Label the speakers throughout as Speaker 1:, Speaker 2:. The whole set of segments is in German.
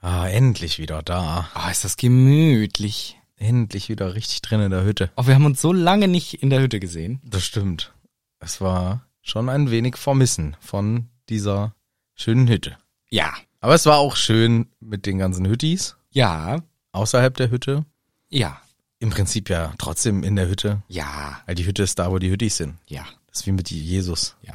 Speaker 1: Ah, endlich wieder da.
Speaker 2: Ah, ist das gemütlich.
Speaker 1: Endlich wieder richtig drin in der Hütte.
Speaker 2: Oh, wir haben uns so lange nicht in der Hütte gesehen.
Speaker 1: Das stimmt. Es war schon ein wenig Vermissen von dieser schönen Hütte.
Speaker 2: Ja.
Speaker 1: Aber es war auch schön mit den ganzen Hüttis
Speaker 2: Ja.
Speaker 1: außerhalb der Hütte.
Speaker 2: Ja.
Speaker 1: Im Prinzip ja trotzdem in der Hütte.
Speaker 2: Ja.
Speaker 1: Weil die Hütte ist da, wo die Hüttis sind.
Speaker 2: Ja.
Speaker 1: Das ist wie mit Jesus.
Speaker 2: Ja.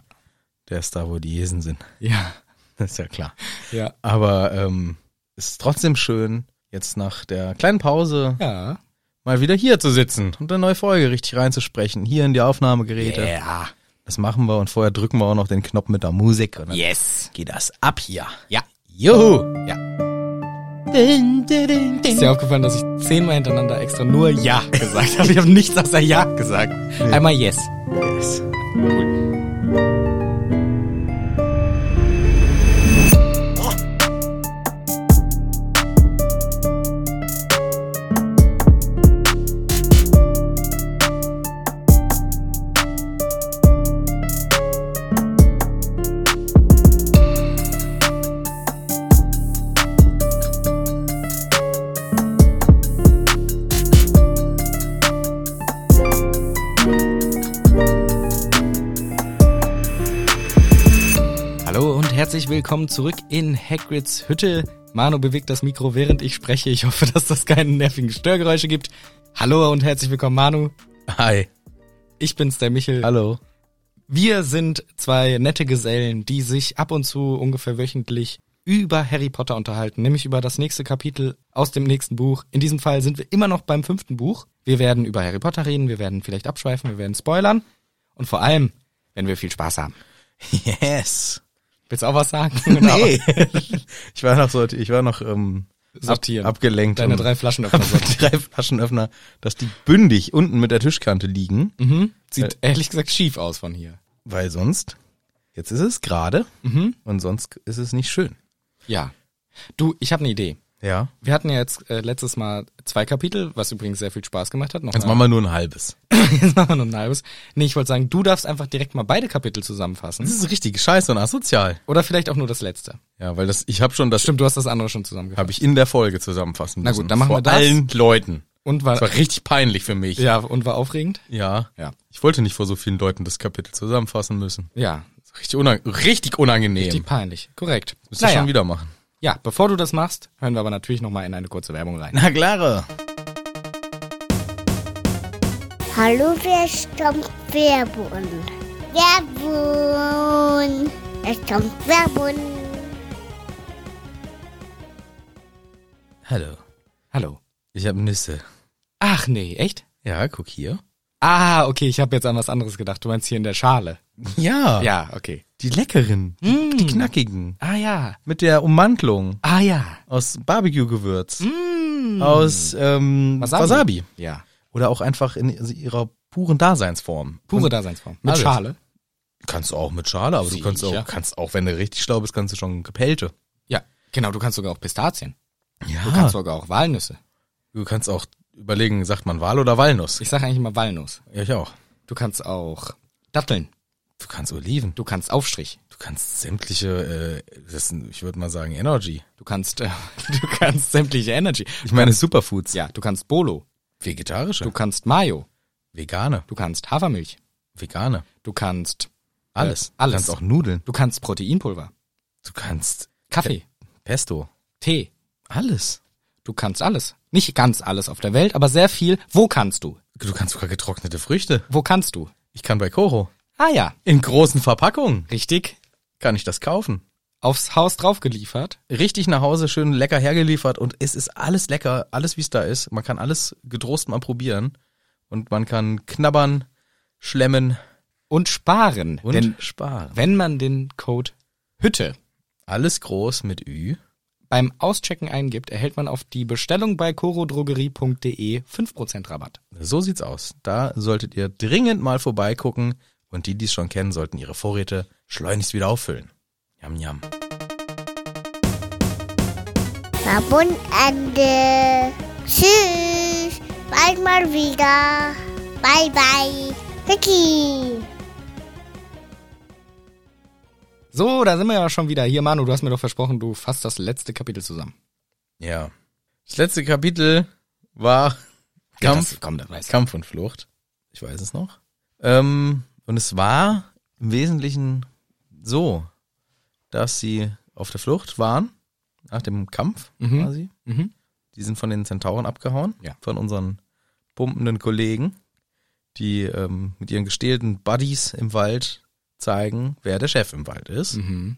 Speaker 1: Der ist da, wo die Jesen sind.
Speaker 2: Ja.
Speaker 1: Das ist ja klar.
Speaker 2: Ja.
Speaker 1: Aber ähm, ist trotzdem schön, jetzt nach der kleinen Pause
Speaker 2: Ja.
Speaker 1: mal wieder hier zu sitzen und eine neue Folge richtig reinzusprechen. Hier in die Aufnahmegeräte.
Speaker 2: Yeah.
Speaker 1: Das machen wir und vorher drücken wir auch noch den Knopf mit der Musik und dann
Speaker 2: Yes.
Speaker 1: geht das ab hier.
Speaker 2: Ja.
Speaker 1: Juhu!
Speaker 2: Ja. Ist
Speaker 1: Ist
Speaker 2: dir aufgefallen, dass ich zehnmal hintereinander extra nur Ja gesagt habe? Ich habe nichts außer Ja gesagt. Einmal Yes.
Speaker 1: Yes.
Speaker 2: Hallo und herzlich willkommen zurück in Hagrids Hütte. Manu bewegt das Mikro, während ich spreche. Ich hoffe, dass das keine nervigen Störgeräusche gibt. Hallo und herzlich willkommen, Manu.
Speaker 1: Hi.
Speaker 2: Ich bin's, der Michel.
Speaker 1: Hallo.
Speaker 2: Wir sind zwei nette Gesellen, die sich ab und zu ungefähr wöchentlich über Harry Potter unterhalten, nämlich über das nächste Kapitel aus dem nächsten Buch. In diesem Fall sind wir immer noch beim fünften Buch. Wir werden über Harry Potter reden, wir werden vielleicht abschweifen, wir werden spoilern und vor allem, wenn wir viel Spaß haben.
Speaker 1: Yes.
Speaker 2: Willst du auch was sagen?
Speaker 1: Nee. ich war noch so, ich war noch ähm,
Speaker 2: Sortieren.
Speaker 1: Ab, abgelenkt.
Speaker 2: Deine
Speaker 1: und-
Speaker 2: drei Flaschenöffner.
Speaker 1: die drei Flaschenöffner, dass die bündig unten mit der Tischkante liegen,
Speaker 2: Mhm. Sieht ehrlich gesagt schief aus von hier.
Speaker 1: weil sonst jetzt ist es gerade und sonst ist es nicht schön.
Speaker 2: Ja. Du, ich habe eine Idee.
Speaker 1: Ja.
Speaker 2: Wir hatten ja jetzt äh, letztes Mal zwei Kapitel, was übrigens sehr viel Spaß gemacht hat. Noch
Speaker 1: Jetzt
Speaker 2: mal-
Speaker 1: machen wir nur ein halbes.
Speaker 2: Jetzt machen wir noch ein halbes. Nee, ich wollte sagen, du darfst einfach direkt mal beide Kapitel zusammenfassen.
Speaker 1: Das ist richtig scheiße und asozial.
Speaker 2: Oder vielleicht auch nur das letzte.
Speaker 1: Ja, weil das ich habe schon das
Speaker 2: Stimmt, du hast das andere schon zusammengefasst.
Speaker 1: habe ich in der Folge zusammenfassen
Speaker 2: Na
Speaker 1: müssen.
Speaker 2: gut, dann machen
Speaker 1: Vor
Speaker 2: wir das.
Speaker 1: allen Leuten.
Speaker 2: Und
Speaker 1: Das
Speaker 2: war,
Speaker 1: war richtig peinlich für mich.
Speaker 2: ja, und war aufregend?
Speaker 1: ja.
Speaker 2: Ja.
Speaker 1: Ich wollte nicht vor so vielen Leuten das Kapitel zusammenfassen müssen.
Speaker 2: Ja,
Speaker 1: Das ist Richtig, unang richtig unangenehm.
Speaker 2: die peinlich. Korrekt.
Speaker 1: Müsste ich schon wieder machen.
Speaker 2: ja, bevor du das machst, hören wir aber natürlich nochmal in eine kurze Werbung rein.
Speaker 1: Na klare.
Speaker 3: Hallo, wer stammt Werbun? Werbun! Es kommt Werbun!
Speaker 1: Hallo.
Speaker 2: Hallo.
Speaker 1: Ich habe Nüsse.
Speaker 2: Ach nee, echt?
Speaker 1: Ja, guck hier.
Speaker 2: Ah, okay, ich habe jetzt an was anderes gedacht. Du meinst hier in der Schale.
Speaker 1: Ja.
Speaker 2: Ja, Mm. okay.
Speaker 1: Die leckeren, die, die knackigen.
Speaker 2: Ah ja.
Speaker 1: Mit der Ummantelung
Speaker 2: Ah ja.
Speaker 1: aus Barbecue-Gewürz.
Speaker 2: Mm.
Speaker 1: Aus ähm, Wasabi.
Speaker 2: Ja.
Speaker 1: Oder auch einfach in ihrer puren Daseinsform.
Speaker 2: Pure
Speaker 1: Und-
Speaker 2: Daseinsform. Mit
Speaker 1: Alles.
Speaker 2: Schale.
Speaker 1: Kannst du auch mit Schale, aber du kannst
Speaker 2: Sicher.
Speaker 1: auch, kannst auch, wenn du richtig schlau bist, kannst du schon Gepellte.
Speaker 2: Ja, genau. Du kannst sogar auch Pistazien.
Speaker 1: Ja.
Speaker 2: Du kannst sogar auch Walnüsse.
Speaker 1: auch überlegen, sagt man Wal oder Walnuss?
Speaker 2: Ich sage eigentlich immer Walnuss.
Speaker 1: Ja, ich auch.
Speaker 2: Du kannst auch Datteln.
Speaker 1: Du kannst Oliven.
Speaker 2: Du kannst Aufstrich.
Speaker 1: Du kannst sämtliche, äh, das ist, ein- ich würde mal sagen, Energy.
Speaker 2: Du kannst, äh, du kannst sämtliche Energy.
Speaker 1: Ich meine Superfoods.
Speaker 2: Ja, du kannst Bolo.
Speaker 1: Vegetarische.
Speaker 2: Du kannst Mayo.
Speaker 1: Vegane.
Speaker 2: Du kannst Hafermilch.
Speaker 1: Vegane.
Speaker 2: Du kannst,
Speaker 1: Alles.
Speaker 2: Äh, alles.
Speaker 1: Du kannst auch Nudeln.
Speaker 2: du kannst Proteinpulver.
Speaker 1: Du kannst
Speaker 2: Kaffee.
Speaker 1: Pesto.
Speaker 2: Tee.
Speaker 1: Alles.
Speaker 2: Du kannst alles. Nicht ganz alles auf der Welt, aber sehr viel. Wo kannst du?
Speaker 1: Du kannst sogar getrocknete Früchte.
Speaker 2: Wo kannst du?
Speaker 1: Ich kann bei Koro.
Speaker 2: Ah ja,
Speaker 1: In großen Verpackungen
Speaker 2: richtig.
Speaker 1: kann ich das kaufen.
Speaker 2: Aufs Haus draufgeliefert.
Speaker 1: richtig nach Hause schön lecker hergeliefert und es ist alles lecker, alles wie es da ist. Man kann alles getrost mal probieren und man kann knabbern, schlemmen
Speaker 2: Und sparen.
Speaker 1: und
Speaker 2: Denn
Speaker 1: sparen.
Speaker 2: wenn man den Code Hütte
Speaker 1: Alles groß mit Ü.
Speaker 2: beim Auschecken eingibt, erhält man auf die Bestellung bei corodrogerie.de 5% Rabatt.
Speaker 1: So sieht's aus. Da solltet ihr dringend mal vorbeigucken und die, die es schon kennen, sollten ihre Vorräte schleunigst wieder auffüllen. Yam yam.
Speaker 3: Werbun Ende! Tschüss! Bald mal wieder! Bye bye! Vicky!
Speaker 2: So, da sind wir ja schon wieder. Hier, Manu, du hast mir doch versprochen, du fasst das letzte Kapitel zusammen.
Speaker 1: Ja. Das letzte Kapitel war Kampf,
Speaker 2: Das, komm, das weiß ich.
Speaker 1: Kampf und Flucht. Ich weiß es noch. Ähm, und es war im Wesentlichen so, dass sie auf der Flucht waren, nach dem Kampf
Speaker 2: Mhm.
Speaker 1: quasi.
Speaker 2: Mhm.
Speaker 1: Die sind von den Zentauren abgehauen,
Speaker 2: Ja.
Speaker 1: von unseren pumpenden Kollegen, die ähm, mit ihren gestählten Buddies im Wald zeigen, wer der Chef im Wald ist.
Speaker 2: Mhm.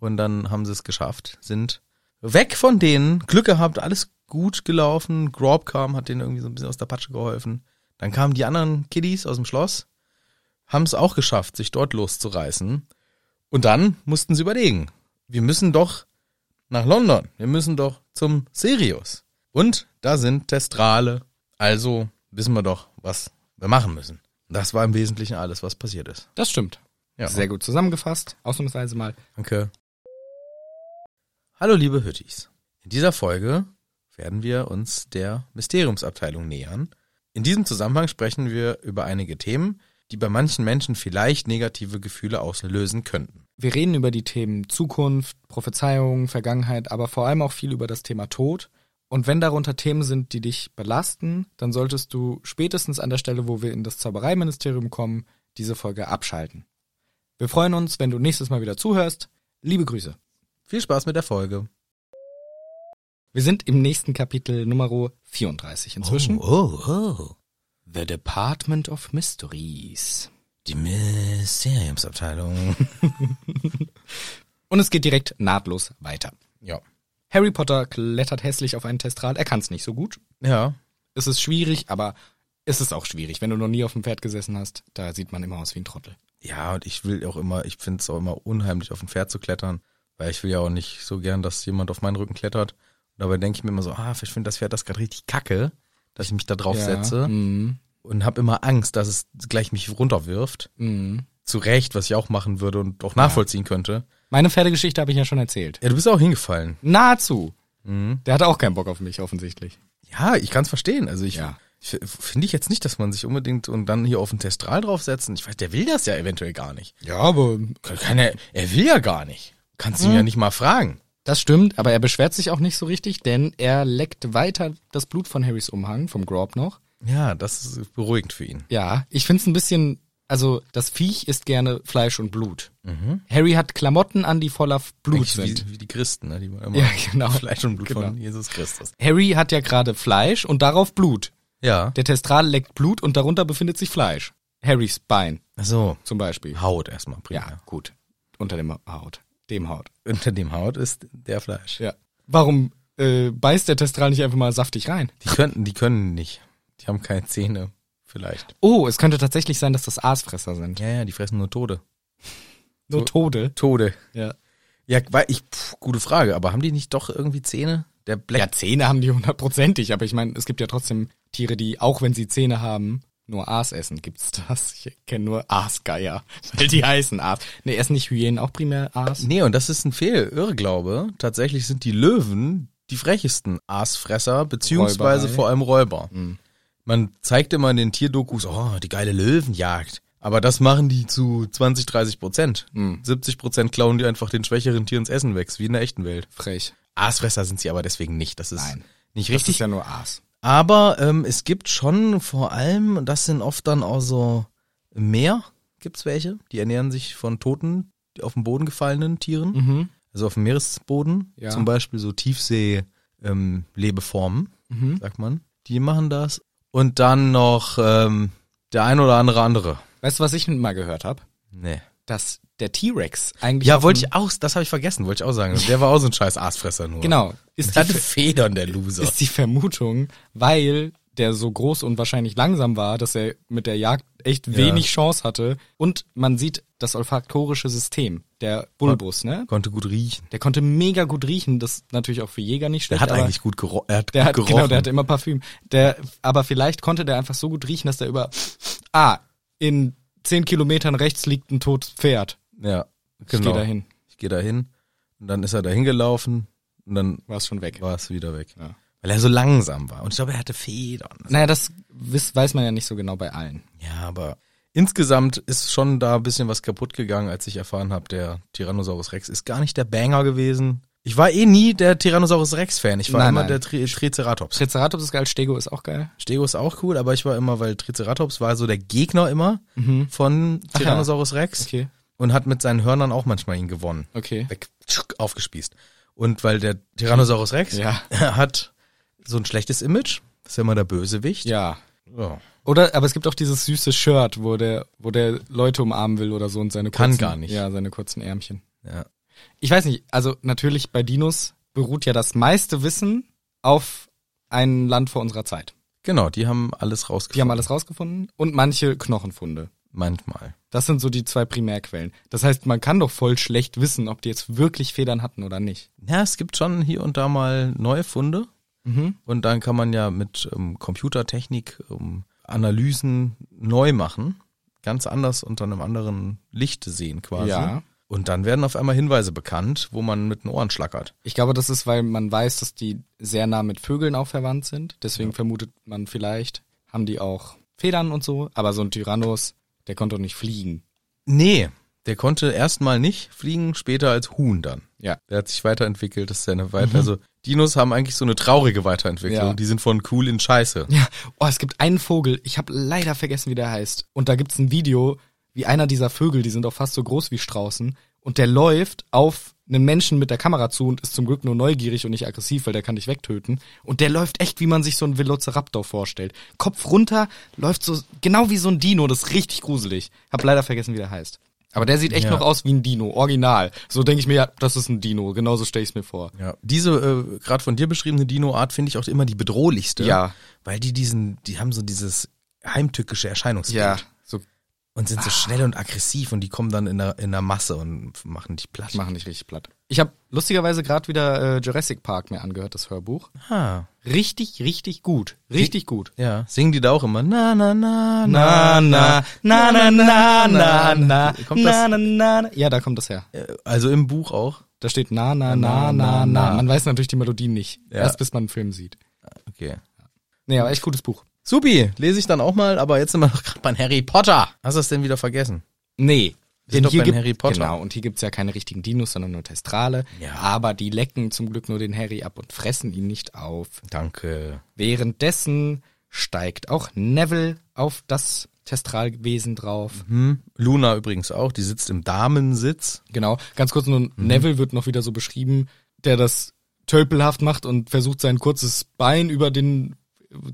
Speaker 1: Und dann haben sie es geschafft, sind weg von denen, Glück gehabt, alles gut gelaufen. Grob kam, hat denen irgendwie so ein bisschen aus der Patsche geholfen. Dann kamen die anderen Kiddies aus dem Schloss, haben es auch geschafft, sich dort loszureißen. Und dann mussten sie überlegen, wir müssen doch nach London, wir müssen doch zum Sirius. Und da sind Testrale, also wissen wir doch, was wir machen müssen. Das war im Wesentlichen alles, was passiert ist.
Speaker 2: Das stimmt.
Speaker 1: Ja.
Speaker 2: Sehr gut zusammengefasst. Ausnahmsweise mal.
Speaker 1: Danke. Hallo liebe Hüttis. In dieser Folge werden wir uns der Mysteriumsabteilung nähern. In diesem Zusammenhang sprechen wir über einige Themen, die bei manchen Menschen vielleicht negative Gefühle auslösen könnten.
Speaker 2: Wir reden über die Themen Zukunft, Prophezeiung, Vergangenheit, aber vor allem auch viel über das Thema Tod. Und wenn darunter Themen sind, die dich belasten, dann solltest du spätestens an der Stelle, wo wir in das Zaubereiministerium kommen, diese Folge abschalten. Wir freuen uns, wenn du nächstes Mal wieder zuhörst. Liebe Grüße.
Speaker 1: Viel Spaß mit der Folge.
Speaker 2: Wir sind im nächsten Kapitel Nummer 34 inzwischen.
Speaker 1: Oh, oh,
Speaker 2: The Department of Mysteries.
Speaker 1: die Mysteriumsabteilung.
Speaker 2: Und es geht direkt nahtlos weiter.
Speaker 1: Ja.
Speaker 2: Harry Potter klettert hässlich auf einen Testral. Er kann es nicht so gut.
Speaker 1: Ja,
Speaker 2: Es ist schwierig, aber es ist auch schwierig. Wenn du noch nie auf dem Pferd gesessen hast, da sieht man immer aus wie ein Trottel.
Speaker 1: Ja, und ich will auch immer, ich find's auch immer unheimlich, auf ein Pferd zu klettern, weil ich will ja auch nicht so gern, dass jemand auf meinen Rücken klettert. Und dabei denke ich mir immer so, ah, vielleicht findet das Pferd das gerade richtig kacke, dass ich mich da drauf
Speaker 2: Ja.
Speaker 1: setze
Speaker 2: Mhm.
Speaker 1: und habe immer Angst, dass es gleich mich runterwirft.
Speaker 2: Mhm.
Speaker 1: Zu Recht, was ich auch machen würde und auch nachvollziehen könnte.
Speaker 2: Meine Pferdegeschichte habe ich ja schon erzählt.
Speaker 1: Ja, du bist auch hingefallen.
Speaker 2: Nahezu.
Speaker 1: Mhm.
Speaker 2: Der hatte auch keinen Bock auf mich, offensichtlich.
Speaker 1: Ja, ich kann's verstehen. Also ich,
Speaker 2: Ja.
Speaker 1: ich finde ich jetzt nicht, dass man sich unbedingt und dann hier auf den Testral draufsetzen. Ich weiß, der will das ja eventuell gar nicht.
Speaker 2: Ja, aber.
Speaker 1: Kann, kann er, er will ja gar nicht. Kannst du
Speaker 2: Hm?
Speaker 1: ihn ja nicht mal fragen.
Speaker 2: Das stimmt, aber er beschwert sich auch nicht so richtig, denn er leckt weiter das Blut von Harrys Umhang, vom Grob noch.
Speaker 1: Ja, das ist beruhigend für ihn.
Speaker 2: Ja, ich find's ein bisschen, also das Viech isst gerne Fleisch und Blut. Harry hat Klamotten an, die voller F- Blut
Speaker 1: Eigentlich
Speaker 2: sind.
Speaker 1: wie, wie die Christen, ne? die wollen immer
Speaker 2: Ja, genau.
Speaker 1: Fleisch und Blut
Speaker 2: Genau.
Speaker 1: von Jesus Christus.
Speaker 2: Harry hat ja gerade Fleisch und darauf Blut.
Speaker 1: Ja.
Speaker 2: Der Testral leckt Blut und darunter befindet sich Fleisch. Harrys Bein
Speaker 1: So,
Speaker 2: zum Beispiel.
Speaker 1: Haut erstmal primär.
Speaker 2: Ja, gut. Unter dem Haut. Dem Haut.
Speaker 1: Unter dem Haut ist der Fleisch.
Speaker 2: Ja. Warum äh, beißt der Testral nicht einfach mal saftig rein?
Speaker 1: Die könnten, die können nicht. Die haben keine Zähne, vielleicht.
Speaker 2: Oh, es könnte tatsächlich sein, dass das Aasfresser sind.
Speaker 1: Ja, ja, die fressen nur Tode.
Speaker 2: Nur Tode.
Speaker 1: Tode.
Speaker 2: Ja.
Speaker 1: Ja, weil ich, pff, gute Frage, aber haben die nicht doch irgendwie Zähne? Der Black.
Speaker 2: Ja, Zähne haben die hundertprozentig, aber ich meine, es gibt ja trotzdem Tiere, die, auch wenn sie Zähne haben, nur Aas essen. Gibt's das? Ich kenne nur Aasgeier, weil die heißen Aas. Nee, essen nicht Hyänen auch primär Aas?
Speaker 1: Nee, und das ist ein Fehl, Irrglaube. Tatsächlich sind die Löwen die frechesten Aasfresser, beziehungsweise
Speaker 2: Räuberei. Mhm.
Speaker 1: vor allem Räuber. Man zeigt immer in den Tierdokus, oh, die geile Löwenjagd. Aber das machen die zu 20, 30 Prozent.
Speaker 2: Mhm.
Speaker 1: 70 Prozent klauen die einfach den schwächeren Tieren das Essen weg, wie in der echten Welt.
Speaker 2: Frech.
Speaker 1: Aasfresser sind sie aber deswegen nicht. Das ist
Speaker 2: Nein.
Speaker 1: nicht
Speaker 2: Das
Speaker 1: richtig.
Speaker 2: ist ja nur Aas.
Speaker 1: Aber ähm, es gibt schon vor allem, und das sind oft dann auch so im Meer, gibt's welche, die ernähren sich von toten, auf den Boden gefallenen Tieren.
Speaker 2: Mhm.
Speaker 1: Also auf dem Meeresboden,
Speaker 2: Ja.
Speaker 1: zum Beispiel so Tiefsee-Lebeformen,
Speaker 2: Mhm.
Speaker 1: sagt man. Die machen das. Und dann noch ähm, der ein oder andere andere.
Speaker 2: Weißt du, was ich mal gehört habe?
Speaker 1: Nee.
Speaker 2: Dass der T-Rex eigentlich.
Speaker 1: Ja,
Speaker 2: auf
Speaker 1: wollte
Speaker 2: dem-
Speaker 1: ich auch, das habe ich vergessen, wollte ich auch sagen. Der war auch so ein scheiß Aasfresser nur.
Speaker 2: Genau. Ist
Speaker 1: Der hatte
Speaker 2: die,
Speaker 1: Federn, der Loser.
Speaker 2: ist die Vermutung, weil der so groß und wahrscheinlich langsam war, dass er mit der Jagd echt wenig Chance hatte. Und man sieht das olfaktorische System, der Bulbus, ne?
Speaker 1: Konnte gut riechen.
Speaker 2: Der konnte mega gut riechen, das ist natürlich auch für Jäger nicht
Speaker 1: Der
Speaker 2: schlecht.
Speaker 1: hat
Speaker 2: aber
Speaker 1: eigentlich gut, gero er hat
Speaker 2: der
Speaker 1: gut
Speaker 2: hat,
Speaker 1: gerochen.
Speaker 2: genau, der hatte immer Parfüm. Der, aber vielleicht konnte der einfach so gut riechen, dass der über, ah, in zehn Kilometern rechts liegt ein totes Pferd.
Speaker 1: ja,
Speaker 2: Ich
Speaker 1: genau.
Speaker 2: geh dahin.
Speaker 1: Ich gehe da hin. Und dann ist er da hingelaufen. Und dann
Speaker 2: War es schon weg.
Speaker 1: war es wieder weg.
Speaker 2: Ja.
Speaker 1: Weil er so langsam war. Und ich glaube, er hatte Federn.
Speaker 2: Naja, das wiss, weiß man ja nicht so genau bei allen.
Speaker 1: Ja, aber insgesamt ist schon da ein bisschen was kaputt gegangen, als ich erfahren habe, der Tyrannosaurus Rex ist gar nicht der Banger gewesen. Ich war eh nie der Tyrannosaurus Rex-Fan. Ich war
Speaker 2: Nein,
Speaker 1: immer
Speaker 2: nein.
Speaker 1: der Tri Triceratops.
Speaker 2: Triceratops ist geil, Stego ist auch geil.
Speaker 1: Stego ist auch cool, aber ich war immer, weil Triceratops war so der Gegner immer
Speaker 2: Mhm.
Speaker 1: von
Speaker 2: ja.
Speaker 1: Tyrannosaurus Rex
Speaker 2: Okay,
Speaker 1: und hat mit seinen Hörnern auch manchmal ihn gewonnen.
Speaker 2: okay.
Speaker 1: Weg, tschuck, aufgespießt. Und weil der Tyrannosaurus Rex
Speaker 2: Ja.
Speaker 1: hat so ein schlechtes Image, ist ja immer der Bösewicht.
Speaker 2: Ja.
Speaker 1: Ja.
Speaker 2: Oder, aber es gibt auch dieses süße Shirt, wo der, wo der Leute umarmen will oder so und seine
Speaker 1: Kann
Speaker 2: kurzen,
Speaker 1: gar nicht.
Speaker 2: Ja, seine kurzen Ärmchen.
Speaker 1: Ja.
Speaker 2: Ich weiß nicht, also natürlich bei Dinos beruht ja das meiste Wissen auf ein Land vor unserer Zeit.
Speaker 1: Genau, die haben alles rausgefunden.
Speaker 2: Die haben alles rausgefunden und manche Knochenfunde.
Speaker 1: Manchmal.
Speaker 2: Das sind so die zwei Primärquellen. Das heißt, man kann doch voll schlecht wissen, ob die jetzt wirklich Federn hatten oder nicht.
Speaker 1: Ja, es gibt schon hier und da mal neue Funde.
Speaker 2: Mhm.
Speaker 1: Und dann kann man ja mit ähm, Computertechnik ähm, Analysen neu machen. Ganz anders unter einem anderen Licht sehen quasi.
Speaker 2: Ja.
Speaker 1: Und dann werden auf einmal Hinweise bekannt, wo man mit den Ohren schlackert.
Speaker 2: Ich glaube, das ist, weil man weiß, dass die sehr nah mit Vögeln auch verwandt sind. Deswegen vermutet man vielleicht, haben die auch Federn und so. Aber so ein Tyrannos, der konnte doch nicht fliegen.
Speaker 1: Nee, der konnte erstmal nicht fliegen, später als Huhn dann.
Speaker 2: Ja.
Speaker 1: Der hat sich weiterentwickelt, das ist ja eine Weiter. Also Dinos haben eigentlich so eine traurige Weiterentwicklung.
Speaker 2: Mhm. Ja.
Speaker 1: Die sind von cool in Scheiße.
Speaker 2: Ja. Oh, es gibt einen Vogel. Ich habe leider vergessen, wie der heißt. Und da gibt's ein Video, wie einer dieser Vögel, die sind auch fast so groß wie Straußen. Und der läuft auf einen Menschen mit der Kamera zu und ist zum Glück nur neugierig und nicht aggressiv, weil der kann dich wegtöten. Und der läuft echt, wie man sich so einen Velociraptor vorstellt. Kopf runter, läuft so genau wie so ein Dino. Das ist richtig gruselig. Hab leider vergessen, wie der heißt. Aber der sieht echt
Speaker 1: Ja.
Speaker 2: noch aus wie ein Dino, original. So denke ich mir, ja, das ist ein Dino. Genauso stelle ich es mir vor.
Speaker 1: Ja. Diese äh, gerade von dir beschriebene Dino-Art finde ich auch immer die bedrohlichste.
Speaker 2: Ja.
Speaker 1: Weil die diesen, die haben so dieses heimtückische Erscheinungsbild.
Speaker 2: So
Speaker 1: Und sind so schnell und aggressiv und die kommen dann in der, in der Masse und machen dich platt.
Speaker 2: machen dich richtig platt. Ich habe lustigerweise gerade wieder äh, Jurassic Park mir angehört, das Hörbuch.
Speaker 1: Ah,
Speaker 2: Richtig, richtig gut. Richtig gut.
Speaker 1: ja. Singen die da auch immer na na na Kommt das?
Speaker 2: na, na, na. Ja, da kommt das her.
Speaker 1: Äh, Also im Buch auch.
Speaker 2: Da steht na, na, na, na, na.
Speaker 1: na.
Speaker 2: Man weiß natürlich die Melodie nicht.
Speaker 1: Ja.
Speaker 2: Erst bis man einen Film sieht.
Speaker 1: Okay.
Speaker 2: Nee, aber echt gutes Buch.
Speaker 1: Supi, lese ich dann auch mal, aber jetzt sind wir noch gerade bei Harry Potter. Hast du das denn wieder vergessen?
Speaker 2: Nee.
Speaker 1: Wir sind doch bei den Harry Potter.
Speaker 2: Genau, und hier gibt's ja keine richtigen Dinos, sondern nur Testrale.
Speaker 1: Ja.
Speaker 2: Aber die lecken zum Glück nur den Harry ab und fressen ihn nicht auf.
Speaker 1: Danke.
Speaker 2: Währenddessen steigt auch Neville auf das Testralwesen drauf.
Speaker 1: Hm? Luna übrigens auch, die sitzt im Damensitz.
Speaker 2: Genau, ganz kurz nur, Neville wird noch wieder so beschrieben, der das tölpelhaft macht und versucht sein kurzes Bein über den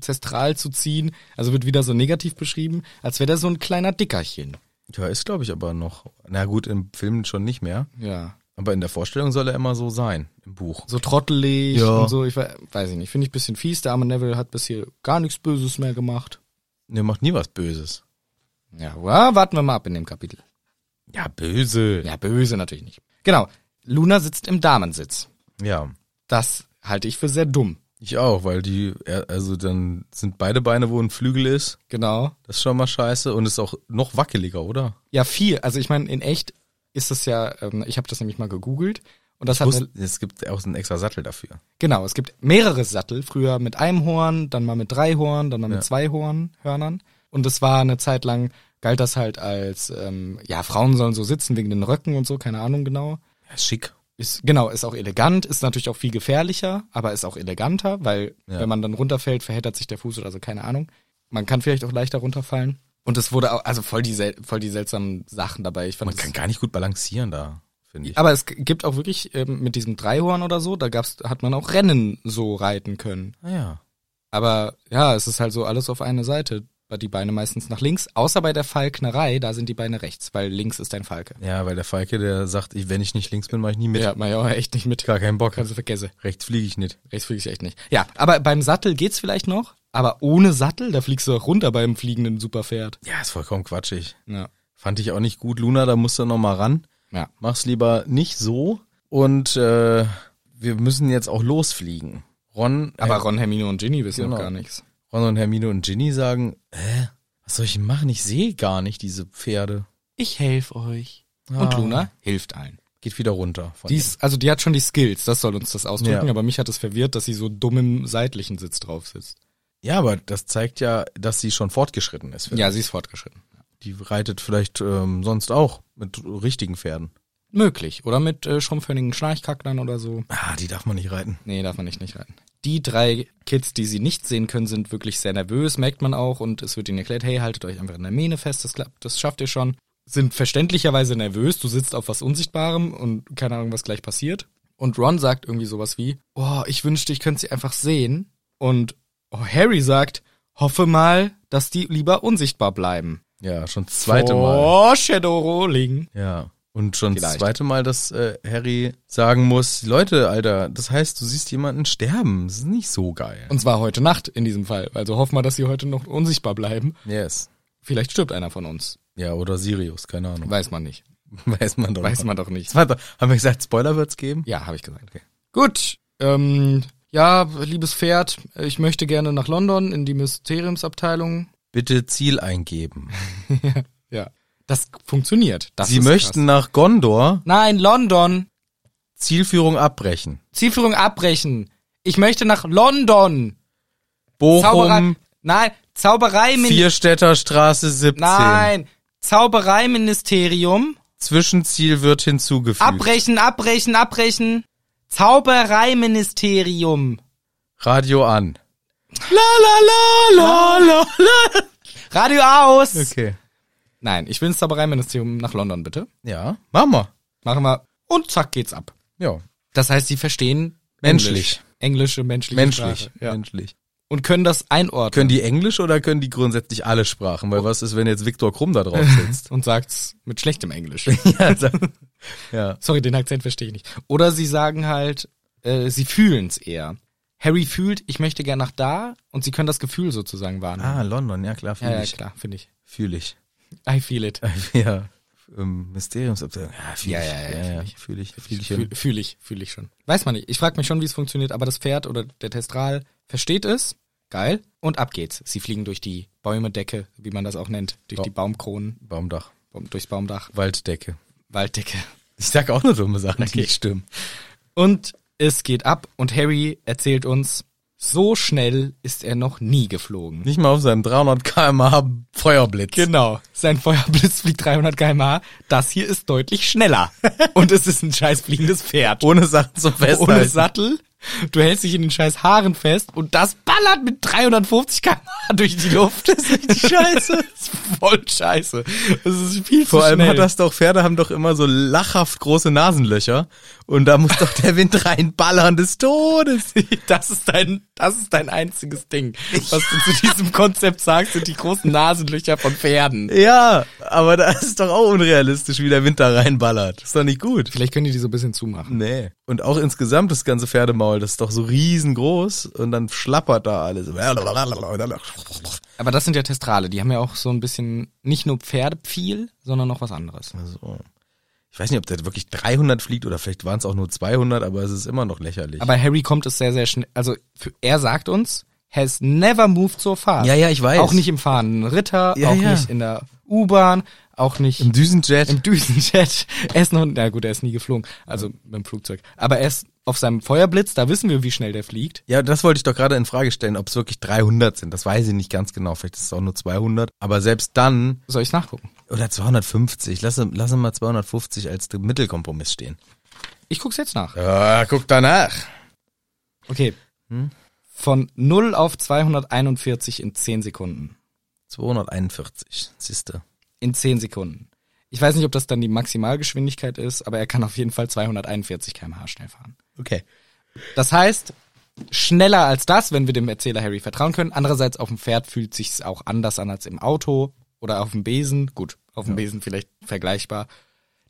Speaker 2: Zestral zu ziehen. Also wird wieder so negativ beschrieben, als wäre der so ein kleiner Dickerchen.
Speaker 1: Ja, ist glaube ich aber noch. Na gut, im Film schon nicht mehr.
Speaker 2: Ja.
Speaker 1: Aber in der Vorstellung soll er immer so sein, im Buch.
Speaker 2: So trottelig
Speaker 1: Ja.
Speaker 2: und so, ich we- weiß ich nicht, finde ich ein bisschen fies. Der arme Neville hat bis hier gar nichts Böses mehr gemacht.
Speaker 1: Der macht nie was Böses.
Speaker 2: Ja, wa- warten wir mal ab in dem Kapitel.
Speaker 1: Ja, böse.
Speaker 2: Ja, böse natürlich nicht. Genau, Luna sitzt im Damensitz.
Speaker 1: Ja.
Speaker 2: Das halte ich für sehr dumm.
Speaker 1: Ich auch, weil die, ja, also dann sind beide Beine, wo ein Flügel ist.
Speaker 2: Genau.
Speaker 1: Das ist schon mal scheiße und ist auch noch wackeliger, oder?
Speaker 2: Ja, viel. Also ich meine, in echt ist das ja, ähm, ich habe das nämlich mal gegoogelt. Und das hat
Speaker 1: Wusst-
Speaker 2: eine,
Speaker 1: es gibt auch so einen extra Sattel dafür.
Speaker 2: genau, es gibt mehrere Sattel, früher mit einem Horn, dann mal mit drei Horn, dann mal mit
Speaker 1: Ja.
Speaker 2: zwei Horn, Hörnern. Und es war eine Zeit lang, galt das halt als, ähm, ja, Frauen sollen so sitzen wegen den Röcken und so, keine Ahnung genau.
Speaker 1: Ja, schick.
Speaker 2: Ist, genau, ist auch elegant, ist natürlich auch viel gefährlicher, aber ist auch eleganter, weil
Speaker 1: Ja.
Speaker 2: wenn man dann runterfällt, verheddert sich der Fuß oder so, keine Ahnung. Man kann vielleicht auch leichter runterfallen. Und es wurde auch, also voll die, sel- voll die seltsamen Sachen dabei. Ich fand
Speaker 1: Man
Speaker 2: das-
Speaker 1: kann gar nicht gut balancieren da, finde ich.
Speaker 2: Aber es g- gibt auch wirklich ähm, mit diesem Dreihorn oder so, da gab's, hat man auch Rennen so reiten können.
Speaker 1: Ah ja.
Speaker 2: Aber ja, es ist halt so alles auf eine Seite. Die Beine meistens nach links, außer bei der Falknerei, da sind die Beine rechts, weil links ist ein Falke.
Speaker 1: Ja, weil der Falke, der sagt, ich, wenn ich nicht links bin, mache ich nie mit.
Speaker 2: Ja, man ja auch echt nicht mit.
Speaker 1: Gar keinen Bock.
Speaker 2: Kannst du vergessen.
Speaker 1: Rechts fliege ich nicht.
Speaker 2: Rechts fliege ich echt nicht. Ja, aber beim Sattel geht's vielleicht noch, aber ohne Sattel, da fliegst du auch runter beim fliegenden Superpferd.
Speaker 1: Ja, ist vollkommen quatschig.
Speaker 2: Ja.
Speaker 1: Fand ich auch nicht gut. Luna, da musst du noch mal ran.
Speaker 2: Ja.
Speaker 1: Mach's lieber nicht so. Und äh, wir müssen jetzt auch losfliegen. Ron,
Speaker 2: Aber
Speaker 1: Ron,
Speaker 2: Ron, Hermine und Ginny wissen
Speaker 1: Genau.
Speaker 2: noch gar nichts.
Speaker 1: Ron und Hermine und Ginny sagen, hä, was soll ich denn machen? Ich sehe gar nicht diese Pferde.
Speaker 2: Ich helfe euch. Und
Speaker 1: Ah.
Speaker 2: Luna hilft allen.
Speaker 1: Geht wieder runter. Von
Speaker 2: Die ist, also die hat schon die Skills, das soll uns das ausdrücken,
Speaker 1: Ja.
Speaker 2: aber mich hat es verwirrt, dass sie so dumm im seitlichen Sitz drauf sitzt.
Speaker 1: ja, aber das zeigt ja, dass sie schon fortgeschritten ist.
Speaker 2: Ja, sie ist fortgeschritten.
Speaker 1: Die reitet vielleicht ähm, sonst auch mit richtigen Pferden.
Speaker 2: Möglich. Oder mit äh, schrumpfhörnigen Schnarchkacklern oder so.
Speaker 1: Ah, die darf man nicht reiten.
Speaker 2: Nee, darf man nicht, nicht reiten. Die drei Kids, die sie nicht sehen können, sind wirklich sehr nervös, merkt man auch. Und es wird ihnen erklärt, hey, haltet euch einfach in der Mähne fest, das klappt, das schafft ihr schon. Sind verständlicherweise nervös, du sitzt auf was Unsichtbarem und keine Ahnung, was gleich passiert. Und Ron sagt irgendwie sowas wie, oh, ich wünschte, ich könnte sie einfach sehen. Und oh, Harry sagt, hoffe mal, dass die lieber unsichtbar bleiben.
Speaker 1: Ja, schon das zweite Mal.
Speaker 2: Oh, Shadow Rolling.
Speaker 1: Ja. Und schon das
Speaker 2: Vielleicht.
Speaker 1: zweite Mal, dass äh, Harry sagen muss, Leute, Alter, das heißt, du siehst jemanden sterben. Das ist nicht so geil.
Speaker 2: Und zwar heute Nacht in diesem Fall. Also hoffen wir, dass sie heute noch unsichtbar bleiben.
Speaker 1: yes.
Speaker 2: Vielleicht stirbt einer von uns.
Speaker 1: Ja, oder Sirius, keine Ahnung.
Speaker 2: Weiß man nicht.
Speaker 1: Weiß man doch.
Speaker 2: Weiß
Speaker 1: nicht.
Speaker 2: man doch nicht.
Speaker 1: Das war doch- Haben wir gesagt, Spoiler wird's geben?
Speaker 2: Ja, habe ich gesagt. Gut. Ähm, ja, liebes Pferd, ich möchte gerne nach London in die Mysteriumsabteilung.
Speaker 1: Bitte Ziel eingeben.
Speaker 2: Ja. Das funktioniert. Das
Speaker 1: Sie
Speaker 2: ist
Speaker 1: möchten
Speaker 2: Krass.
Speaker 1: nach Gondor
Speaker 2: Nein, London.
Speaker 1: Zielführung abbrechen.
Speaker 2: Zielführung abbrechen. Ich möchte nach London. Zauberer.
Speaker 1: Bochum,
Speaker 2: Nein, Zaubereiministerium.
Speaker 1: Vierstädter Straße 17.
Speaker 2: Nein, Zaubereiministerium.
Speaker 1: Zwischenziel wird hinzugefügt.
Speaker 2: Abbrechen, abbrechen, abbrechen. Zaubereiministerium.
Speaker 1: Radio an.
Speaker 2: La la la la la la. Radio aus.
Speaker 1: Okay.
Speaker 2: Nein, ich will ins Zaubereiministerium nach London, bitte.
Speaker 1: Ja, machen wir.
Speaker 2: Machen wir. Und zack geht's ab.
Speaker 1: Ja,
Speaker 2: Das heißt, sie verstehen
Speaker 1: Menschlich.
Speaker 2: Englisch. Englische, menschliche
Speaker 1: menschlich.
Speaker 2: Sprache. Ja.
Speaker 1: Menschlich.
Speaker 2: Und können das einordnen.
Speaker 1: Können die Englisch oder können die grundsätzlich alle Sprachen? Weil was ist, wenn jetzt Viktor Krumm da drauf sitzt?
Speaker 2: und sagt's mit schlechtem Englisch.
Speaker 1: ja, also, sag- ja.
Speaker 2: Sorry, den Akzent verstehe ich nicht. Oder sie sagen halt, äh, sie fühlen's eher. Harry fühlt, ich möchte gern nach da und sie können das Gefühl sozusagen wahrnehmen.
Speaker 1: Ah, London, ja klar, fühle
Speaker 2: ja, ja,
Speaker 1: ich.
Speaker 2: klar, finde ich.
Speaker 1: Fühle ich.
Speaker 2: I feel it.
Speaker 1: ja. Ähm, Mysteriumsabteilung. Ja, fühle
Speaker 2: Ja,
Speaker 1: ich.
Speaker 2: ja, ja,
Speaker 1: ja,
Speaker 2: fühl
Speaker 1: ja. Fühle ich. Fühl ich.
Speaker 2: Fühle fühl ich, fühle ich schon. Weiß man nicht. Ich frage mich schon, wie es funktioniert, aber das Pferd oder der Testral versteht es. Geil. Und ab geht's. Sie fliegen durch die Bäumedecke, wie man das auch nennt. Durch
Speaker 1: Ja.
Speaker 2: die Baumkronen,
Speaker 1: Baumdach.
Speaker 2: Baum- durchs Baumdach,
Speaker 1: Walddecke.
Speaker 2: Walddecke.
Speaker 1: Ich sag auch nur dumme Sachen, die nicht stimmen.
Speaker 2: Und es geht ab und Harry erzählt uns, so schnell ist er noch nie geflogen.
Speaker 1: Nicht mal auf seinem 300 km/h Feuerblitz.
Speaker 2: Genau. Sein Feuerblitz fliegt 300 km/h. Das hier ist deutlich schneller. Und es ist ein scheiß fliegendes Pferd.
Speaker 1: Ohne Sachen zum Festhalten.
Speaker 2: Ohne Sattel. Du hältst dich in den scheiß Haaren fest und das ballert mit 350 km/h durch die Luft. Das ist richtig scheiße. das ist voll scheiße. Das ist viel
Speaker 1: Vor
Speaker 2: zu
Speaker 1: allem
Speaker 2: schnell.
Speaker 1: hat das doch, Pferde haben doch immer so lachhaft große Nasenlöcher. Und da muss doch der Wind reinballern des Todes.
Speaker 2: Das ist dein, das ist dein einziges Ding. Was du zu diesem Konzept sagst, sind die großen Nasenlöcher von Pferden.
Speaker 1: Ja, aber das ist doch auch unrealistisch, wie der Wind da reinballert. Ist doch nicht gut.
Speaker 2: Vielleicht können die die so ein bisschen zumachen.
Speaker 1: Nee. Und auch insgesamt das ganze Pferdemaul, das ist doch so riesengroß und dann schlappert da alles. Also,
Speaker 2: Aber das sind ja Testrale. Die haben ja auch so ein bisschen nicht nur Pferdepfiel, sondern noch was anderes.
Speaker 1: ich weiß nicht, ob der wirklich 300 fliegt oder vielleicht waren es auch nur 200, aber es ist immer noch lächerlich.
Speaker 2: Aber Harry kommt es sehr, sehr schnell. Also für, er sagt uns, has never moved so fast.
Speaker 1: Ja, ja, ich weiß.
Speaker 2: Auch nicht im fahrenden Ritter,
Speaker 1: Ja,
Speaker 2: auch
Speaker 1: ja.
Speaker 2: nicht in der U-Bahn, auch nicht
Speaker 1: im Düsenjet.
Speaker 2: im Düsenjet. Er ist noch, na gut, er ist nie geflogen, also mit dem Flugzeug. Aber er ist auf seinem Feuerblitz, da wissen wir, wie schnell der fliegt.
Speaker 1: Ja, das wollte ich doch gerade in Frage stellen, ob es wirklich 300 sind. Das weiß ich nicht ganz genau. Vielleicht ist es auch nur 200. Aber selbst dann,
Speaker 2: Soll ich nachgucken?
Speaker 1: oder 250, lass, lass mal 250 als den Mittelkompromiss stehen.
Speaker 2: Ich guck's jetzt nach.
Speaker 1: Ja, guck danach.
Speaker 2: Okay.
Speaker 1: Hm?
Speaker 2: Von 0 auf 241 in 10 Sekunden.
Speaker 1: 241, siehste.
Speaker 2: In 10 Sekunden. Ich weiß nicht, ob das dann die Maximalgeschwindigkeit ist, aber er kann auf jeden Fall 241 km/h schnell fahren.
Speaker 1: Okay.
Speaker 2: Das heißt, schneller als das, wenn wir dem Erzähler Harry vertrauen können. Andererseits auf dem Pferd fühlt sich's auch anders an als im Auto oder auf dem Besen. Gut, auf dem Besen vielleicht vergleichbar.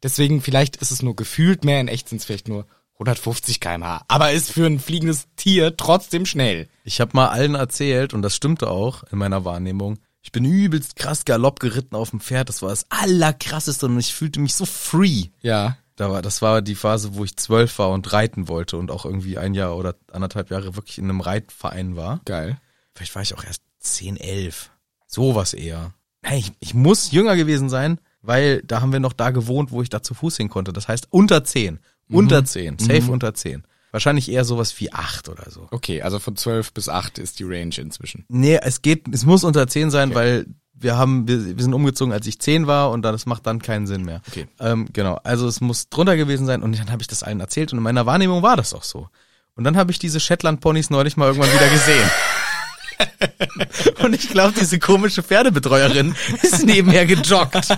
Speaker 2: Deswegen vielleicht ist es nur gefühlt mehr, in echt sind's vielleicht nur 150 km/h, aber ist für ein fliegendes Tier trotzdem schnell.
Speaker 1: Ich habe mal allen erzählt, und das stimmte auch in meiner Wahrnehmung, ich bin übelst krass Galopp geritten auf dem Pferd. Das war das Allerkrasseste und ich fühlte mich so free.
Speaker 2: Ja.
Speaker 1: Da war, das war die Phase, wo ich zwölf war und reiten wollte und auch irgendwie ein Jahr oder anderthalb Jahre wirklich in einem Reitverein war.
Speaker 2: Geil.
Speaker 1: vielleicht war ich auch erst 10, 11. Sowas eher. Nein, ich, ich muss jünger gewesen sein, weil da haben wir noch da gewohnt, wo ich da zu Fuß hin konnte. Das heißt unter 10. Unter 10. Safe unter 10. Wahrscheinlich eher sowas wie 8 oder so.
Speaker 2: Okay, also von 12 bis 8 ist die Range inzwischen.
Speaker 1: Nee, es geht, es muss unter 10 sein, weil wir haben, wir, wir sind umgezogen, als ich zehn war und dann, das macht dann keinen Sinn mehr.
Speaker 2: Okay.
Speaker 1: Ähm, genau. Also es muss drunter gewesen sein und dann habe ich das allen erzählt und in meiner Wahrnehmung war das auch so. Und dann habe ich diese Shetland-Ponys neulich mal irgendwann wieder gesehen. und ich glaube, diese komische Pferdebetreuerin ist nebenher gejoggt.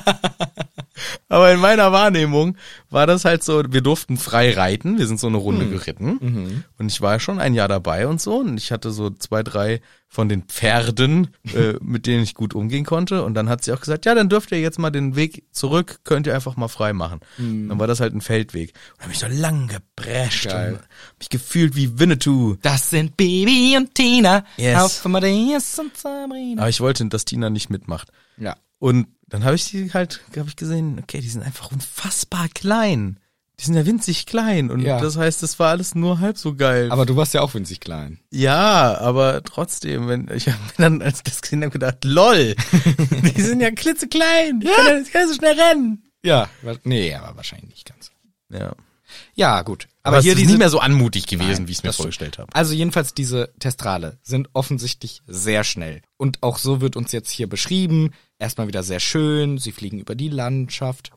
Speaker 1: Aber in meiner Wahrnehmung war das halt so, wir durften frei reiten, wir sind so eine Runde geritten und ich war schon ein Jahr dabei und so und ich hatte so zwei, drei von den Pferden, äh, mit denen ich gut umgehen konnte und dann hat sie auch gesagt, ja, dann dürft ihr jetzt mal den Weg zurück, könnt ihr einfach mal frei machen. Dann war das halt ein Feldweg. Und hab mich so lang geprescht
Speaker 2: Geil.
Speaker 1: und hab mich gefühlt wie Winnetou.
Speaker 2: Das sind Baby und Tina.
Speaker 1: Yes.
Speaker 2: Auf Amadeus und Sabrina.
Speaker 1: Aber ich wollte, dass Tina nicht mitmacht.
Speaker 2: Ja.
Speaker 1: Und dann habe ich die halt, habe ich gesehen, okay, die sind einfach unfassbar klein. Die sind ja winzig klein. Und
Speaker 2: Ja.
Speaker 1: das heißt, das war alles nur halb so geil.
Speaker 2: Aber du warst ja auch winzig klein.
Speaker 1: ja, aber trotzdem, wenn ich habe dann, als ich das gesehen habe, gedacht, lol, die sind ja klitzeklein. Ja. Können, die können so schnell rennen.
Speaker 2: Ja. wa- Nee, aber wahrscheinlich nicht ganz.
Speaker 1: Ja.
Speaker 2: Ja, gut.
Speaker 1: Aber,
Speaker 2: Aber,
Speaker 1: hier
Speaker 2: hier
Speaker 1: es ist
Speaker 2: diese...
Speaker 1: nicht mehr so anmutig gewesen,
Speaker 2: Nein,
Speaker 1: wie ich es mir
Speaker 2: das stimmt.
Speaker 1: vorgestellt habe.
Speaker 2: Also jedenfalls diese Testrale sind offensichtlich sehr schnell. Und auch so wird uns jetzt hier beschrieben. Erstmal wieder sehr schön. Sie fliegen über die Landschaft.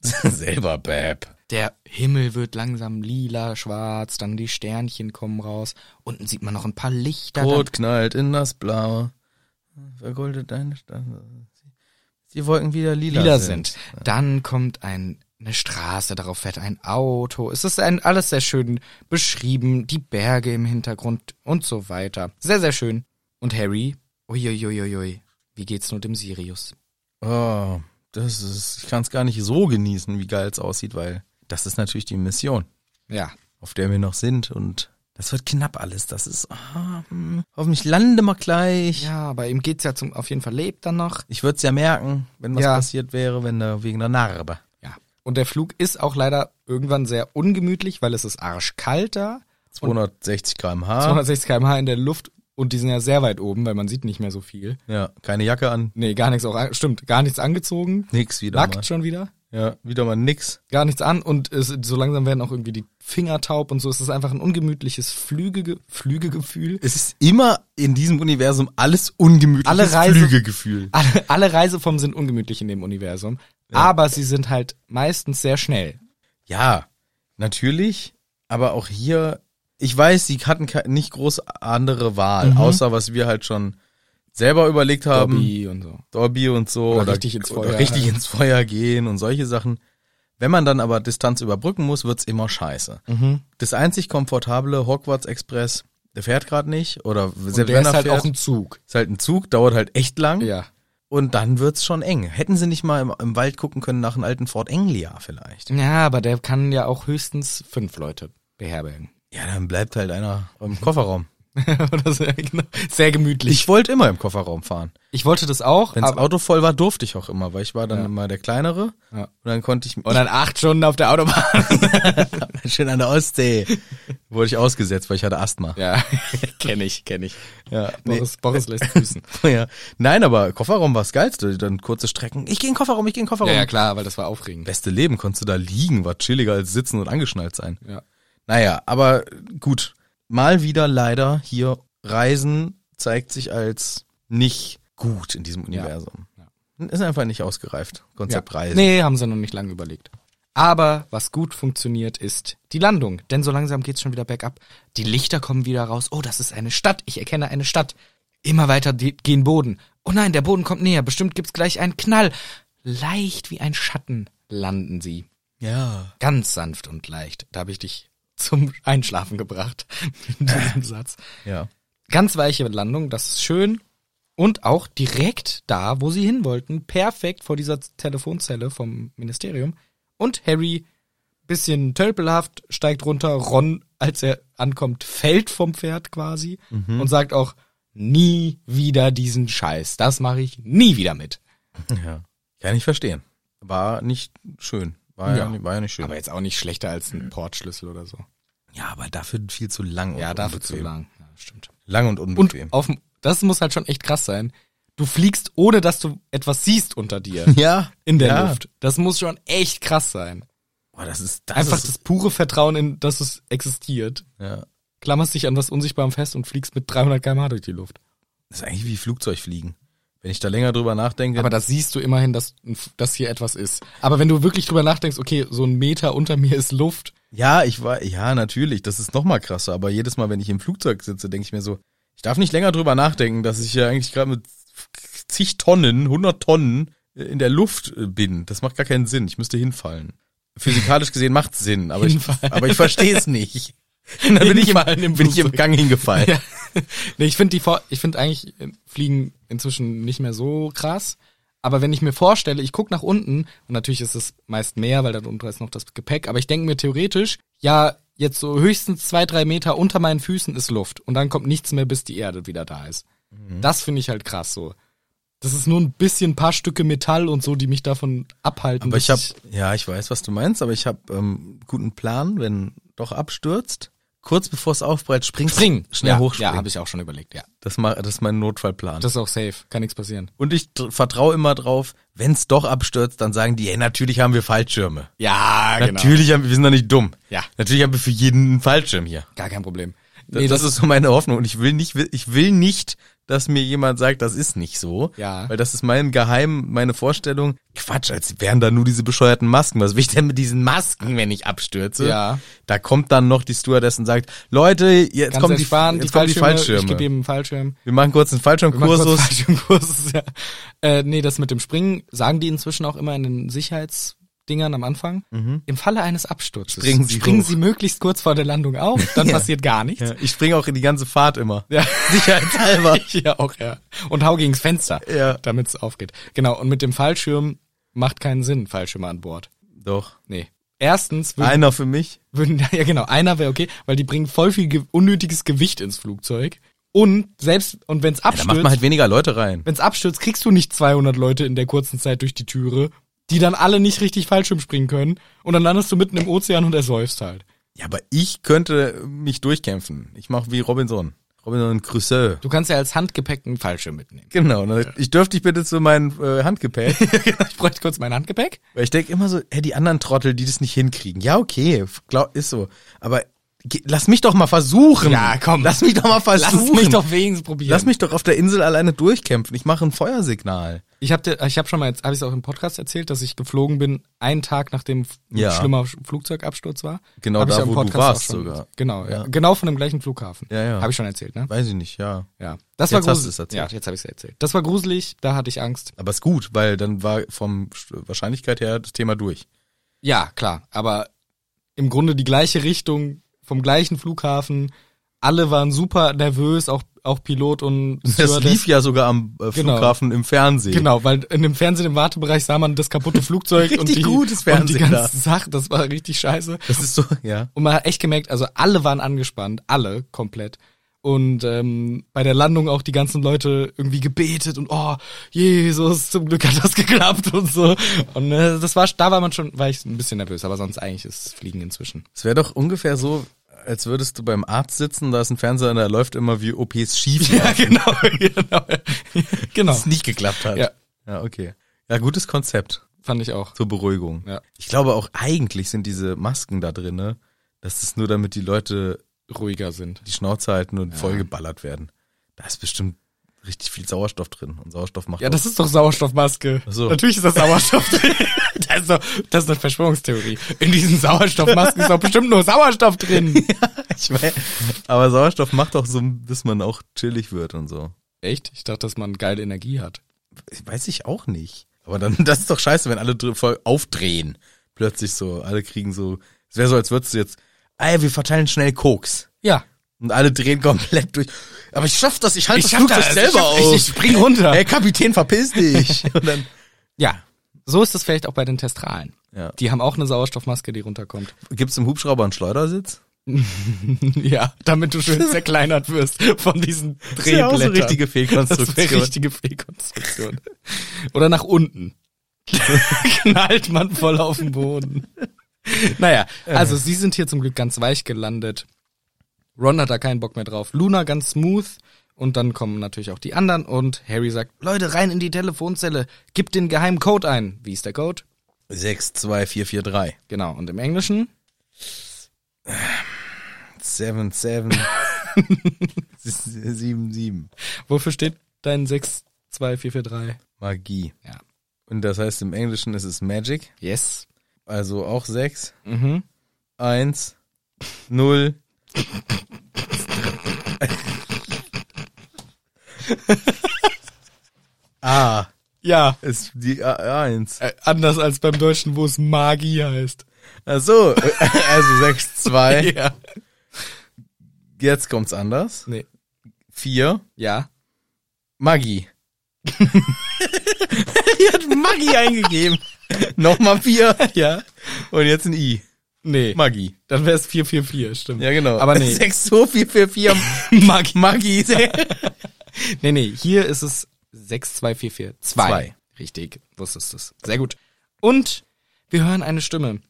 Speaker 1: Selber Bab.
Speaker 2: Der Himmel wird langsam lila, schwarz, dann die Sternchen kommen raus. Unten sieht man noch ein paar Lichter.
Speaker 1: Rot knallt in das Blaue. Vergoldet deine Sterne. Die Wolken wieder lila,
Speaker 2: lila sind. Dann kommt ein, eine Straße, darauf fährt ein Auto. Es ist ein, alles sehr schön beschrieben, die Berge im Hintergrund und so weiter. Sehr, sehr schön. Und Harry, uiuiuiui, wie geht's nur dem Sirius?
Speaker 1: Oh, das ist, ich kann es gar nicht so genießen, wie geil es aussieht, weil das ist natürlich die Mission,
Speaker 2: Ja,
Speaker 1: auf der wir noch sind und das wird knapp alles. Das ist, ah, hm, hoffentlich lande mal gleich.
Speaker 2: ja, aber ihm geht's ja zum, auf jeden Fall lebt er noch.
Speaker 1: Ich würde es ja merken, wenn was
Speaker 2: Ja.
Speaker 1: passiert wäre, wenn da wegen der Narbe.
Speaker 2: Ja. Und der Flug ist auch leider irgendwann sehr ungemütlich, weil es ist arschkalt da.
Speaker 1: 260 km/h.
Speaker 2: 260 km/h in der Luft und die sind ja sehr weit oben, weil man sieht nicht mehr so viel.
Speaker 1: ja, keine Jacke an,
Speaker 2: Nee, gar nichts auch, an- stimmt, gar nichts angezogen.
Speaker 1: nix wieder
Speaker 2: Nackt
Speaker 1: mal.
Speaker 2: schon wieder.
Speaker 1: Ja, wieder mal nix.
Speaker 2: gar nichts an und es, so langsam werden auch irgendwie die Finger taub und so. Es ist einfach ein ungemütliches Flügege, Flügegefühl.
Speaker 1: Es ist immer in diesem Universum alles ungemütliches
Speaker 2: Alle Reise-
Speaker 1: Flügegefühl.
Speaker 2: Alle, alle Reiseformen sind ungemütlich in dem Universum, aber sie sind halt meistens sehr schnell.
Speaker 1: Ja, natürlich, aber auch hier, ich weiß, sie hatten ke- nicht groß andere Wahl, außer was wir halt schon selber überlegt haben, Dobby,
Speaker 2: Mhm. Dobby und so.
Speaker 1: und so,
Speaker 2: Oder richtig ins Feuer.
Speaker 1: oder richtig ins Feuer gehen und solche Sachen. Wenn man dann aber Distanz überbrücken muss, wird's immer scheiße.
Speaker 2: Mhm.
Speaker 1: Das einzig komfortable Hogwarts Express, der fährt gerade nicht oder
Speaker 2: Und
Speaker 1: selbst
Speaker 2: der
Speaker 1: wenn
Speaker 2: ist
Speaker 1: er
Speaker 2: halt
Speaker 1: fährt,
Speaker 2: auch ein Zug.
Speaker 1: ist halt ein Zug, dauert halt echt lang
Speaker 2: Ja.
Speaker 1: und dann wird's schon eng. Hätten sie nicht mal im, im Wald gucken können nach einem alten Fort Anglia vielleicht.
Speaker 2: Ja, aber der kann ja auch höchstens fünf Leute beherbergen.
Speaker 1: Ja, dann bleibt halt einer im Kofferraum.
Speaker 2: Oder so, ja, genau. Sehr gemütlich.
Speaker 1: Ich wollte immer im Kofferraum fahren.
Speaker 2: Ich wollte das auch,
Speaker 1: Wenn das
Speaker 2: aber,
Speaker 1: Auto voll war, durfte ich auch immer, weil ich war dann
Speaker 2: Ja.
Speaker 1: immer der Kleinere.
Speaker 2: Ja.
Speaker 1: Und dann konnte ich mich
Speaker 2: und dann acht Stunden auf der Autobahn.
Speaker 1: schön an der Ostsee. Wurde ich ausgesetzt, weil ich hatte Asthma.
Speaker 2: Ja, kenne ich, kenne ich.
Speaker 1: Ja,
Speaker 2: Boris, Boris lässt grüßen.
Speaker 1: nee. ja. Nein, aber Kofferraum war das Geilste. Dann kurze Strecken. Ich gehe in den Kofferraum, ich gehe in den Kofferraum.
Speaker 2: Ja, ja, klar, weil das war aufregend.
Speaker 1: Beste Leben, konntest du da liegen, war chilliger als sitzen und angeschnallt sein.
Speaker 2: Ja.
Speaker 1: Naja, aber gut. Mal wieder leider hier Reisen zeigt sich als nicht gut in diesem Universum. Ist einfach nicht ausgereift. Konzept
Speaker 2: Ja.
Speaker 1: Reisen.
Speaker 2: Nee, haben sie noch nicht lange überlegt. Aber was gut funktioniert, ist die Landung. Denn so langsam geht's schon wieder bergab. Die Lichter kommen wieder raus. Oh, das ist eine Stadt. Ich erkenne eine Stadt. Immer weiter die- gehen Boden. Oh nein, der Boden kommt näher. Bestimmt gibt's gleich einen Knall. Leicht wie ein Schatten landen sie.
Speaker 1: Ja.
Speaker 2: Ganz sanft und leicht. Da habe ich dich zum Einschlafen gebracht mit diesem Satz.
Speaker 1: Ja.
Speaker 2: Ganz weiche Landung, das ist schön. Und auch direkt da, wo sie hin wollten. Perfekt vor dieser Telefonzelle vom Ministerium. Und Harry, bisschen tölpelhaft, steigt runter. Ron, als er ankommt, fällt vom Pferd quasi und sagt auch, nie wieder diesen Scheiß. Das mache ich nie wieder mit.
Speaker 1: Ja. Kann ich verstehen. War nicht schön. War ja,
Speaker 2: Ja.
Speaker 1: nicht- war ja nicht schön.
Speaker 2: Aber jetzt auch nicht schlechter als ein Portschlüssel oder so.
Speaker 1: ja, aber dafür viel zu lang. und
Speaker 2: Ja, dafür zu
Speaker 1: unbequem.
Speaker 2: lang. Ja, stimmt.
Speaker 1: Lang und
Speaker 2: Und
Speaker 1: unbequem.
Speaker 2: auf dem, das muss halt schon echt krass sein. Du fliegst, ohne dass du etwas siehst unter dir.
Speaker 1: ja.
Speaker 2: in der
Speaker 1: ja.
Speaker 2: Luft. Das muss schon echt krass sein.
Speaker 1: Boah, das ist das.
Speaker 2: Einfach
Speaker 1: ist,
Speaker 2: das pure Vertrauen in, dass es existiert.
Speaker 1: ja.
Speaker 2: Klammerst dich an was Unsichtbarem fest und fliegst mit 300 km/h durch die Luft.
Speaker 1: das ist eigentlich wie Flugzeugfliegen. Wenn ich da länger drüber nachdenke,
Speaker 2: Aber da siehst du immerhin, dass das hier etwas ist. Aber wenn du wirklich drüber nachdenkst, okay, so ein Meter unter mir ist Luft,
Speaker 1: Ja, ich war, ja, natürlich, das ist noch mal krasser, aber jedes Mal, wenn ich im Flugzeug sitze, denke ich mir so, ich darf nicht länger drüber nachdenken, dass ich ja eigentlich gerade mit zig Tonnen, 100 Tonnen äh, in der Luft äh, bin. Das macht gar keinen Sinn, ich müsste hinfallen. Physikalisch gesehen macht's Sinn, aber ich,
Speaker 2: Hinfallen.
Speaker 1: aber ich verstehe es nicht. Dann bin ich, im,
Speaker 2: Hinfallen im
Speaker 1: bin ich im
Speaker 2: Flugzeug.
Speaker 1: Gang hingefallen.
Speaker 2: Ja. nee, ich finde die Vor ich finde eigentlich äh, Fliegen inzwischen nicht mehr so krass. Aber wenn ich mir vorstelle, ich guck nach unten, und natürlich ist es meist mehr, weil da drunter ist noch das Gepäck, aber ich denke mir theoretisch, ja, jetzt so höchstens zwei, drei Meter unter meinen Füßen ist Luft und dann kommt nichts mehr, bis die Erde wieder da ist.
Speaker 1: Mhm.
Speaker 2: Das finde ich halt krass so. Das ist nur ein bisschen ein paar Stücke Metall und so, die mich davon abhalten.
Speaker 1: Aber ich habe,
Speaker 2: dass
Speaker 1: ja, ich weiß, was du meinst, aber ich habe ähm, guten Plan, wenn doch abstürzt, kurz bevor es aufbreit, springst
Speaker 2: springen.
Speaker 1: schnell
Speaker 2: ja,
Speaker 1: hochspringen.
Speaker 2: Ja, habe ich auch schon überlegt, ja.
Speaker 1: Das, ma- das ist mein Notfallplan.
Speaker 2: Das ist auch safe, kann nichts passieren.
Speaker 1: Und ich tr- vertraue immer drauf, wenn's doch abstürzt, dann sagen die, ey, natürlich haben wir Fallschirme.
Speaker 2: Ja,
Speaker 1: Natürlich haben wir, wir sind doch nicht dumm.
Speaker 2: Genau. Ja.
Speaker 1: Natürlich haben wir für jeden einen Fallschirm hier.
Speaker 2: Gar kein Problem.
Speaker 1: genau. Das, das, ist so meine Hoffnung. Und ich will nicht, ich will nicht, dass mir jemand sagt, das ist nicht so.
Speaker 2: Ja.
Speaker 1: Weil das ist mein Geheim, meine Vorstellung. Quatsch, als wären da nur diese bescheuerten Masken. Was will ich denn mit diesen Masken, wenn ich abstürze?
Speaker 2: Ja.
Speaker 1: Da kommt dann noch die Stewardess und sagt, Leute, jetzt
Speaker 2: Ganz
Speaker 1: kommen die,
Speaker 2: entspannt,
Speaker 1: jetzt
Speaker 2: die,
Speaker 1: kommen die
Speaker 2: Fallschirme, Ich
Speaker 1: Fallschirme.
Speaker 2: gebe jedem einen Fallschirm.
Speaker 1: wir machen kurz einen Fallschirmkursus.
Speaker 2: Fallschirmkursus, ja. Äh, nee, das mit dem Springen sagen die inzwischen auch immer in den Sicherheitsdingern am Anfang. Im Falle eines Absturzes
Speaker 1: Mhm. Springen Sie hoch.
Speaker 2: Sie möglichst kurz vor der Landung auf, dann passiert gar nichts.
Speaker 1: Ja, ich springe auch in die ganze Fahrt immer.
Speaker 2: Ja.
Speaker 1: Sicherheitshalber.
Speaker 2: Ich ja auch, ja. Und hau gegens Fenster,
Speaker 1: Ja.
Speaker 2: damit es aufgeht. Genau, und mit dem Fallschirm macht keinen Sinn, Fallschirme an Bord.
Speaker 1: Doch.
Speaker 2: Nee. Erstens würden,
Speaker 1: Einer für mich.
Speaker 2: würden ja genau, einer wäre okay, weil die bringen voll viel ge unnötiges Gewicht ins Flugzeug. Und selbst, und wenn es
Speaker 1: Da
Speaker 2: abstürzt,
Speaker 1: macht man halt weniger Leute rein.
Speaker 2: Wenn's abstürzt, kriegst du nicht 200 Leute in der kurzen Zeit durch die Türe, die dann alle nicht richtig Fallschirm springen können und dann landest du mitten im Ozean und ersäufst halt.
Speaker 1: Ja, aber ich könnte mich durchkämpfen. Ich mache wie Robinson. Robinson Crusoe.
Speaker 2: Du kannst ja als Handgepäck einen Fallschirm mitnehmen.
Speaker 1: Genau. ne? Ich dürfte dich bitte zu meinem äh, Handgepäck.
Speaker 2: Ich bräuchte kurz mein Handgepäck.
Speaker 1: Weil ich denke immer so, hey, die anderen Trottel, die das nicht hinkriegen. Ja, okay, glaub, ist so. Aber ge- lass mich doch mal versuchen.
Speaker 2: Ja, komm.
Speaker 1: Lass mich doch mal
Speaker 2: Lass
Speaker 1: versuchen.
Speaker 2: mich doch wenigstens probieren.
Speaker 1: Lass mich doch auf der Insel alleine durchkämpfen. Ich mache ein Feuersignal.
Speaker 2: Ich habe ich hab schon mal, jetzt habe ich auch im Podcast erzählt, dass ich geflogen bin, einen Tag nachdem f-
Speaker 1: Ja.
Speaker 2: schlimmer Sch- Flugzeugabsturz war.
Speaker 1: Genau
Speaker 2: Hab ich
Speaker 1: da,
Speaker 2: ja im
Speaker 1: wo du
Speaker 2: Podcast auch
Speaker 1: warst
Speaker 2: schon-
Speaker 1: sogar.
Speaker 2: Genau, ja.
Speaker 1: Ja.
Speaker 2: genau von dem gleichen Flughafen.
Speaker 1: Ja, ja.
Speaker 2: Habe ich schon erzählt, ne?
Speaker 1: Weiß ich nicht, ja.
Speaker 2: Ja. Das
Speaker 1: Jetzt
Speaker 2: war
Speaker 1: hast du es
Speaker 2: gruselig. Ja,
Speaker 1: erzählt.
Speaker 2: jetzt habe ich es erzählt. Das war gruselig, da hatte ich Angst.
Speaker 1: Aber ist gut, weil dann war vom St- Wahrscheinlichkeit her das Thema durch.
Speaker 2: Ja, klar, aber im Grunde die gleiche Richtung, vom gleichen Flughafen. Alle waren super nervös, auch, auch Pilot und
Speaker 1: Das lief ja sogar am äh,
Speaker 2: Genau.
Speaker 1: Flughafen im Fernsehen.
Speaker 2: Genau, weil in dem Fernsehen im Wartebereich sah man das kaputte Flugzeug und
Speaker 1: Richtig
Speaker 2: die,
Speaker 1: gutes
Speaker 2: und die
Speaker 1: Fernsehen da.
Speaker 2: ganze Sache, das war richtig scheiße.
Speaker 1: Das ist so, ja.
Speaker 2: Und man hat echt gemerkt, also alle waren angespannt, alle komplett. Und ähm, bei der Landung auch die ganzen Leute irgendwie gebetet und oh, Jesus, zum Glück hat das geklappt und so. Und äh, das war, da war man schon, war ich ein bisschen nervös, aber sonst eigentlich ist Fliegen inzwischen.
Speaker 1: Es wäre doch ungefähr so, als würdest du beim Arzt sitzen, da ist ein Fernseher und da läuft immer wie OPs schief.
Speaker 2: Ja, genau, genau. genau.
Speaker 1: es nicht geklappt hat.
Speaker 2: Ja.
Speaker 1: ja, okay. Ja, gutes Konzept
Speaker 2: Fand ich auch.
Speaker 1: zur Beruhigung.
Speaker 2: Ja.
Speaker 1: Ich glaube auch eigentlich sind diese Masken da drin, ne? Das ist nur damit die Leute
Speaker 2: Ruhiger sind.
Speaker 1: die Schnauze halten und vollgeballert werden. Da ist bestimmt richtig viel Sauerstoff drin und Sauerstoff macht
Speaker 2: Ja, das ist doch Sauerstoffmaske.
Speaker 1: Oh. Ach so.
Speaker 2: Natürlich ist das Sauerstoff drin. Das ist, doch, das ist eine Verschwörungstheorie. In diesen Sauerstoffmasken ist doch bestimmt nur Sauerstoff drin.
Speaker 1: Ich mein, aber Sauerstoff macht doch so, dass man auch chillig wird und so.
Speaker 2: Echt? Ich dachte, dass man geile Energie hat.
Speaker 1: Weiß ich auch nicht. Aber dann, das ist doch scheiße, wenn alle dr- voll aufdrehen. Plötzlich so, alle kriegen so, es wäre so, als würdest du jetzt, ey, wir verteilen schnell Koks.
Speaker 2: Ja.
Speaker 1: Und alle drehen komplett durch. Aber ich schaff das, ich halte das
Speaker 2: hab
Speaker 1: Flugzeug selber Äh,
Speaker 2: ich, hab-
Speaker 1: auf.
Speaker 2: Ich, ich spring runter.
Speaker 1: Ey, Kapitän, verpiss dich. und dann,
Speaker 2: Ja. So ist das vielleicht auch bei den Testralen.
Speaker 1: Ja.
Speaker 2: Die haben auch eine Sauerstoffmaske, die runterkommt.
Speaker 1: gibt's im Hubschrauber einen Schleudersitz?
Speaker 2: Ja, damit du schön zerkleinert wirst von diesen
Speaker 1: ist ja auch so
Speaker 2: Drehblättern.
Speaker 1: richtige Fehlkonstruktion.
Speaker 2: Das wäre richtige Fehlkonstruktion. Oder nach unten. Knallt man voll auf den Boden. Naja, also sie sind hier zum Glück ganz weich gelandet. Ron hat da keinen Bock mehr drauf. Luna ganz smooth. Und dann kommen natürlich auch die anderen und Harry sagt, Leute, rein in die Telefonzelle, gib den geheimen Code ein. Wie ist der Code?
Speaker 1: 62443.
Speaker 2: Genau, und im Englischen?
Speaker 1: 77. 77.
Speaker 2: Wofür steht dein 62443? 62443.
Speaker 1: Magie.
Speaker 2: Ja.
Speaker 1: Und das heißt im Englischen ist es Magic,
Speaker 2: Yes.
Speaker 1: also auch 6,
Speaker 2: Mhm.
Speaker 1: 1, 0. ah,
Speaker 2: Ja.
Speaker 1: ist die A1.
Speaker 2: Äh, anders als beim Deutschen, wo es Magie heißt.
Speaker 1: Ach so, also 6, 2.
Speaker 2: Ja.
Speaker 1: Jetzt kommt's anders.
Speaker 2: Nee.
Speaker 1: 4,
Speaker 2: Ja.
Speaker 1: Magie. Die hat Magie eingegeben. Nochmal 4
Speaker 2: Ja.
Speaker 1: und jetzt ein I.
Speaker 2: Nee.
Speaker 1: Magie.
Speaker 2: Dann wäre es 444, stimmt.
Speaker 1: Ja, genau.
Speaker 2: Aber nee.
Speaker 1: 6, 2, 4, 4, 4.
Speaker 2: Magie.
Speaker 1: Magie.
Speaker 2: Nee, nee, hier ist es 62442.
Speaker 1: Zwei.
Speaker 2: Richtig, wusstest es. Sehr gut. Und wir hören eine Stimme.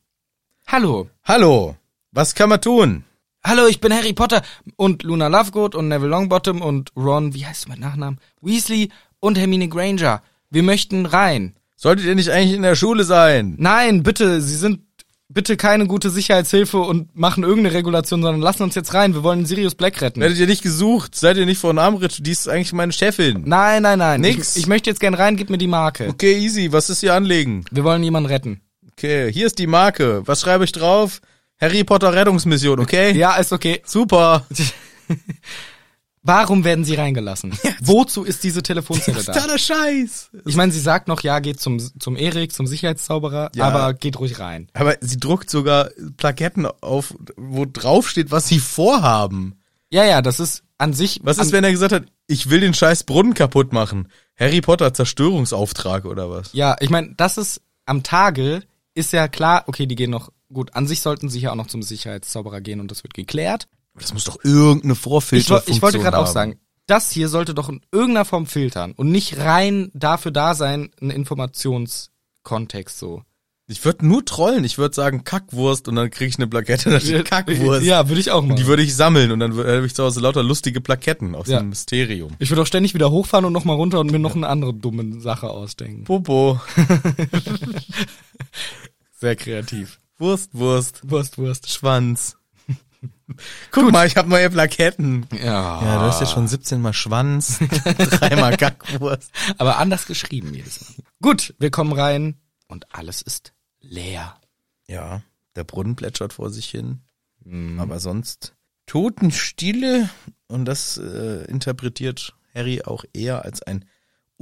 Speaker 2: Hallo.
Speaker 1: Hallo, was kann man tun?
Speaker 2: Hallo, ich bin Harry Potter und Luna Lovegood und Neville Longbottom und Ron, wie heißt du mein Nachnamen? Weasley und Hermine Granger. Wir möchten rein.
Speaker 1: Solltet ihr nicht eigentlich in der Schule sein?
Speaker 2: Nein, bitte, Sie sind bitte keine gute Sicherheitshilfe und machen irgendeine Regulation, sondern lassen uns jetzt rein. Wir wollen Sirius Black retten.
Speaker 1: Werdet ihr nicht gesucht? Seid ihr nicht von Amrit? Die ist eigentlich meine Chefin.
Speaker 2: Nein, nein, nein.
Speaker 1: Nix.
Speaker 2: Ich, ich möchte jetzt gern rein, gib mir die Marke.
Speaker 1: Okay, easy. Was ist hier Anliegen?
Speaker 2: Wir wollen jemanden retten.
Speaker 1: Okay, hier ist die Marke. Was schreibe ich drauf? Harry Potter Rettungsmission, okay?
Speaker 2: Ja, ist okay.
Speaker 1: Super.
Speaker 2: Warum werden sie reingelassen? Wozu ist diese Telefonzelle da?
Speaker 1: der Scheiß.
Speaker 2: Ich meine, sie sagt noch, ja, geht zum, zum Erik, zum Sicherheitszauberer,
Speaker 1: Ja.
Speaker 2: aber geht ruhig rein.
Speaker 1: Aber sie druckt sogar Plaketten auf, wo drauf steht, was sie vorhaben.
Speaker 2: Ja, ja, das ist an sich.
Speaker 1: Was ist,
Speaker 2: an,
Speaker 1: wenn er gesagt hat, ich will den scheiß Brunnen kaputt machen? Harry Potter Zerstörungsauftrag oder was?
Speaker 2: Ja, ich meine, das ist am Tage ist ja klar, okay, die gehen noch gut. An sich sollten sie ja auch noch zum Sicherheitszauberer gehen und das wird geklärt.
Speaker 1: Das muss doch irgendeine
Speaker 2: Ich, wo-
Speaker 1: Vorfilterfunktion
Speaker 2: ich wollte gerade auch
Speaker 1: haben.
Speaker 2: sagen, das hier sollte doch in irgendeiner Form filtern und nicht rein dafür da sein, ein Informationskontext so.
Speaker 1: Ich würde nur trollen. Ich würde sagen Kackwurst und dann krieg ich eine Plakette. Da steht Kackwurst.
Speaker 2: Ja, würde ich auch machen.
Speaker 1: Die würde ich sammeln und dann habe ich zu Hause lauter lustige Plaketten aus
Speaker 2: Ja.
Speaker 1: dem Mysterium.
Speaker 2: Ich würde auch ständig wieder hochfahren und nochmal runter und mir noch eine andere dumme Sache ausdenken.
Speaker 1: Popo,
Speaker 2: Sehr kreativ.
Speaker 1: Wurst, Wurst,
Speaker 2: Wurst, Wurst.
Speaker 1: Schwanz. Guck mal, ich habe neue Plaketten.
Speaker 2: Ja.
Speaker 1: Ja, du hast jetzt schon 17 mal Schwanz, dreimal Kackwurst.
Speaker 2: Aber anders geschrieben jedes Mal. Gut, wir kommen rein und alles ist leer.
Speaker 1: Ja, der Brunnen plätschert vor sich hin, Mhm. aber sonst Totenstille und das äh, interpretiert Harry auch eher als ein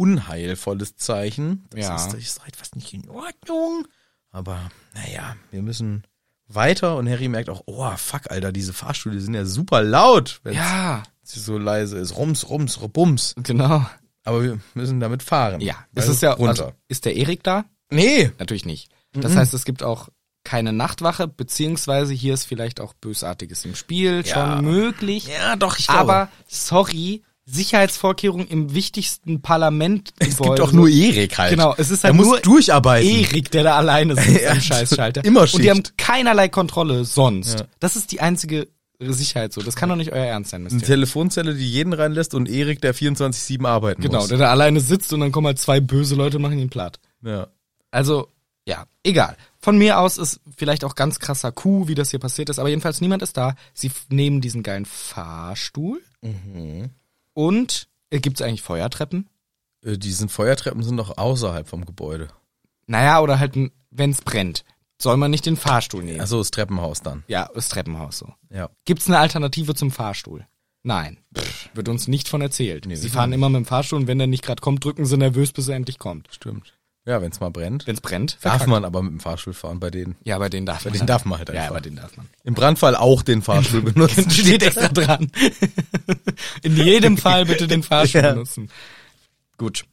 Speaker 1: unheilvolles Zeichen. Das
Speaker 2: Ja.
Speaker 1: ist, da ist etwas nicht in Ordnung. Aber naja, wir müssen weiter und Harry merkt auch, oh fuck, Alter, diese Fahrstühle sind ja super laut, wenn
Speaker 2: Ja,
Speaker 1: sie so leise ist. Rums, rums, rums.
Speaker 2: genau.
Speaker 1: Aber wir müssen damit fahren.
Speaker 2: Ja, es
Speaker 1: Also
Speaker 2: ist ja
Speaker 1: runter. Mhm.
Speaker 2: Also, ist der Erik da?
Speaker 1: nee,
Speaker 2: Natürlich nicht. Das heißt, es gibt auch keine Nachtwache, beziehungsweise hier ist vielleicht auch Bösartiges im Spiel
Speaker 1: Ja.
Speaker 2: schon möglich.
Speaker 1: ja doch, ich
Speaker 2: aber sorry, Sicherheitsvorkehrungen im wichtichten Parlament.
Speaker 1: es gibt auch nur Erik halt.
Speaker 2: Genau, es ist
Speaker 1: Er
Speaker 2: halt
Speaker 1: muss
Speaker 2: nur
Speaker 1: durcharbeiten.
Speaker 2: Erik, der da alleine sitzt
Speaker 1: Ja,
Speaker 2: am Scheißschalter.
Speaker 1: immer
Speaker 2: Und
Speaker 1: Schicht.
Speaker 2: die haben keinerlei Kontrolle sonst.
Speaker 1: Ja.
Speaker 2: Das ist die einzige Sicherheit so. Das kann doch nicht euer Ernst sein,
Speaker 1: Eine
Speaker 2: Mr.
Speaker 1: Telefonzelle, die jeden reinlässt und Erik, der 24-7 arbeiten
Speaker 2: Genau,
Speaker 1: muss.
Speaker 2: der da alleine sitzt und dann kommen halt zwei böse Leute und machen ihn platt.
Speaker 1: Ja.
Speaker 2: Also, ja, egal. Von mir aus ist vielleicht auch ganz krasser Coup, wie das hier passiert ist, aber jedenfalls niemand ist da. Sie f- nehmen diesen geilen Fahrstuhl
Speaker 1: Mhm.
Speaker 2: und äh, gibt's eigentlich Feuertreppen?
Speaker 1: Äh, Diese Feuertreppen sind doch außerhalb vom Gebäude.
Speaker 2: Naja, oder halt, n- wenn's brennt, soll man nicht den Fahrstuhl nehmen.
Speaker 1: Achso, Also das Treppenhaus dann.
Speaker 2: ja, das Treppenhaus so.
Speaker 1: Ja.
Speaker 2: Gibt's eine Alternative zum Fahrstuhl? Nein. Wird uns nicht von erzählt. sie fahren immer mit dem Fahrstuhl und wenn der nicht gerade kommt, drücken sie nervös, bis er endlich kommt.
Speaker 1: Stimmt. Ja, wenn es mal brennt.
Speaker 2: Wenn's brennt,
Speaker 1: Darf
Speaker 2: verkackt.
Speaker 1: man aber mit dem Fahrstuhl fahren bei denen.
Speaker 2: Ja, bei denen darf man.
Speaker 1: denen darf man halt
Speaker 2: Ja,
Speaker 1: einfach.
Speaker 2: bei denen darf man.
Speaker 1: Im Brandfall auch den Fahrstuhl benutzen.
Speaker 2: Steht extra dran. Genau. In jedem Fall bitte den Fahrstuhl
Speaker 1: Ja.
Speaker 2: benutzen. Gut.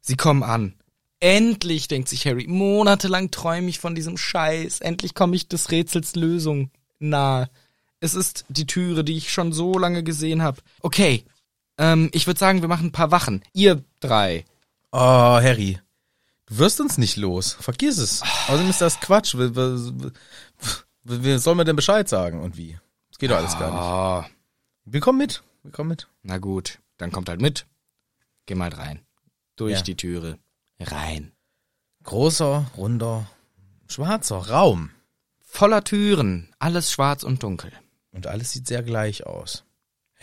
Speaker 2: Sie kommen an. Endlich, denkt sich Harry, monatelang träume ich von diesem Scheiß. Endlich komme ich des Rätsels Lösung nahe. Es ist die Türe, die ich schon so lange gesehen habe. Okay, ähm, ich würde sagen, wir machen ein paar Wachen. Ihr drei.
Speaker 1: Oh, Harry. Du wirst uns nicht los. Vergiss es. Außerdem ist das Quatsch. Wir, wir, wir, wir sollen wir denn Bescheid sagen und wie? Das geht doch alles gar nicht.
Speaker 2: Ah,
Speaker 1: Wir kommen mit. Wir kommen mit.
Speaker 2: na gut, dann kommt halt mit. Geh mal rein. Durch
Speaker 1: Ja.
Speaker 2: die Türe. Rein.
Speaker 1: Großer, runder, schwarzer Raum.
Speaker 2: Voller Türen, alles schwarz und dunkel.
Speaker 1: und alles sieht sehr gleich aus.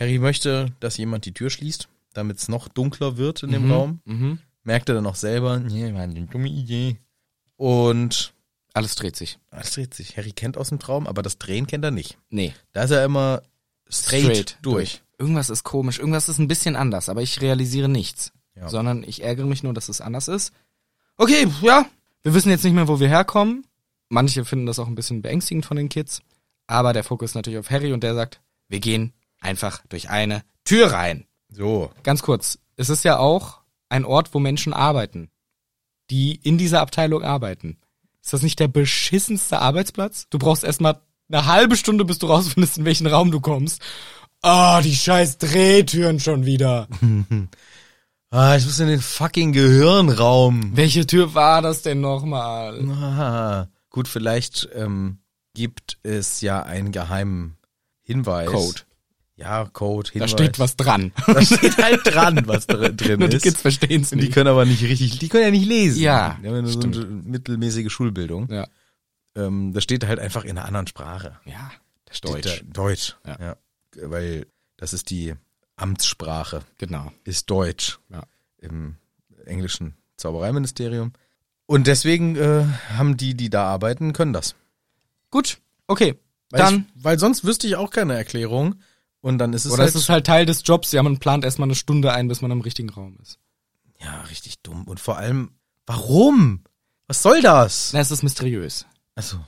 Speaker 1: Harry möchte, dass jemand die Tür schließt, damit es noch dunkler wird in dem Raum. Merkt er dann auch selber, nee, war eine dumme Idee. Und
Speaker 2: Alles dreht sich.
Speaker 1: alles dreht sich. Harry kennt aus dem Traum, aber das Drehen kennt er nicht.
Speaker 2: Nee.
Speaker 1: Da ist er immer straight, durch.
Speaker 2: Irgendwas ist komisch, irgendwas ist ein bisschen anders, aber ich realisiere nichts.
Speaker 1: Ja.
Speaker 2: Sondern ich ärgere mich nur, dass es anders ist. Okay, ja, wir wissen jetzt nicht mehr, wo wir herkommen. Manche finden das auch ein bisschen beängstigend von den Kids. Aber der Fokus ist natürlich auf Harry und der sagt, wir gehen einfach durch eine Tür rein.
Speaker 1: So.
Speaker 2: Ganz kurz, es ist ja auch ein Ort, wo Menschen arbeiten, die in dieser Abteilung arbeiten. Ist das nicht der beschissenste Arbeitsplatz? Du brauchst erstmal eine halbe Stunde, bis du rausfindest, in welchen Raum du kommst. Ah, die scheiß Drehtüren schon wieder.
Speaker 1: Ah, ich muss in den fucking Gehirnraum.
Speaker 2: Welche Tür war das denn nochmal?
Speaker 1: Ah, gut, vielleicht ähm, gibt es ja einen geheimen Hinweis.
Speaker 2: Code.
Speaker 1: Ja, Code,
Speaker 2: Da
Speaker 1: Hinweis.
Speaker 2: steht was dran.
Speaker 1: Da steht halt dran, was dr- drin
Speaker 2: Nur die
Speaker 1: ist.
Speaker 2: Kids verstehen's
Speaker 1: Die
Speaker 2: nicht.
Speaker 1: können aber nicht richtig, die können ja nicht lesen.
Speaker 2: Ja,
Speaker 1: Die haben ja nur so eine mittelmäßige Schulbildung.
Speaker 2: Ja.
Speaker 1: Ähm, da steht halt einfach in einer anderen Sprache.
Speaker 2: Ja, das
Speaker 1: Steht da, Deutsch.
Speaker 2: Ja.
Speaker 1: ja. Weil das ist die Amtssprache
Speaker 2: Genau.
Speaker 1: ist Deutsch
Speaker 2: Ja.
Speaker 1: im englischen Zaubereiministerium. Und deswegen äh, haben die, die da arbeiten, können das.
Speaker 2: Gut, okay.
Speaker 1: Weil
Speaker 2: Dann.
Speaker 1: Ich, weil sonst wüsste ich auch keine Erklärung. Und dann ist es,
Speaker 2: Oder
Speaker 1: halt,
Speaker 2: es ist halt Teil des Jobs. Ja, man plant erstmal eine Stunde ein, bis man im richtigen Raum ist.
Speaker 1: ja richtig dumm. Und vor allem, warum? Was soll das?
Speaker 2: Na, es ist mysteriös.
Speaker 1: Also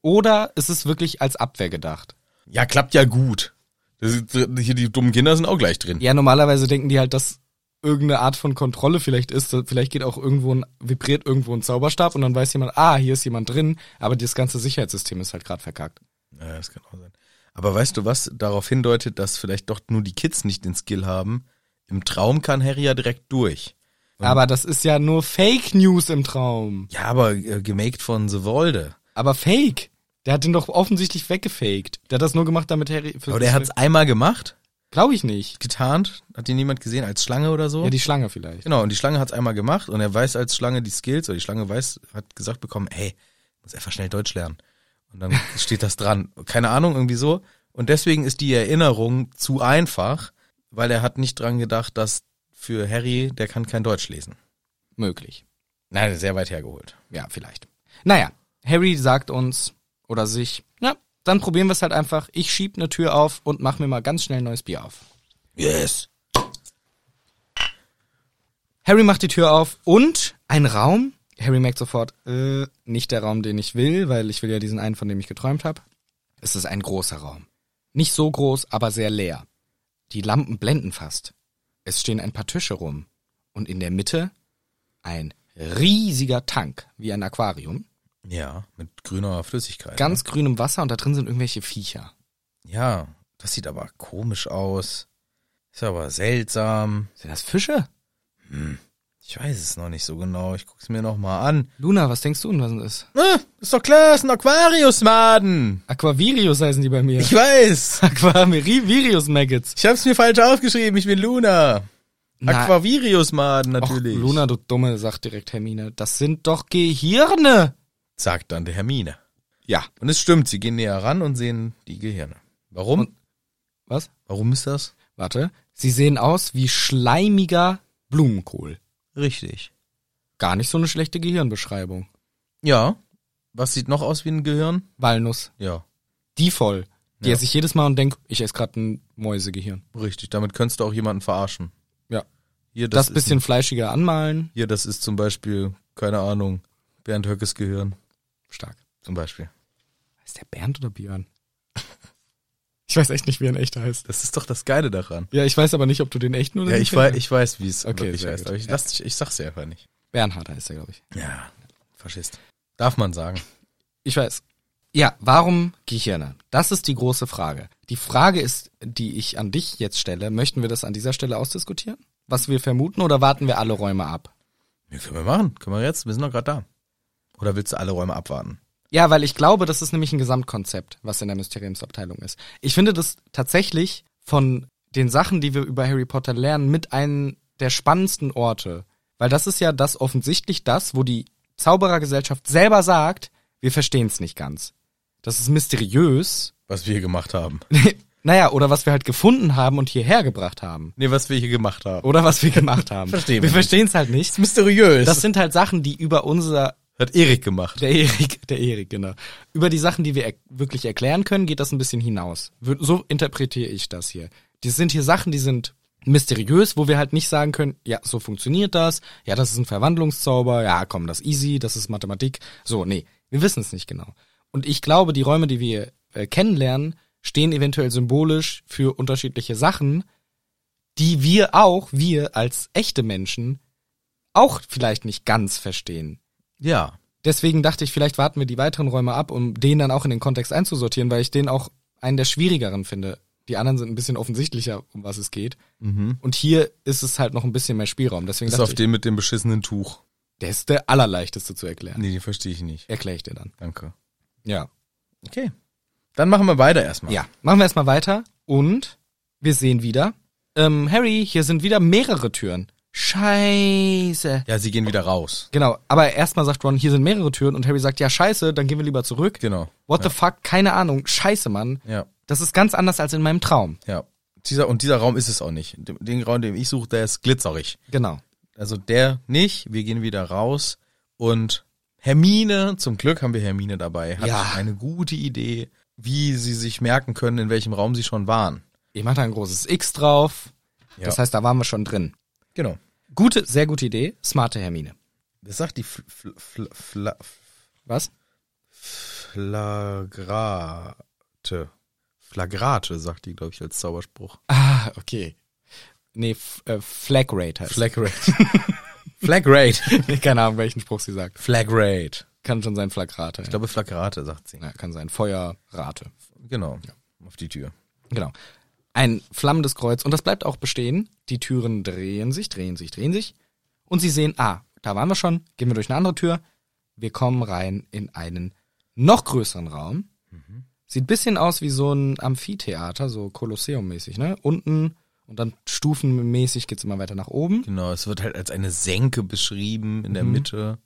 Speaker 2: Oder ist es wirklich als Abwehr gedacht?
Speaker 1: ja, klappt ja gut. Das ist, hier die dummen Kinder sind auch gleich drin.
Speaker 2: Ja, normalerweise denken die halt, dass irgendeine Art von Kontrolle vielleicht ist. Vielleicht geht auch irgendwo ein, vibriert irgendwo ein Zauberstab und dann weiß jemand, ah, hier ist jemand drin, aber das ganze Sicherheitssystem ist halt gerade verkackt.
Speaker 1: Ja, das kann auch sein. Aber weißt du, was darauf hindeutet, dass vielleicht doch nur die Kids nicht den Skill haben? Im Traum kann Harry ja direkt durch.
Speaker 2: Aber das ist ja nur Fake News im Traum.
Speaker 1: Ja, aber äh, gemaked von The Wolde.
Speaker 2: Aber Fake. Der hat den doch offensichtlich weggefaked. Der hat das nur gemacht, damit Harry. für-
Speaker 1: Aber der hat's einmal gemacht,
Speaker 2: Glaub ich nicht.
Speaker 1: getarnt, hat ihn niemand gesehen als Schlange oder so.
Speaker 2: Ja, die Schlange vielleicht.
Speaker 1: genau, und die Schlange hat's einmal gemacht und er weiß als Schlange die Skills oder die Schlange weiß, hat gesagt bekommen, hey, muss einfach schnell Deutsch lernen. Und dann steht das dran. Keine Ahnung, irgendwie so. Und deswegen ist die Erinnerung zu einfach, weil er hat nicht dran gedacht, dass für Harry, der kann kein Deutsch lesen.
Speaker 2: Möglich.
Speaker 1: Nein, sehr weit hergeholt.
Speaker 2: Ja, vielleicht. Naja, Harry sagt uns oder sich, na, dann probieren wir es halt einfach. Ich schieb eine Tür auf und mach mir mal ganz schnell ein neues Bier auf.
Speaker 1: Yes.
Speaker 2: Harry macht die Tür auf und ein Raum. Harry merkt sofort, äh, nicht der Raum, den ich will, weil ich will ja diesen einen, von dem ich geträumt habe. Es ist ein großer Raum. Nicht so groß, aber sehr leer. Die Lampen blenden fast. Es stehen ein paar Tische rum. Und in der Mitte ein riesiger Tank, wie ein Aquarium.
Speaker 1: Ja, mit grüner Flüssigkeit.
Speaker 2: Ganz grünem Wasser und da drin sind irgendwelche Viecher.
Speaker 1: ne? Ja, das sieht aber komisch aus. Ist aber seltsam.
Speaker 2: Sind das Fische?
Speaker 1: Ich weiß es noch nicht so genau. Ich guck's mir noch mal an.
Speaker 2: Luna, was denkst du denn, was das ist?
Speaker 1: Ah, ist doch klar, ist ein Aquariusmaden.
Speaker 2: Aquavirius heißen die bei mir.
Speaker 1: Ich weiß.
Speaker 2: Aquavirius Maggots.
Speaker 1: Ich hab's mir falsch aufgeschrieben. Ich bin Luna.
Speaker 2: Na-
Speaker 1: Aquaviriusmaden
Speaker 2: Och,
Speaker 1: natürlich.
Speaker 2: Luna, du Dumme, sagt direkt Hermine. Das sind doch Gehirne.
Speaker 1: Sagt dann der Hermine.
Speaker 2: Ja.
Speaker 1: Und es stimmt, sie gehen näher ran und sehen die Gehirne. Warum?
Speaker 2: Und- Was?
Speaker 1: Warum ist das?
Speaker 2: Warte. Sie sehen aus wie schleimiger Blumenkohl.
Speaker 1: Richtig.
Speaker 2: Gar nicht so eine schlechte Gehirnbeschreibung.
Speaker 1: Ja. Was sieht noch aus wie ein Gehirn?
Speaker 2: Walnuss.
Speaker 1: Ja.
Speaker 2: Die voll. Die
Speaker 1: Ja.
Speaker 2: esse ich jedes Mal und denk, ich esse gerade ein Mäusegehirn.
Speaker 1: Richtig. Damit könntest du auch jemanden verarschen.
Speaker 2: Ja.
Speaker 1: Hier,
Speaker 2: Das,
Speaker 1: das, ist,
Speaker 2: bisschen fleischiger anmalen.
Speaker 1: hier, das ist zum Beispiel, keine Ahnung, Bernd Höckes Gehirn.
Speaker 2: Stark.
Speaker 1: Zum Beispiel.
Speaker 2: Ist der Bernd oder Björn? ich weiß echt nicht, wie ein echter heißt.
Speaker 1: Das ist doch das Geile daran.
Speaker 2: Ja, ich weiß aber nicht, ob du den echten oder
Speaker 1: Ja,
Speaker 2: den
Speaker 1: ich,
Speaker 2: echten-
Speaker 1: wei ich weiß, wie es
Speaker 2: Okay,
Speaker 1: wirklich
Speaker 2: sehr
Speaker 1: heißt.
Speaker 2: gut.
Speaker 1: Aber ich, lass dich, ich sag's dir einfach nicht.
Speaker 2: Bernhard heißt er, glaube ich.
Speaker 1: Ja, Faschist. Darf man sagen.
Speaker 2: Ich weiß. Ja, warum Gehirne? Das ist die große Frage. Die Frage ist, die ich an dich jetzt stelle, möchten wir das an dieser Stelle ausdiskutieren? Was wir vermuten oder warten wir alle Räume ab?
Speaker 1: Ja, können wir machen. Können wir jetzt. Wir sind doch gerade da. Oder willst du alle Räume abwarten?
Speaker 2: Ja, weil ich glaube, das ist nämlich ein Gesamtkonzept, was in der Mysteriumsabteilung ist. Ich finde das tatsächlich von den Sachen, die wir über Harry Potter lernen, mit einem der spannendsten Orte. Weil das ist ja das offensichtlich das, wo die Zauberergesellschaft selber sagt, wir verstehen es nicht ganz. Das ist mysteriös,
Speaker 1: Was wir gemacht haben.
Speaker 2: Naja, oder was wir halt gefunden haben und hierher gebracht haben.
Speaker 1: Nee, was wir hier gemacht haben.
Speaker 2: Oder was wir gemacht haben.
Speaker 1: Verstehen
Speaker 2: wir.
Speaker 1: wir
Speaker 2: Wir verstehen es halt nicht.
Speaker 1: Mysteriös.
Speaker 2: Das
Speaker 1: Das
Speaker 2: sind halt Sachen, die über unser
Speaker 1: hat Erik gemacht.
Speaker 2: Der Erik, der Erik, genau. Über die Sachen, die wir er wirklich erklären können, geht das ein bisschen hinaus. Wür- So interpretiere ich das hier. Das sind hier Sachen, die sind mysteriös, wo wir halt nicht sagen können, ja, so funktioniert das, ja, das ist ein Verwandlungszauber, ja, komm, das ist easy, das ist Mathematik. So, nee, wir wissen es nicht genau. Und ich glaube, die Räume, die wir äh, kennenlernen, stehen eventuell symbolisch für unterschiedliche Sachen, die wir auch, wir als echte Menschen, auch vielleicht nicht ganz verstehen.
Speaker 1: Ja.
Speaker 2: Deswegen dachte ich, vielleicht warten wir die weiteren Räume ab, um den dann auch in den Kontext einzusortieren, weil ich den auch einen der schwierigeren finde. Die anderen sind ein bisschen offensichtlicher, um was es geht. Und hier ist es halt noch ein bisschen mehr Spielraum. Deswegen
Speaker 1: Mhm. Ist
Speaker 2: dachte
Speaker 1: auf
Speaker 2: ich,
Speaker 1: den mit dem beschissenen Tuch.
Speaker 2: der ist der allerleichteste zu erklären.
Speaker 1: Nee, den verstehe ich nicht.
Speaker 2: Erkläre ich dir dann.
Speaker 1: Danke.
Speaker 2: Ja.
Speaker 1: Okay. Dann machen wir weiter erstmal.
Speaker 2: Ja. Machen wir erstmal weiter und wir sehen wieder. Ähm, Harry, hier sind wieder mehrere Türen. Scheiße.
Speaker 1: Ja, sie gehen wieder raus.
Speaker 2: Genau, aber erstmal sagt Ron, hier sind mehrere Türen und Harry sagt, ja, scheiße, dann gehen wir lieber zurück.
Speaker 1: Genau.
Speaker 2: What the fuck? Keine Ahnung. Scheiße, Mann.
Speaker 1: Ja.
Speaker 2: Das ist ganz anders als in meinem Traum.
Speaker 1: Ja. Dieser, und dieser Raum ist es auch nicht. Den- Den Raum, den ich suche, der ist glitzerig.
Speaker 2: Genau.
Speaker 1: Also der nicht. Wir gehen wieder raus. Und Hermine, zum Glück haben wir Hermine dabei, hat
Speaker 2: Ja.
Speaker 1: eine gute Idee, wie sie sich merken können, in welchem Raum sie schon waren.
Speaker 2: Ich mache da ein großes X drauf.
Speaker 1: Ja.
Speaker 2: Das heißt, da waren wir schon drin.
Speaker 1: Genau.
Speaker 2: Gute, sehr gute Idee. Smarte Hermine.
Speaker 1: Das sagt die Fl Fl Fl Fl
Speaker 2: Was?
Speaker 1: Flagrate. Flagrate, sagt die, glaube ich, als Zauberspruch.
Speaker 2: Ah, okay. Nee, F äh, Flag Rate heißt.
Speaker 1: Flagrate. Flagrate.
Speaker 2: es. Keine Ahnung, welchen Spruch sie sagt.
Speaker 1: Flagrate.
Speaker 2: Kann schon sein Flagrate.
Speaker 1: Ich glaube, Flagrate sagt sie.
Speaker 2: Ah. ja, kann sein Feuerrate.
Speaker 1: Genau. Auf die Tür.
Speaker 2: Genau. Ein flammendes Kreuz und das bleibt auch bestehen. Die Türen drehen sich, drehen sich, drehen sich und sie sehen, ah, da waren wir schon, gehen wir durch eine andere Tür. Wir kommen rein in einen noch größeren Raum. Sieht bisschen aus wie so ein Amphitheater, so Kolosseum-mäßig, ne? Unten und dann stufenmäßig geht's immer weiter nach oben.
Speaker 1: Genau, es wird halt als eine Senke beschrieben in der
Speaker 2: Mhm.
Speaker 1: Mitte.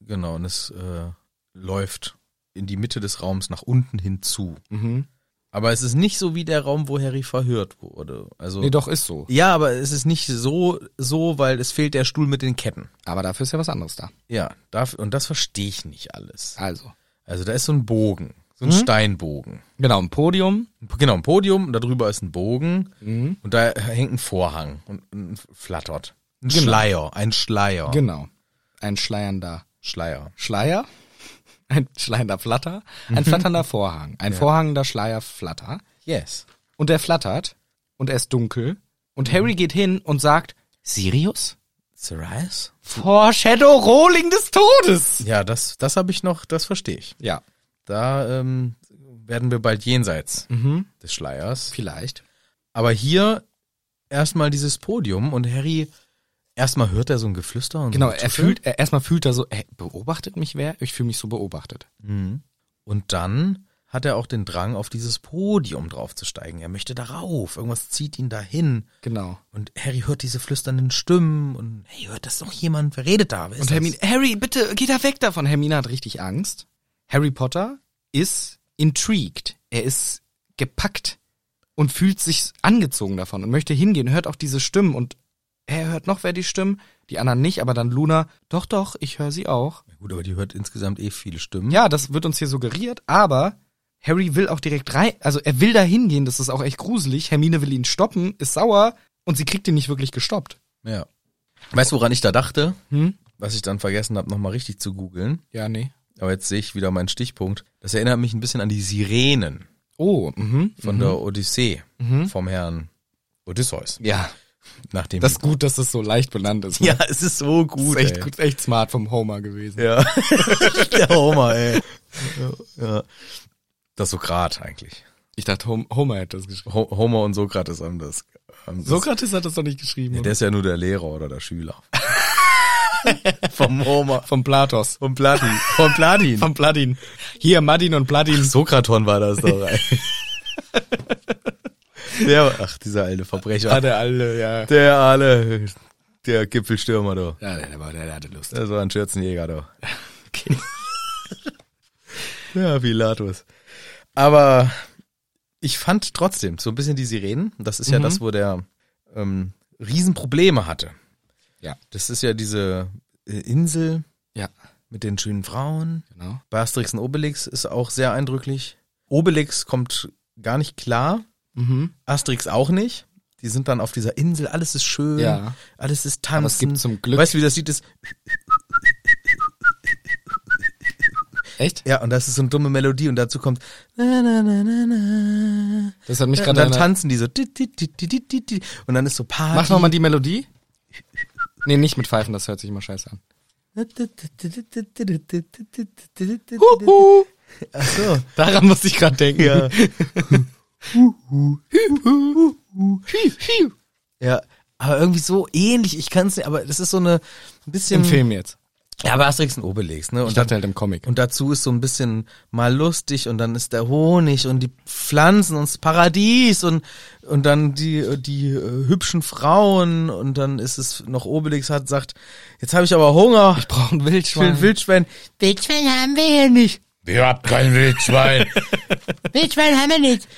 Speaker 1: Genau, und es äh, läuft in die Mitte des Raums nach unten hinzu.
Speaker 2: Mhm.
Speaker 1: Aber es ist nicht so wie der Raum, wo Harry verhört wurde. Also
Speaker 2: Nee, doch, ist so.
Speaker 1: ja, aber es ist nicht so so, weil es fehlt der Stuhl mit den Ketten.
Speaker 2: Aber dafür ist ja was anderes da.
Speaker 1: Ja, darf, und das verstehe ich nicht alles.
Speaker 2: Also,
Speaker 1: Also da ist so ein Bogen, so ein
Speaker 2: Mhm.
Speaker 1: Steinbogen.
Speaker 2: genau, ein Podium.
Speaker 1: Genau, ein Podium, und darüber ist ein Bogen
Speaker 2: Mhm.
Speaker 1: und da hängt ein Vorhang und, und flattert. Ein Schleier, ein Schleier.
Speaker 2: Genau. Ein schleiernder
Speaker 1: Schleier.
Speaker 2: Schleier, ein schleiernder Flatter, ein flatternder Vorhang, ein vorhangender Schleier Flatter.
Speaker 1: Yes.
Speaker 2: Und der flattert und er ist dunkel. Und Harry geht hin und sagt, Mhm. Sirius?
Speaker 1: Sirius?
Speaker 2: Foreshadow Rolling des Todes!
Speaker 1: Ja, das, das habe ich noch, das verstehe ich.
Speaker 2: Ja,
Speaker 1: Da ähm, werden wir bald jenseits
Speaker 2: Mhm.
Speaker 1: des Schleiers.
Speaker 2: vielleicht.
Speaker 1: Aber hier erstmal dieses Podium und Harry, erstmal hört er so ein Geflüster. Und
Speaker 2: Genau,
Speaker 1: so ein
Speaker 2: er
Speaker 1: Tuscheln.
Speaker 2: fühlt, er erstmal fühlt er so, ey, beobachtet mich wer? Ich fühle mich so beobachtet.
Speaker 1: Und dann hat er auch den Drang, auf dieses Podium draufzusteigen. Er möchte darauf. Irgendwas zieht ihn dahin.
Speaker 2: Genau.
Speaker 1: Und Harry hört diese flüsternden Stimmen und hey, hört das doch jemand? Wer redet da? Wer ist
Speaker 2: Und
Speaker 1: das?
Speaker 2: Hermine, Harry, bitte, geh da weg davon. Hermine hat richtig Angst. Harry Potter ist intrigued. Er ist gepackt und fühlt sich angezogen davon und möchte hingehen, hört auch diese Stimmen und er hört noch wer die Stimmen, die anderen nicht, aber dann Luna, doch, doch, ich höre sie auch.
Speaker 1: Ja, Gut, aber die hört insgesamt eh viele Stimmen.
Speaker 2: Ja, das wird uns hier suggeriert, aber Harry will auch direkt rein, also er will da hingehen, das ist auch echt gruselig. Hermine will ihn stoppen, ist sauer und sie kriegt ihn nicht wirklich gestoppt.
Speaker 1: ja. Weißt du, woran ich da dachte?
Speaker 2: Hm?
Speaker 1: Was ich dann vergessen habe, nochmal richtig zu googeln.
Speaker 2: Ja, nee.
Speaker 1: Aber jetzt sehe ich wieder meinen Stichpunkt. Das erinnert mich ein bisschen an die Sirenen
Speaker 2: Oh, mhm.
Speaker 1: von der Odyssee vom Herrn Odysseus.
Speaker 2: Ja,
Speaker 1: Nach dem
Speaker 2: das ist gut, dass es so leicht benannt ist. ne?
Speaker 1: ja, es ist so
Speaker 2: Das
Speaker 1: gut.
Speaker 2: ist echt,
Speaker 1: ey.
Speaker 2: gut, echt smart vom Homer gewesen.
Speaker 1: Ja. der Homer, ey. Ja. Das Sokrat eigentlich.
Speaker 2: Ich dachte, Hom Homer hätte das geschrieben.
Speaker 1: Ho Homer und Sokrates haben das. Haben das
Speaker 2: Sokrates hat das doch nicht geschrieben.
Speaker 1: Ja, der
Speaker 2: oder?
Speaker 1: ist ja nur der Lehrer oder der Schüler. Vom Homer.
Speaker 2: Vom Platos.
Speaker 1: Vom Platin. Vom Platin.
Speaker 2: Vom Platin. Hier, Martin und Platin.
Speaker 1: Sokraton war das doch. ey. der, ach, dieser alte
Speaker 2: Ah,
Speaker 1: Verbrecher.
Speaker 2: der alle, ja.
Speaker 1: Der alle, der Gipfelstürmer, du.
Speaker 2: Ja, der, der, der hatte Lust.
Speaker 1: Das war ein Schürzenjäger, du.
Speaker 2: Okay.
Speaker 1: Ja, Pilatus. Aber Ich fand trotzdem so ein bisschen die Sirenen, das ist ja das, wo der ähm, Riesenprobleme hatte.
Speaker 2: Ja.
Speaker 1: Das ist ja diese äh, Insel
Speaker 2: Ja,
Speaker 1: mit den schönen Frauen.
Speaker 2: genau.
Speaker 1: Bei Asterix und Obelix ist auch sehr eindrücklich. Obelix kommt gar nicht klar,
Speaker 2: Mhm.
Speaker 1: Asterix auch nicht. Die sind dann auf dieser Insel, alles ist schön,
Speaker 2: Ja.
Speaker 1: alles ist tanzen.
Speaker 2: Aber es gibt zum Glück-
Speaker 1: Weißt du, wie das Lied ist?
Speaker 2: Echt?
Speaker 1: Ja, und das ist so eine dumme Melodie und dazu kommt na, na, na, na, na.
Speaker 2: Das hat mich
Speaker 1: Und
Speaker 2: gerade
Speaker 1: dann
Speaker 2: erinnert.
Speaker 1: tanzen die so di, di, di, di, di, di, di. und dann ist so Party.
Speaker 2: Mach nochmal die Melodie. Nee, nicht mit Pfeifen, das hört sich immer scheiße an. Huhu.
Speaker 1: Ach so.
Speaker 2: Daran musste ich gerade denken.
Speaker 1: Ja.
Speaker 2: Hiu, hiu.
Speaker 1: ja, aber irgendwie so ähnlich, ich kann es nicht, aber das ist so eine ein bisschen
Speaker 2: Im Film jetzt.
Speaker 1: Ja, aber Asterix und Obelix, ne?
Speaker 2: Ich
Speaker 1: Und,
Speaker 2: dachte
Speaker 1: dann,
Speaker 2: halt im Comic.
Speaker 1: und dazu ist so ein bisschen mal lustig und dann ist der Honig und die Pflanzen und das Paradies und und dann die die äh, hübschen Frauen und dann ist es noch Obelix hat sagt, jetzt habe ich aber Hunger. Ich
Speaker 2: Brauchen
Speaker 1: Ich will ein Wildschwein.
Speaker 4: Wildschwein haben wir hier nicht.
Speaker 5: Ihr habt kein Wildschwein.
Speaker 4: Wildschwein haben wir nicht.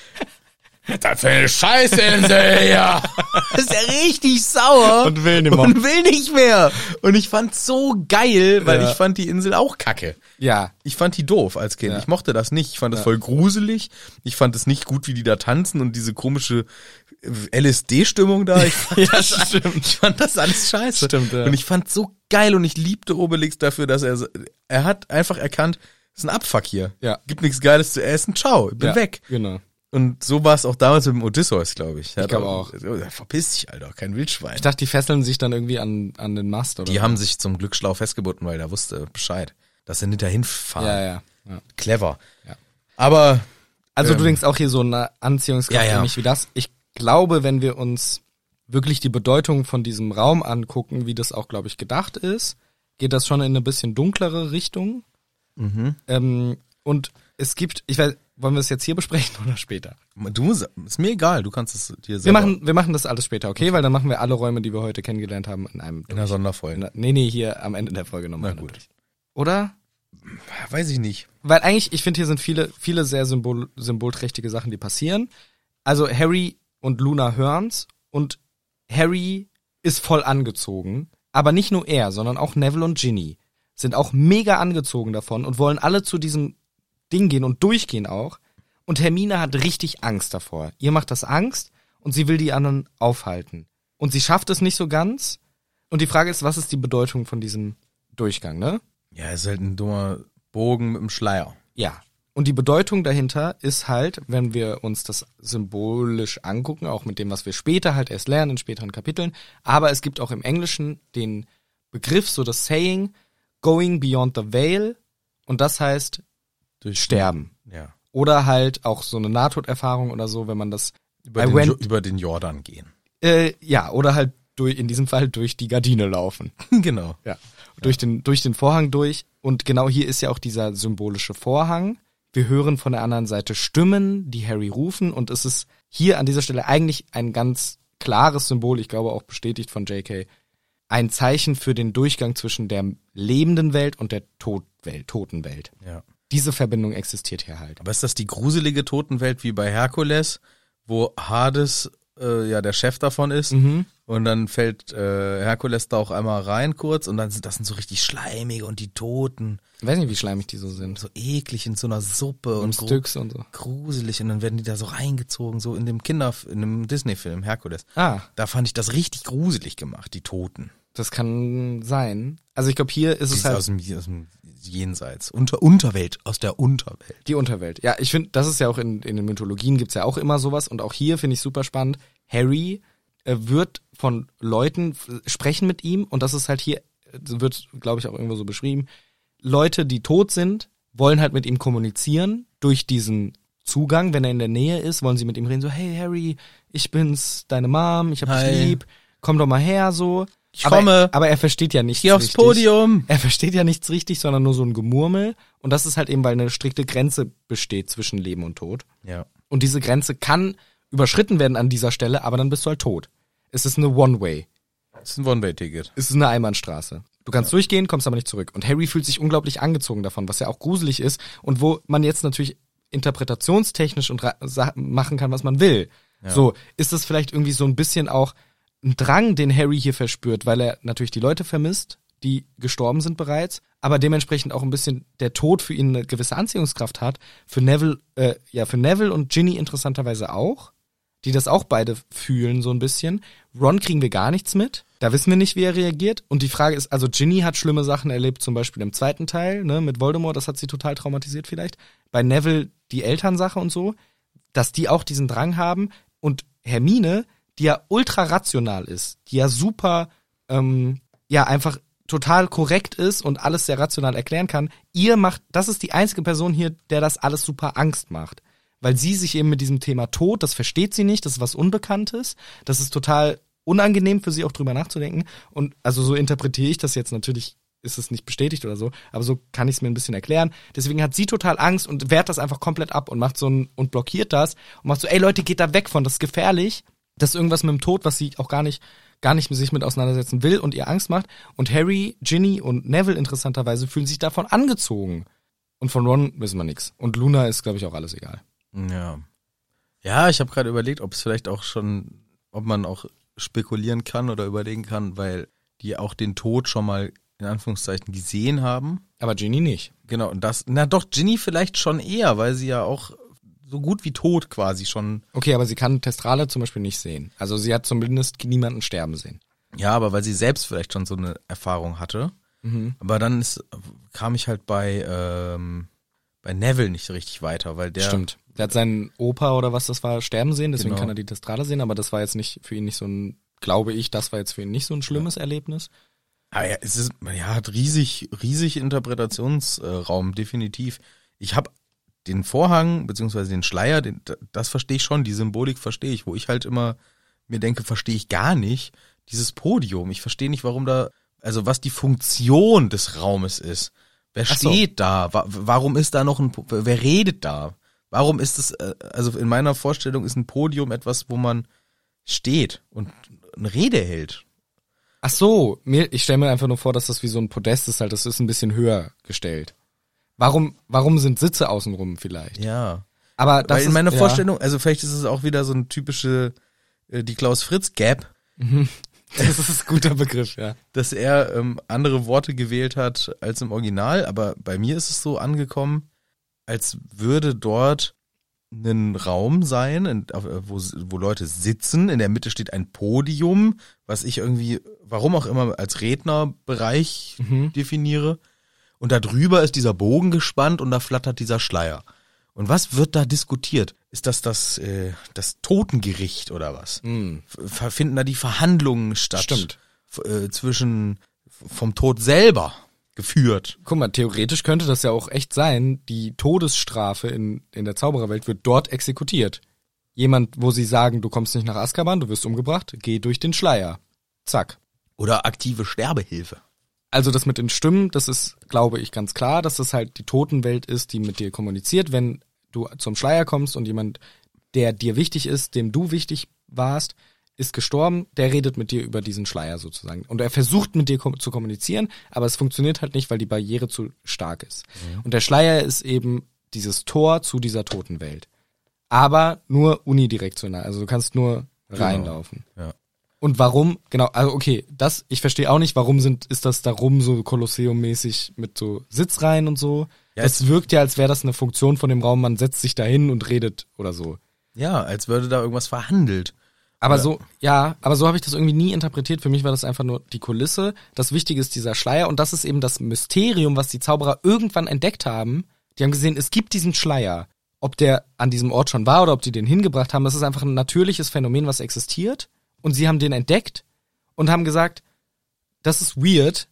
Speaker 5: Das für eine Scheißinsel hier.
Speaker 1: ist ja richtig sauer.
Speaker 2: Und will nimmer.
Speaker 1: Und will nicht mehr. Und ich fand's so geil, weil
Speaker 2: Ja.
Speaker 1: ich fand die Insel auch kacke.
Speaker 2: Ja.
Speaker 1: Ich fand die doof als Kind.
Speaker 2: Ja.
Speaker 1: Ich mochte das nicht. Ich fand das voll gruselig. Ich fand es nicht gut, wie die da tanzen und diese komische äh, LSD-Stimmung da. Ich fand,
Speaker 2: Ja,
Speaker 1: das,
Speaker 2: stimmt.
Speaker 1: ich fand das alles scheiße.
Speaker 2: Stimmt, ja.
Speaker 1: Und ich fand's so geil und ich liebte Obelix dafür, dass er, so- er hat einfach erkannt, ist ein Abfuck hier.
Speaker 2: Ja.
Speaker 1: Gibt nichts Geiles zu essen. Ciao, ich bin
Speaker 2: ja.
Speaker 1: weg.
Speaker 2: Genau.
Speaker 1: Und so war es auch damals mit dem Odysseus, glaube ich.
Speaker 2: Ich glaub auch.
Speaker 1: Verpiss dich, Alter, kein Wildschwein.
Speaker 2: Ich dachte, die fesseln sich dann irgendwie an, an den Mast oder
Speaker 1: Die haben sich zum Glück schlau festgebunden, weil der wusste Bescheid, dass sie nicht dahin fahren.
Speaker 2: Ja, ja. ja.
Speaker 1: Clever.
Speaker 2: Ja.
Speaker 1: Aber
Speaker 2: Also du
Speaker 1: Ähm.
Speaker 2: denkst auch hier so eine Anziehungskraft
Speaker 1: Ja, ja.
Speaker 2: ähnlich wie das. Ich glaube, wenn wir uns wirklich die Bedeutung von diesem Raum angucken, wie das auch, glaube ich, gedacht ist, geht das schon in eine bisschen dunklere Richtung.
Speaker 1: Mhm.
Speaker 2: Ähm, und es gibt, ich weiß, wollen wir es jetzt hier besprechen oder später?
Speaker 1: du musst, ist mir egal, du kannst es dir
Speaker 2: Wir
Speaker 1: selber
Speaker 2: machen, wir machen das alles später, okay? Weil dann machen wir alle Räume, die wir heute kennengelernt haben, in einem.
Speaker 1: in der Sonderfolge.
Speaker 2: Na, nee, nee, hier am Ende der Folge nochmal.
Speaker 1: Na gut.
Speaker 2: natürlich. Oder?
Speaker 1: Weiß ich nicht.
Speaker 2: Weil eigentlich, ich finde, hier sind viele, viele sehr symbol, symbolträchtige Sachen, die passieren. Also Harry und Luna hören's und Harry ist voll angezogen. Aber nicht nur er, sondern auch Neville und Ginny sind auch mega angezogen davon und wollen alle zu diesem Ding gehen und durchgehen auch. Und Hermine hat richtig Angst davor. Ihr macht das Angst und sie will die anderen aufhalten. Und sie schafft es nicht so ganz. Und die Frage ist, was ist die Bedeutung von diesem Durchgang, ne?
Speaker 1: Ja, ist halt ein dummer Bogen mit einem Schleier.
Speaker 2: Ja. Und die Bedeutung dahinter ist halt, wenn wir uns das symbolisch angucken, auch mit dem, was wir später halt erst lernen in späteren Kapiteln, aber es gibt auch im Englischen den Begriff, so das Saying, going beyond the veil, und das heißt
Speaker 1: Durch
Speaker 2: sterben.
Speaker 1: Ja.
Speaker 2: Oder halt auch so eine Nahtoderfahrung oder so, wenn man das
Speaker 1: Über,
Speaker 2: I
Speaker 1: den,
Speaker 2: went-
Speaker 1: Jo- über den Jordan gehen.
Speaker 2: äh, ja, oder halt durch, in diesem Fall durch die Gardine laufen.
Speaker 1: genau.
Speaker 2: Ja. Durch, den, durch den Vorhang durch. Und genau hier ist ja auch dieser symbolische Vorhang. Wir hören von der anderen Seite Stimmen, die Harry rufen. Und es ist hier an dieser Stelle eigentlich ein ganz klares Symbol, ich glaube auch bestätigt von JK, ein Zeichen für den Durchgang zwischen der lebenden Welt und der Todwelt, Totenwelt.
Speaker 1: Ja.
Speaker 2: Diese Verbindung existiert hier halt.
Speaker 1: Aber ist das die gruselige Totenwelt wie bei Herkules, wo Hades äh, ja der Chef davon ist?
Speaker 2: Mhm.
Speaker 1: Und dann fällt äh, Herkules da auch einmal rein kurz und dann sind das sind so richtig schleimige und die Toten
Speaker 2: Ich weiß nicht, wie schleimig die so sind.
Speaker 1: so eklig in so einer Suppe
Speaker 2: Und
Speaker 1: und, gru-
Speaker 2: Stücks und so.
Speaker 1: gruselig und dann werden die da so reingezogen, so in dem Kinder, in dem Disney-Film Herkules.
Speaker 2: Ah,
Speaker 1: Da fand ich das richtig gruselig gemacht, die Toten.
Speaker 2: das kann sein. Also ich glaube, hier ist
Speaker 1: Die
Speaker 2: es
Speaker 1: ist
Speaker 2: halt.
Speaker 1: aus, dem, aus dem Jenseits. Unter, Unterwelt, aus der Unterwelt.
Speaker 2: Die Unterwelt. Ja, ich finde, das ist ja auch in, in den Mythologien gibt's ja auch immer sowas. Und auch hier finde ich super spannend. Harry äh, wird von Leuten f- sprechen mit ihm und das ist halt hier, äh, wird, glaube ich, auch irgendwo so beschrieben. Leute, die tot sind, wollen halt mit ihm kommunizieren durch diesen Zugang. Wenn er in der Nähe ist, wollen sie mit ihm reden, so, hey Harry, ich bin's, deine Mom, ich hab
Speaker 1: Hi.
Speaker 2: dich lieb, komm doch mal her, so.
Speaker 1: Ich komme.
Speaker 2: Aber, aber er versteht ja nichts
Speaker 1: Geh aufs
Speaker 2: richtig.
Speaker 1: Podium.
Speaker 2: Er versteht ja nichts richtig, sondern nur so ein Gemurmel. Und das ist halt eben, weil eine strikte Grenze besteht zwischen Leben und Tod.
Speaker 1: Ja.
Speaker 2: Und diese Grenze kann überschritten werden an dieser Stelle, aber dann bist du halt tot. Es ist eine One-Way.
Speaker 1: Das ist ein One-Way-Ticket.
Speaker 2: Es ist eine Einbahnstraße. Du kannst durchgehen, kommst aber nicht zurück. Und Harry fühlt sich unglaublich angezogen davon, was ja auch gruselig ist. Und wo man jetzt natürlich interpretationstechnisch und ra- sa- machen kann, was man will. So, ist es vielleicht irgendwie so ein bisschen auch ein Drang, den Harry hier verspürt, weil er natürlich die Leute vermisst, die gestorben sind bereits, aber dementsprechend auch ein bisschen der Tod für ihn eine gewisse Anziehungskraft hat. Für Neville, äh, ja, für Neville und Ginny interessanterweise auch die das auch beide fühlen so ein bisschen. Ron kriegen wir gar nichts mit. Da wissen wir nicht, wie er reagiert. Und die Frage ist, also Ginny hat schlimme Sachen erlebt, zum Beispiel im zweiten Teil, ne, mit Voldemort, das hat sie total traumatisiert vielleicht. Bei Neville die Elternsache und so, dass die auch diesen Drang haben. Und Hermine, die ja ultra rational ist, die ja super, ähm, ja, einfach total korrekt ist und alles sehr rational erklären kann, ihr macht, das ist die einzige Person hier, der das alles super Angst macht weil sie sich eben mit diesem Thema Tod, das versteht sie nicht, das ist was Unbekanntes, das ist total unangenehm für sie auch drüber nachzudenken und also so interpretiere ich das jetzt natürlich ist es nicht bestätigt oder so, aber so kann ich es mir ein bisschen erklären. Deswegen hat sie total Angst und wehrt das einfach komplett ab und macht so ein und blockiert das und macht so, ey Leute, geht da weg von, das ist gefährlich, das ist irgendwas mit dem Tod, was sie auch gar nicht gar nicht sich mit auseinandersetzen will und ihr Angst macht und Harry, Ginny und Neville interessanterweise fühlen sich davon angezogen und von Ron wissen wir nichts und Luna ist glaube ich auch alles egal.
Speaker 1: Ja. Ja, ich habe gerade überlegt, ob es vielleicht auch schon, ob man auch spekulieren kann oder überlegen kann, weil die auch den Tod schon mal in Anführungszeichen gesehen haben.
Speaker 2: Aber Ginny nicht.
Speaker 1: Genau, und das, na doch, Ginny vielleicht schon eher, weil sie ja auch so gut wie tot quasi schon,
Speaker 2: Okay, aber sie kann Testrale zum Beispiel nicht sehen. Also sie hat zumindest niemanden sterben sehen.
Speaker 1: ja, aber weil sie selbst vielleicht schon so eine Erfahrung hatte. Aber dann ist, kam ich halt bei, ähm, bei Neville nicht richtig weiter, weil der,
Speaker 2: Stimmt. Der hat seinen Opa oder was das war sterben sehen, deswegen
Speaker 1: Genau.
Speaker 2: kann er die Testrale sehen, aber das war jetzt nicht für ihn nicht so ein, glaube ich, das war jetzt für ihn nicht so ein schlimmes Erlebnis.
Speaker 1: Ah ja, es ist, ja, hat riesig, riesig Interpretationsraum, definitiv. Ich habe den Vorhang, beziehungsweise den Schleier, den, das verstehe ich schon, die Symbolik verstehe ich, wo ich halt immer mir denke, verstehe ich gar nicht, dieses Podium. Ich verstehe nicht, warum da, also was die Funktion des Raumes ist. Wer
Speaker 2: Ach so.
Speaker 1: steht da? Wa warum ist da noch ein, Po- wer redet da? Warum ist es, äh, also in meiner Vorstellung ist ein Podium etwas, wo man steht und eine Rede hält.
Speaker 2: Ach so, mir, ich stelle mir einfach nur vor, dass das wie so ein Podest ist halt, das ist ein bisschen höher gestellt. Warum, warum sind Sitze außenrum vielleicht?
Speaker 1: Ja.
Speaker 2: Aber das
Speaker 1: Weil in
Speaker 2: ist-
Speaker 1: meiner
Speaker 2: ja.
Speaker 1: Vorstellung, also vielleicht ist es auch wieder so eine typische äh, die Klaus Fritz Gap,
Speaker 2: Das ist ein guter Begriff, ja.
Speaker 1: dass er ähm, andere Worte gewählt hat als im Original, aber bei mir ist es so angekommen, als würde dort ein Raum sein, in, auf- äh, wo, wo Leute sitzen, in der Mitte steht ein Podium, was ich irgendwie, warum auch immer, als Rednerbereich definiere. Und da drüber ist dieser Bogen gespannt und da flattert dieser Schleier. Und was wird da diskutiert? Ist das das, äh, das Totengericht oder was? F- ver- Finden da die Verhandlungen statt?
Speaker 2: Stimmt.
Speaker 1: F- Äh, zwischen f- vom Tod selber geführt.
Speaker 2: Guck mal, theoretisch könnte das ja auch echt sein. Die Todesstrafe in, in der Zaubererwelt wird dort exekutiert. Jemand, wo sie sagen, du kommst nicht nach Azkaban, du wirst umgebracht, geh durch den Schleier. Zack.
Speaker 1: Oder aktive Sterbehilfe.
Speaker 2: Also das mit den Stimmen, das ist, glaube ich, ganz klar, dass das halt die Totenwelt ist, die mit dir kommuniziert. Wenn du zum Schleier kommst und jemand, der dir wichtig ist, dem du wichtig warst, ist gestorben, der redet mit dir über diesen Schleier sozusagen. Und er versucht mit dir kom zu kommunizieren, aber es funktioniert halt nicht, weil die Barriere zu stark ist. Und der Schleier ist eben dieses Tor zu dieser Totenwelt. Aber nur unidirektional. Also du kannst nur reinlaufen.
Speaker 1: Ja.
Speaker 2: Und warum, genau, also okay, das, ich verstehe auch nicht, warum sind, ist das darum so Kolosseum-mäßig mit so Sitzreihen und so?
Speaker 1: Ja,
Speaker 2: das
Speaker 1: es-
Speaker 2: wirkt ja, als wäre das eine Funktion von dem Raum, man setzt sich dahin und redet oder so.
Speaker 1: Ja, als würde da irgendwas verhandelt.
Speaker 2: Aber so, ja, aber so habe ich das irgendwie nie interpretiert. Für mich war das einfach nur die Kulisse. Das Wichtige ist dieser Schleier und das ist eben das Mysterium, was die Zauberer irgendwann entdeckt haben. Die haben gesehen, es gibt diesen Schleier. Ob der an diesem Ort schon war oder ob die den hingebracht haben, das ist einfach ein natürliches Phänomen, was existiert. Und sie haben den entdeckt und haben gesagt, das ist weird,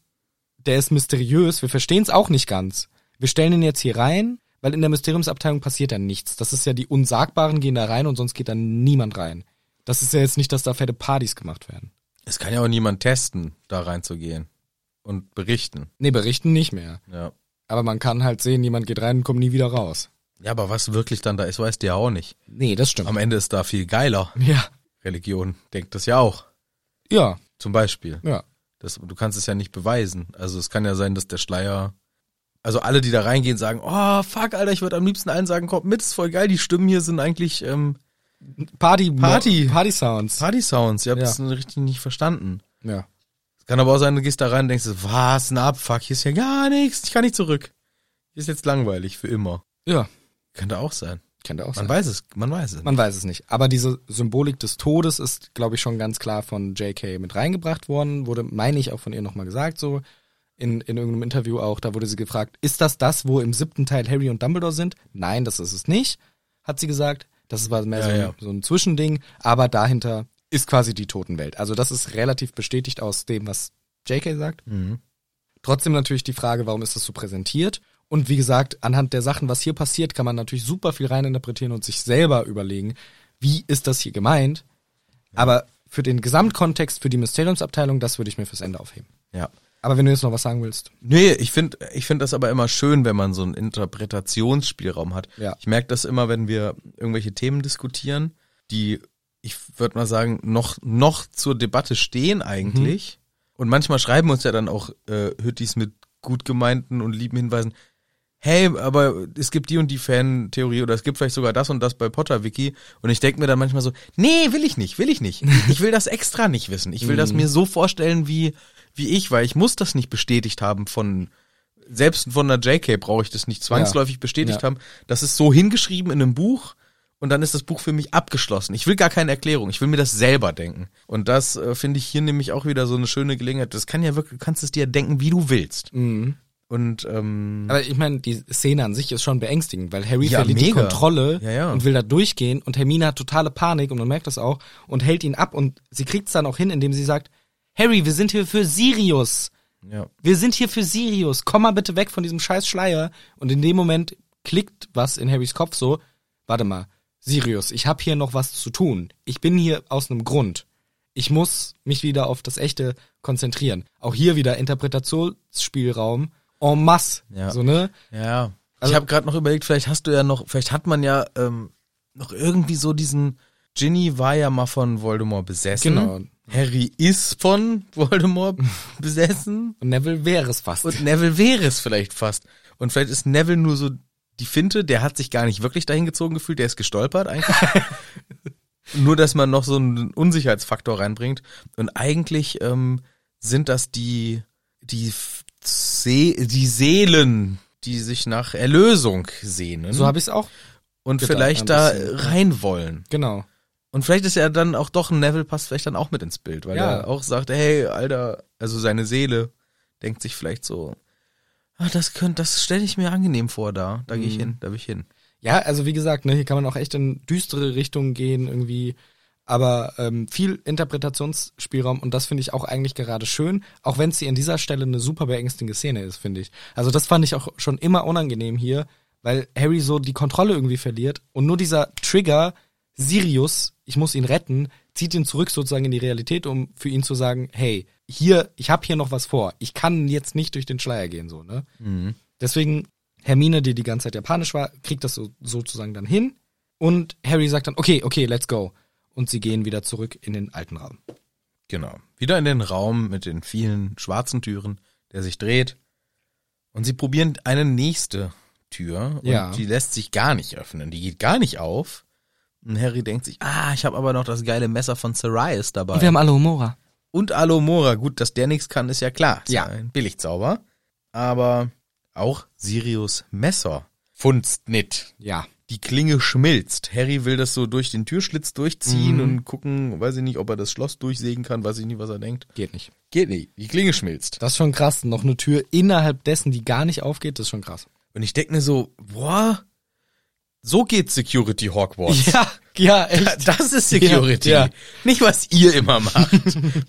Speaker 2: der ist mysteriös, wir verstehen es auch nicht ganz. Wir stellen ihn jetzt hier rein, weil in der Mysteriumsabteilung passiert dann nichts. Das ist ja die Unsagbaren gehen da rein und sonst geht da niemand rein. Das ist ja jetzt nicht, dass da fette Partys gemacht werden.
Speaker 1: Es kann ja auch niemand testen, da reinzugehen und berichten.
Speaker 2: Nee, berichten nicht mehr.
Speaker 1: Ja.
Speaker 2: Aber man kann halt sehen, jemand geht rein und kommt nie wieder raus.
Speaker 1: Ja, aber was wirklich dann da ist, weißt du ja auch nicht.
Speaker 2: Nee, das stimmt.
Speaker 1: Am Ende ist da viel geiler.
Speaker 2: Ja.
Speaker 1: Religion denkt das ja auch.
Speaker 2: Ja,
Speaker 1: Zum Beispiel.
Speaker 2: ja.
Speaker 1: Das, du kannst es ja nicht beweisen. Also es kann ja sein, dass der Schleier also alle, die da reingehen, sagen, oh, fuck, Alter, ich würde am liebsten allen sagen, kommt mit, ist voll geil, die Stimmen hier sind eigentlich ähm,
Speaker 2: Party,
Speaker 1: Party.
Speaker 2: Party Sounds.
Speaker 1: Party-Sounds. Ihr habt
Speaker 2: Ja.
Speaker 1: das richtig nicht verstanden.
Speaker 2: Ja.
Speaker 1: Es kann aber auch sein, du gehst da rein und denkst, was, ein Abfuck, hier ist ja gar nichts, ich kann nicht zurück. Hier ist jetzt langweilig, für immer.
Speaker 2: Ja.
Speaker 1: Könnte auch sein.
Speaker 2: Könnte auch
Speaker 1: Man
Speaker 2: sein.
Speaker 1: weiß es, man weiß es.
Speaker 2: Man weiß es nicht. Aber diese Symbolik des Todes ist, glaube ich, schon ganz klar von JK mit reingebracht worden. Wurde, meine ich, auch von ihr nochmal gesagt, so in, in irgendeinem Interview auch. Da wurde sie gefragt, ist das das, wo im siebten Teil Harry und Dumbledore sind? Nein, das ist es nicht, hat sie gesagt. Das war mehr
Speaker 1: Ja,
Speaker 2: so, ein,
Speaker 1: ja.
Speaker 2: so ein Zwischending. Aber dahinter ist quasi die Totenwelt. Also das ist relativ bestätigt aus dem, was JK sagt.
Speaker 1: Mhm.
Speaker 2: Trotzdem natürlich die Frage, warum ist das so präsentiert? Und wie gesagt, anhand der Sachen, was hier passiert, kann man natürlich super viel reininterpretieren und sich selber überlegen, wie ist das hier gemeint? Aber für den Gesamtkontext, für die Mysteriumsabteilung, das würde ich mir fürs Ende aufheben.
Speaker 1: Ja.
Speaker 2: Aber wenn du jetzt noch was sagen willst,
Speaker 1: Nee, ich finde ich find das aber immer schön, wenn man so einen Interpretationsspielraum hat.
Speaker 2: Ja.
Speaker 1: Ich merke das immer, wenn wir irgendwelche Themen diskutieren, die, ich würde mal sagen, noch, noch zur Debatte stehen eigentlich. Und manchmal schreiben uns ja dann auch äh, Hüttis mit gut gemeinten und lieben Hinweisen, hey, aber es gibt die und die Fan-Theorie oder es gibt vielleicht sogar das und das bei Potter-Wiki. Und ich denke mir dann manchmal so, nee, will ich nicht, will ich nicht. Ich will das extra nicht wissen. Ich will das
Speaker 2: Mhm.
Speaker 1: mir so vorstellen, wie, wie ich, weil ich muss das nicht bestätigt haben von, selbst von der JK brauche ich das nicht zwangsläufig bestätigt
Speaker 2: Ja.
Speaker 1: haben. Das ist so hingeschrieben in einem Buch. Und dann ist das Buch für mich abgeschlossen. Ich will gar keine Erklärung. Ich will mir das selber denken. Und das äh, finde ich hier nämlich auch wieder so eine schöne Gelegenheit. Das kann ja wirklich, du kannst es dir denken, wie du willst.
Speaker 2: Mhm.
Speaker 1: Und ähm,
Speaker 2: aber ich meine, die Szene an sich ist schon beängstigend, weil Harry
Speaker 1: Ja,
Speaker 2: verliert die
Speaker 1: mega.
Speaker 2: Kontrolle
Speaker 1: Ja, ja.
Speaker 2: und will da durchgehen und Hermine hat totale Panik und man merkt das auch und hält ihn ab und sie kriegt es dann auch hin, indem sie sagt, Harry, wir sind hier für Sirius.
Speaker 1: ja.
Speaker 2: Wir sind hier für Sirius. Komm mal bitte weg von diesem scheiß Schleier. Und in dem Moment klickt was in Harrys Kopf so. Warte mal, Sirius, ich habe hier noch was zu tun. Ich bin hier aus einem Grund. Ich muss mich wieder auf das Echte konzentrieren. Auch hier wieder Interpretationsspielraum en masse.
Speaker 1: Ja.
Speaker 2: So, ne?
Speaker 1: Ja.
Speaker 2: Also-
Speaker 1: ich habe gerade noch überlegt, vielleicht hast du ja noch, vielleicht hat man ja ähm, noch irgendwie so diesen Ginny war ja mal von Voldemort besessen.
Speaker 2: Genau.
Speaker 1: Harry ist von Voldemort besessen
Speaker 2: Und Neville wäre es fast.
Speaker 1: und Neville wäre es vielleicht fast. Und vielleicht ist Neville nur so die Finte, der hat sich gar nicht wirklich dahin gezogen gefühlt, der ist gestolpert eigentlich. nur, dass man noch so einen Unsicherheitsfaktor reinbringt. Und eigentlich ähm, sind das die, die, F- See die Seelen, die sich nach Erlösung sehnen
Speaker 2: so habe ich es auch.
Speaker 1: und
Speaker 2: gedacht, ein
Speaker 1: vielleicht da
Speaker 2: bisschen.
Speaker 1: rein wollen.
Speaker 2: Genau.
Speaker 1: Und vielleicht ist er dann auch doch, ein Neville passt vielleicht dann auch mit ins Bild, weil
Speaker 2: Ja.
Speaker 1: er auch sagt, hey, Alter, also seine Seele denkt sich vielleicht so, ah, das könnte, das stelle ich mir angenehm vor da, da gehe
Speaker 2: Mhm.
Speaker 1: ich hin, da will ich hin.
Speaker 2: Ja, also wie gesagt, ne, hier kann man auch echt in düstere Richtungen gehen irgendwie. Aber ähm, viel Interpretationsspielraum und das finde ich auch eigentlich gerade schön, auch wenn es hier an dieser Stelle eine super beängstigende Szene ist, finde ich. Also das fand ich auch schon immer unangenehm hier, weil Harry so die Kontrolle irgendwie verliert und nur dieser Trigger, Sirius, ich muss ihn retten, zieht ihn zurück sozusagen in die Realität, um für ihn zu sagen, hey, hier, ich habe hier noch was vor, ich kann jetzt nicht durch den Schleier gehen, so, ne? Deswegen Hermine, die die ganze Zeit japanisch war, kriegt das so, sozusagen dann hin. Und Harry sagt dann, okay, okay, let's go. Und sie gehen wieder zurück in den alten Raum.
Speaker 1: Genau. Wieder in den Raum mit den vielen schwarzen Türen, der sich dreht. Und sie probieren eine nächste Tür und
Speaker 2: Ja.
Speaker 1: die lässt sich gar nicht öffnen. Die geht gar nicht auf. Und Harry denkt sich, ah, ich habe aber noch das geile Messer von Sirius dabei.
Speaker 2: haben alle Humora.
Speaker 1: und Alomora. Gut, dass der nichts kann, ist ja klar. Ist
Speaker 2: Ja.
Speaker 1: Ein Billigzauber. Aber auch Sirius Messer funzt nit.
Speaker 2: Ja.
Speaker 1: Die Klinge schmilzt. Harry will das so durch den Türschlitz durchziehen und gucken, weiß ich nicht, ob er das Schloss durchsägen kann, weiß ich nicht, was er denkt.
Speaker 2: Geht nicht.
Speaker 1: Geht nicht. Die Klinge schmilzt.
Speaker 2: Das ist schon krass. Noch eine Tür innerhalb dessen, die gar nicht aufgeht, das ist schon krass.
Speaker 1: Und ich denke mir so, boah, so geht Security Hogwarts.
Speaker 2: Ja, ja, echt.
Speaker 1: Das ist Security.
Speaker 2: Ja, ja.
Speaker 1: Nicht, was ihr immer macht.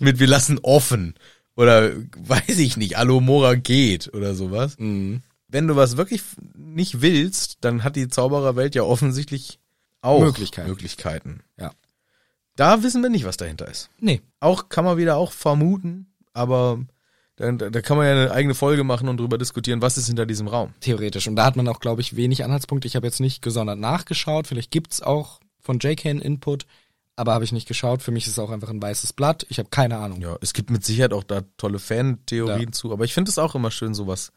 Speaker 1: mit wir lassen offen. Oder weiß ich nicht, Alomora geht oder sowas.
Speaker 2: Mhm.
Speaker 1: Wenn du was wirklich f- nicht willst, dann hat die Zaubererwelt ja offensichtlich auch
Speaker 2: Möglichkeiten.
Speaker 1: Möglichkeiten.
Speaker 2: Ja.
Speaker 1: Da wissen wir nicht, was dahinter ist.
Speaker 2: Nee.
Speaker 1: Auch kann man wieder auch vermuten, aber da, da da kann man ja eine eigene Folge machen und drüber diskutieren, was ist hinter diesem Raum.
Speaker 2: Theoretisch. Und da hat man auch, glaube ich, wenig Anhaltspunkte. Ich habe jetzt nicht gesondert nachgeschaut. Vielleicht gibt's auch von JK einen Input, aber habe ich nicht geschaut. Für mich ist es auch einfach ein weißes Blatt. Ich habe keine Ahnung.
Speaker 1: Ja, es gibt mit Sicherheit auch da tolle Fan-Theorien
Speaker 2: Ja.
Speaker 1: zu, aber ich finde es auch immer schön, sowas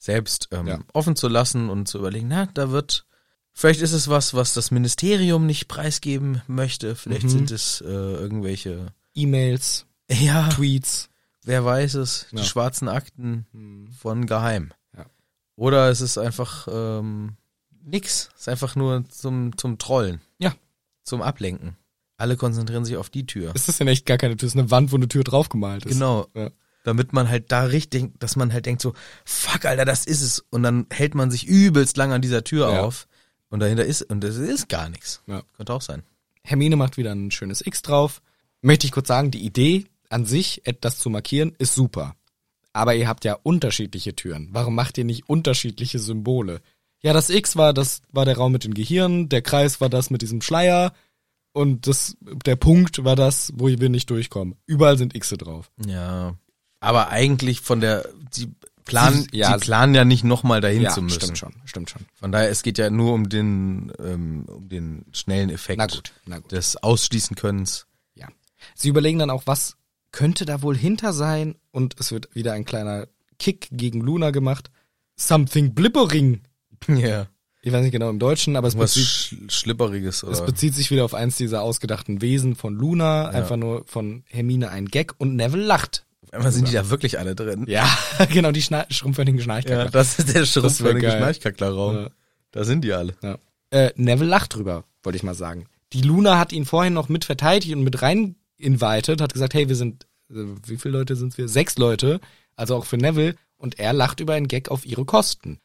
Speaker 1: selbst ähm,
Speaker 2: Ja.
Speaker 1: offen zu lassen und zu überlegen, na, da wird, vielleicht ist es was, was das Ministerium nicht preisgeben möchte,
Speaker 2: Mhm.
Speaker 1: vielleicht sind es äh, irgendwelche,
Speaker 2: E-Mails,
Speaker 1: ja,
Speaker 2: Tweets.
Speaker 1: wer weiß es, die
Speaker 2: Ja. Mhm.
Speaker 1: schwarzen Akten von Geheim.
Speaker 2: Ja.
Speaker 1: Oder es ist einfach ähm, nix, es ist einfach nur zum, zum Trollen,
Speaker 2: Ja,
Speaker 1: zum Ablenken. Alle konzentrieren sich auf die Tür.
Speaker 2: ist das denn echt gar keine Tür? Ist eine Wand, wo eine Tür draufgemalt ist.
Speaker 1: Genau.
Speaker 2: Ja.
Speaker 1: Damit man halt da richtig, dass man halt denkt so, fuck, Alter, das ist es. Und dann hält man sich übelst lang an dieser Tür
Speaker 2: Ja.
Speaker 1: auf. Und dahinter ist, und das ist gar nichts.
Speaker 2: Ja.
Speaker 1: Könnte auch sein.
Speaker 2: Hermine macht wieder ein schönes X drauf. Möchte ich kurz sagen, die Idee an sich, etwas zu markieren, ist super. Aber ihr habt ja unterschiedliche Türen. Warum macht ihr nicht unterschiedliche Symbole? Ja, das X war, das war der Raum mit den Gehirnen, der Kreis war das mit diesem Schleier und das, der Punkt war das, wo wir nicht durchkommen. Überall sind Xe drauf.
Speaker 1: Ja. Aber eigentlich von der, die planen,
Speaker 2: Sie- ja,
Speaker 1: die planen ja nicht nochmal dahin zu müssen.
Speaker 2: stimmt schon, stimmt schon.
Speaker 1: Von daher, es geht ja nur um den, ähm, um den schnellen Effekt
Speaker 2: Na gut, na gut.
Speaker 1: des Ausschließen könnens.
Speaker 2: Ja. Sie überlegen dann auch, was könnte da wohl hinter sein? Und es wird wieder ein kleiner Kick gegen Luna gemacht. Something blippering.
Speaker 1: Ja.
Speaker 2: Ich weiß nicht genau im Deutschen, aber es
Speaker 1: Was
Speaker 2: bezieht,
Speaker 1: Sch Schlipperiges
Speaker 2: es
Speaker 1: oder.
Speaker 2: bezieht sich wieder auf eins dieser ausgedachten Wesen von Luna. Einfach nur von Hermine ein Gag und Neville lacht.
Speaker 1: Auf einmal sind die da wirklich alle drin.
Speaker 2: Ja, genau, die Schna schrumpfwürdigen Schnarchkacker.
Speaker 1: das ist der schrumpfwürdige
Speaker 2: geil.
Speaker 1: Schnarchkacklerraum.
Speaker 2: Ja.
Speaker 1: Da sind die alle.
Speaker 2: Ja. Äh, Neville lacht drüber, wollte ich mal sagen. Die Luna hat ihn vorhin noch mit verteidigt und mit rein invited, hat gesagt, hey, wir sind, äh, wie viele Leute sind wir? Sechs Leute, also auch für Neville. Und er lacht über einen Gag auf ihre Kosten.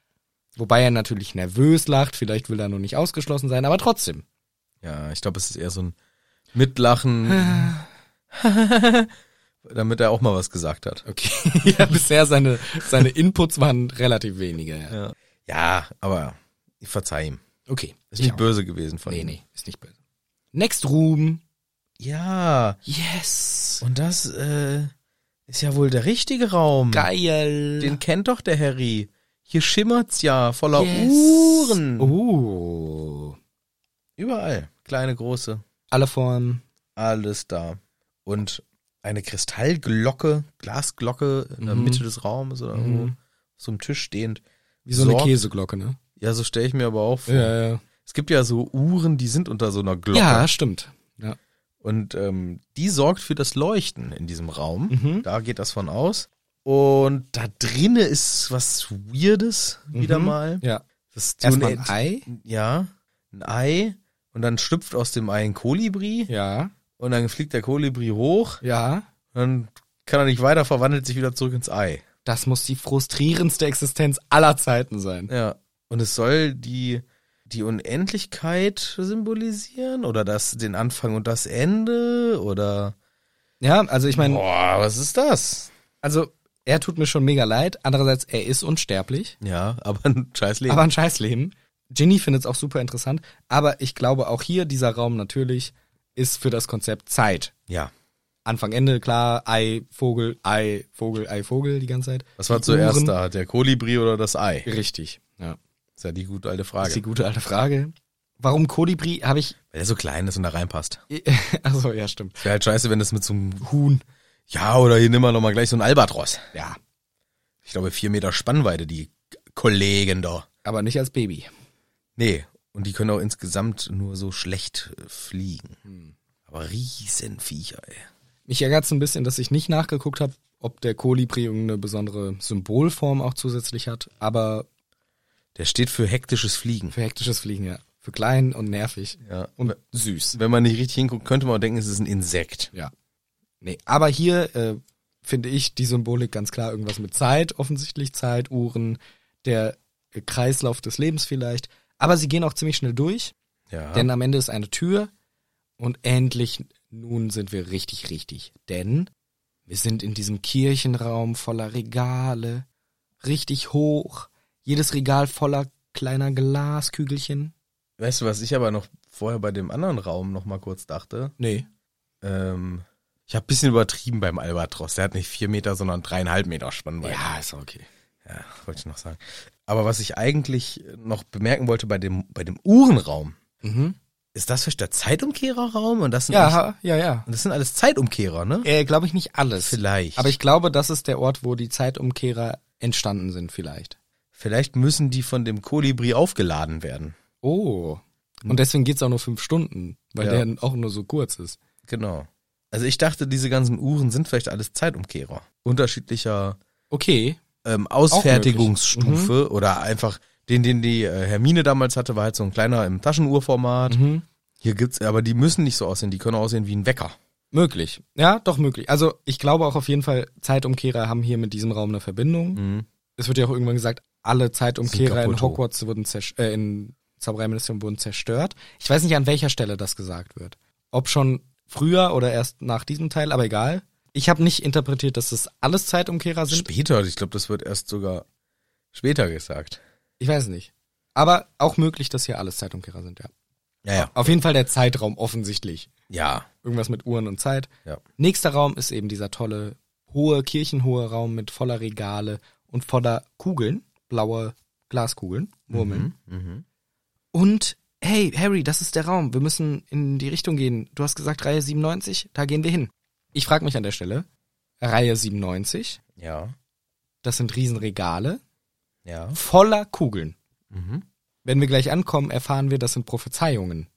Speaker 2: Wobei er natürlich nervös lacht, vielleicht will er nur nicht ausgeschlossen sein, aber trotzdem.
Speaker 1: Ja, ich glaube, es ist eher so ein Mitlachen, damit er auch mal was gesagt hat.
Speaker 2: Okay. ja, bisher seine, seine Inputs waren relativ wenige. Ja.
Speaker 1: Ja, aber ich verzeih ihm.
Speaker 2: Okay.
Speaker 1: Ist
Speaker 2: ich
Speaker 1: nicht
Speaker 2: auch.
Speaker 1: böse gewesen von
Speaker 2: Nee,
Speaker 1: ihm.
Speaker 2: nee, ist nicht böse. Next Ruben.
Speaker 1: Ja,
Speaker 2: Yes.
Speaker 1: und das äh, ist ja wohl der richtige Raum.
Speaker 2: Geil.
Speaker 1: Den kennt doch der Harry. Hier schimmert's ja voller
Speaker 2: Yes.
Speaker 1: Uhren.
Speaker 2: Oh.
Speaker 1: Überall. Kleine, große.
Speaker 2: Alle Formen.
Speaker 1: Alles da. Und eine Kristallglocke, Glasglocke in der Mitte des Raumes oder irgendwo auf so einem Tisch stehend.
Speaker 2: Wie so eine
Speaker 1: Sorgt-
Speaker 2: Käseglocke, ne?
Speaker 1: Ja, so stelle ich mir aber auch vor.
Speaker 2: Ja, ja.
Speaker 1: Es gibt ja so Uhren, die sind unter so einer Glocke.
Speaker 2: ja stimmt. Ja.
Speaker 1: Und ähm, die sorgt für das Leuchten in diesem Raum.
Speaker 2: Mhm.
Speaker 1: Da geht das von aus. Und da drinne ist was Weirdes wieder mal.
Speaker 2: mhm. ja.
Speaker 1: Das ist so
Speaker 2: Erstmal ein
Speaker 1: eine-
Speaker 2: Ei.
Speaker 1: Ja, ein Ei. Und dann schlüpft aus dem Ei ein Kolibri.
Speaker 2: Ja.
Speaker 1: Und dann fliegt der Kolibri hoch.
Speaker 2: Ja.
Speaker 1: Dann kann er nicht weiter, verwandelt sich wieder zurück ins Ei.
Speaker 2: Das muss die frustrierendste Existenz aller Zeiten sein.
Speaker 1: Ja. Und es soll die, die Unendlichkeit symbolisieren? Oder das, den Anfang und das Ende? Oder.
Speaker 2: Ja, also ich meine,
Speaker 1: Boah, was ist das?
Speaker 2: also er tut mir schon mega leid. Andererseits, er ist unsterblich.
Speaker 1: Ja, aber ein scheiß Leben.
Speaker 2: Aber ein Scheißleben. Ginny findet es auch super interessant. Aber ich glaube, auch hier, dieser Raum natürlich, ist für das Konzept Zeit.
Speaker 1: ja.
Speaker 2: Anfang, Ende, klar, Ei, Vogel, Ei, Vogel, Ei, Vogel die ganze Zeit.
Speaker 1: Was war
Speaker 2: Die
Speaker 1: zuerst
Speaker 2: Uhren-
Speaker 1: da? Der Kolibri oder das Ei?
Speaker 2: Richtig, ja.
Speaker 1: Ist ja die gute alte
Speaker 2: Das ist die
Speaker 1: Frage.
Speaker 2: gute alte Frage. Warum Kolibri habe ich.
Speaker 1: Weil er so klein ist und da reinpasst.
Speaker 2: Achso, ja, stimmt.
Speaker 1: Wäre halt scheiße, wenn das mit so einem.
Speaker 2: Huhn.
Speaker 1: Ja, oder hier nimm mal nochmal gleich so einen Albatros.
Speaker 2: Ja,
Speaker 1: Ich glaube, vier Meter Spannweite, die K- Kollegen da.
Speaker 2: aber nicht als Baby.
Speaker 1: Nee. Und die können auch insgesamt nur so schlecht äh, fliegen.
Speaker 2: Hm.
Speaker 1: Aber Riesenviecher, ey.
Speaker 2: Mich ärgert es ein bisschen, dass ich nicht nachgeguckt habe, ob der Kolibri irgendeine besondere Symbolform auch zusätzlich hat, aber
Speaker 1: Der steht für hektisches Fliegen.
Speaker 2: für hektisches Fliegen, ja. Für klein und nervig
Speaker 1: Ja.
Speaker 2: und süß.
Speaker 1: Wenn man nicht richtig hinguckt, könnte man auch denken, es ist ein Insekt.
Speaker 2: Ja. Nee, aber hier äh, finde ich die Symbolik ganz klar irgendwas mit Zeit, offensichtlich Zeit, Uhren, der äh, Kreislauf des Lebens vielleicht. Aber sie gehen auch ziemlich schnell durch,
Speaker 1: Ja.
Speaker 2: denn am Ende ist eine Tür und endlich, nun sind wir richtig, richtig. Denn wir sind in diesem Kirchenraum voller Regale, richtig hoch, jedes Regal voller kleiner Glaskügelchen.
Speaker 1: weißt du, was ich aber noch vorher bei dem anderen Raum noch mal kurz dachte?
Speaker 2: Nee.
Speaker 1: Ähm, ich habe ein bisschen übertrieben beim Albatros. Der hat nicht vier Meter, sondern dreieinhalb Meter Spannweite.
Speaker 2: Ja, ist okay.
Speaker 1: ja, wollte ich noch sagen. Aber was ich eigentlich noch bemerken wollte bei dem, bei dem Uhrenraum,
Speaker 2: Mhm.
Speaker 1: ist das vielleicht der Zeitumkehrerraum? Und das sind,
Speaker 2: Ja,
Speaker 1: alles,
Speaker 2: ha- ja, ja.
Speaker 1: und das sind alles Zeitumkehrer, ne?
Speaker 2: Äh, glaube ich nicht alles.
Speaker 1: Vielleicht.
Speaker 2: Aber ich glaube, das ist der Ort, wo die Zeitumkehrer entstanden sind, vielleicht.
Speaker 1: Vielleicht müssen die von dem Kolibri aufgeladen werden.
Speaker 2: Oh. Und deswegen geht's auch nur fünf Stunden, weil
Speaker 1: Hm. Ja.
Speaker 2: der auch nur so kurz ist.
Speaker 1: Genau. Also ich dachte, diese ganzen Uhren sind vielleicht alles Zeitumkehrer. Unterschiedlicher
Speaker 2: Okay.
Speaker 1: ähm, Ausfertigungsstufe
Speaker 2: Mhm.
Speaker 1: oder einfach den, den die äh, Hermine damals hatte, war halt so ein kleiner im Taschenuhrformat.
Speaker 2: Mhm.
Speaker 1: Hier gibt's, aber die müssen nicht so aussehen, die können aussehen wie ein Wecker.
Speaker 2: Möglich. Ja, doch möglich. Also ich glaube auch auf jeden Fall, Zeitumkehrer haben hier mit diesem Raum eine Verbindung. Es wird ja auch irgendwann gesagt, alle Zeitumkehrer in
Speaker 1: kaputt, oh.
Speaker 2: Hogwarts wurden zerstört, äh, in Zaubereiministerium wurden zerstört. Ich weiß nicht, an welcher Stelle das gesagt wird. Ob schon früher oder erst nach diesem Teil, aber egal. Ich habe nicht interpretiert, dass das alles Zeitumkehrer sind.
Speaker 1: Später, ich glaube, das wird erst sogar später gesagt.
Speaker 2: Ich weiß nicht. Aber auch möglich, dass hier alles Zeitumkehrer sind, ja.
Speaker 1: Ja, ja.
Speaker 2: Auf jeden Fall der Zeitraum offensichtlich.
Speaker 1: Ja.
Speaker 2: Irgendwas mit Uhren und Zeit.
Speaker 1: Ja.
Speaker 2: Nächster Raum ist eben dieser tolle, hohe, kirchenhohe Raum mit voller Regale und voller Kugeln, blaue Glaskugeln, Murmeln. Und hey, Harry, das ist der Raum. Wir müssen in die Richtung gehen. Du hast gesagt Reihe 97, da gehen wir hin. Ich frage mich an der Stelle, Reihe 97,
Speaker 1: Ja.
Speaker 2: das sind Riesenregale
Speaker 1: Ja.
Speaker 2: voller Kugeln. Wenn wir gleich ankommen, erfahren wir, das sind Prophezeiungen.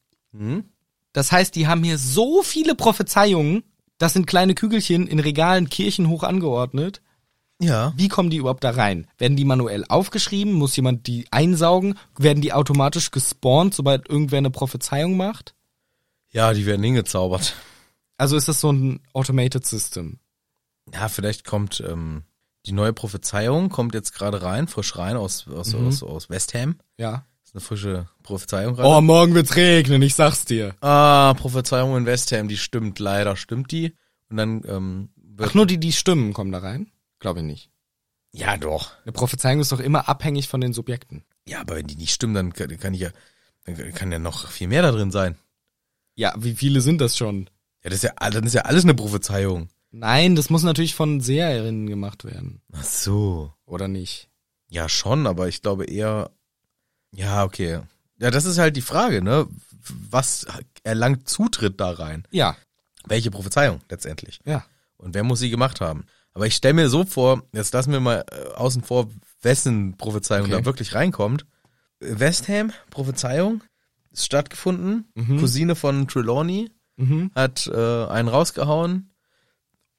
Speaker 2: Das heißt, die haben hier so viele Prophezeiungen. Das sind kleine Kügelchen in Regalen kirchenhoch angeordnet.
Speaker 1: Ja.
Speaker 2: Wie kommen die überhaupt da rein? Werden die manuell aufgeschrieben? Muss jemand die einsaugen? Werden die automatisch gespawnt, sobald irgendwer eine Prophezeiung macht?
Speaker 1: Ja, die werden hingezaubert.
Speaker 2: Also ist das so ein Automated System?
Speaker 1: Ja, vielleicht kommt ähm, die neue Prophezeiung, kommt jetzt gerade rein, frisch rein aus, aus,
Speaker 2: Mhm.
Speaker 1: aus, aus West Ham.
Speaker 2: Ja.
Speaker 1: ist eine frische Prophezeiung gerade.
Speaker 2: Oh, morgen wird's regnen, ich sag's dir.
Speaker 1: Ah, Prophezeiung in West Ham, die stimmt leider, stimmt die. Und dann, ähm, wird,
Speaker 2: Ach, nur die, die stimmen, kommen da rein? Glaube ich nicht.
Speaker 1: ja doch.
Speaker 2: Eine Prophezeiung ist doch immer abhängig von den Subjekten.
Speaker 1: Ja, aber wenn die nicht stimmen, dann kann, kann ich ja, dann kann ja noch viel mehr da drin sein.
Speaker 2: Ja, wie viele sind das schon?
Speaker 1: Ja, das ist ja, all- dann ist ja alles eine Prophezeiung.
Speaker 2: Nein, das muss natürlich von Seherinnen gemacht werden.
Speaker 1: Ach so.
Speaker 2: Oder nicht?
Speaker 1: Ja, schon, aber ich glaube eher, ja, okay. Ja, das ist halt die Frage, ne? Was erlangt Zutritt da rein?
Speaker 2: Ja,
Speaker 1: Welche Prophezeiung letztendlich?
Speaker 2: ja.
Speaker 1: Und wer muss sie gemacht haben? Aber ich stelle mir so vor, jetzt lassen wir mal äh, außen vor, wessen Prophezeiung
Speaker 2: Okay.
Speaker 1: da wirklich reinkommt. Äh, West Ham, Prophezeiung, ist stattgefunden. Cousine von Trelawney
Speaker 2: Mhm.
Speaker 1: hat äh, einen rausgehauen.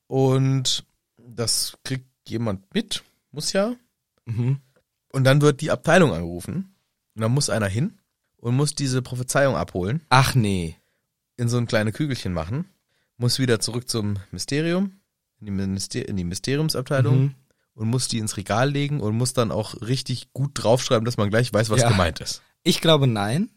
Speaker 1: Und das kriegt jemand mit, muss ja.
Speaker 2: Mhm.
Speaker 1: Und dann wird die Abteilung angerufen. Und dann muss einer hin und muss diese Prophezeiung abholen
Speaker 2: Ach nee.
Speaker 1: in so ein kleine Kügelchen machen, muss wieder zurück zum Mysterium, in die, Minister in die Mysteriumsabteilung
Speaker 2: Mhm.
Speaker 1: und muss die ins Regal legen und muss dann auch richtig gut draufschreiben, dass man gleich weiß, was
Speaker 2: Ja.
Speaker 1: gemeint ist.
Speaker 2: Ich glaube nein.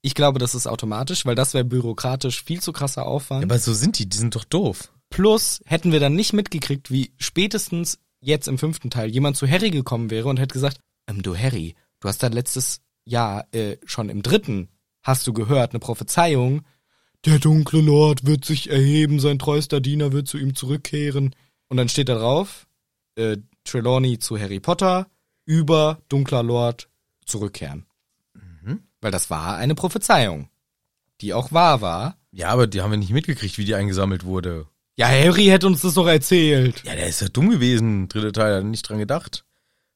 Speaker 2: Ich glaube, das ist automatisch, weil das wäre bürokratisch viel zu krasser Aufwand.
Speaker 1: Aber so sind die, die sind doch doof.
Speaker 2: Plus hätten wir dann nicht mitgekriegt, wie spätestens jetzt im fünften Teil jemand zu Harry gekommen wäre und hätte gesagt, ähm, du Harry, du hast da letztes Jahr äh, schon im dritten, hast du gehört, eine Prophezeiung, der dunkle Lord wird sich erheben, sein treuster Diener wird zu ihm zurückkehren. Und dann steht da drauf, äh, Trelawney zu Harry Potter, über dunkler Lord zurückkehren. Weil das war eine Prophezeiung, die auch wahr war.
Speaker 1: Ja, aber die haben wir nicht mitgekriegt, wie die eingesammelt wurde.
Speaker 2: Ja, Harry hätte uns das doch erzählt.
Speaker 1: Ja, der ist ja dumm gewesen, dritte Teil, hat er nicht dran gedacht.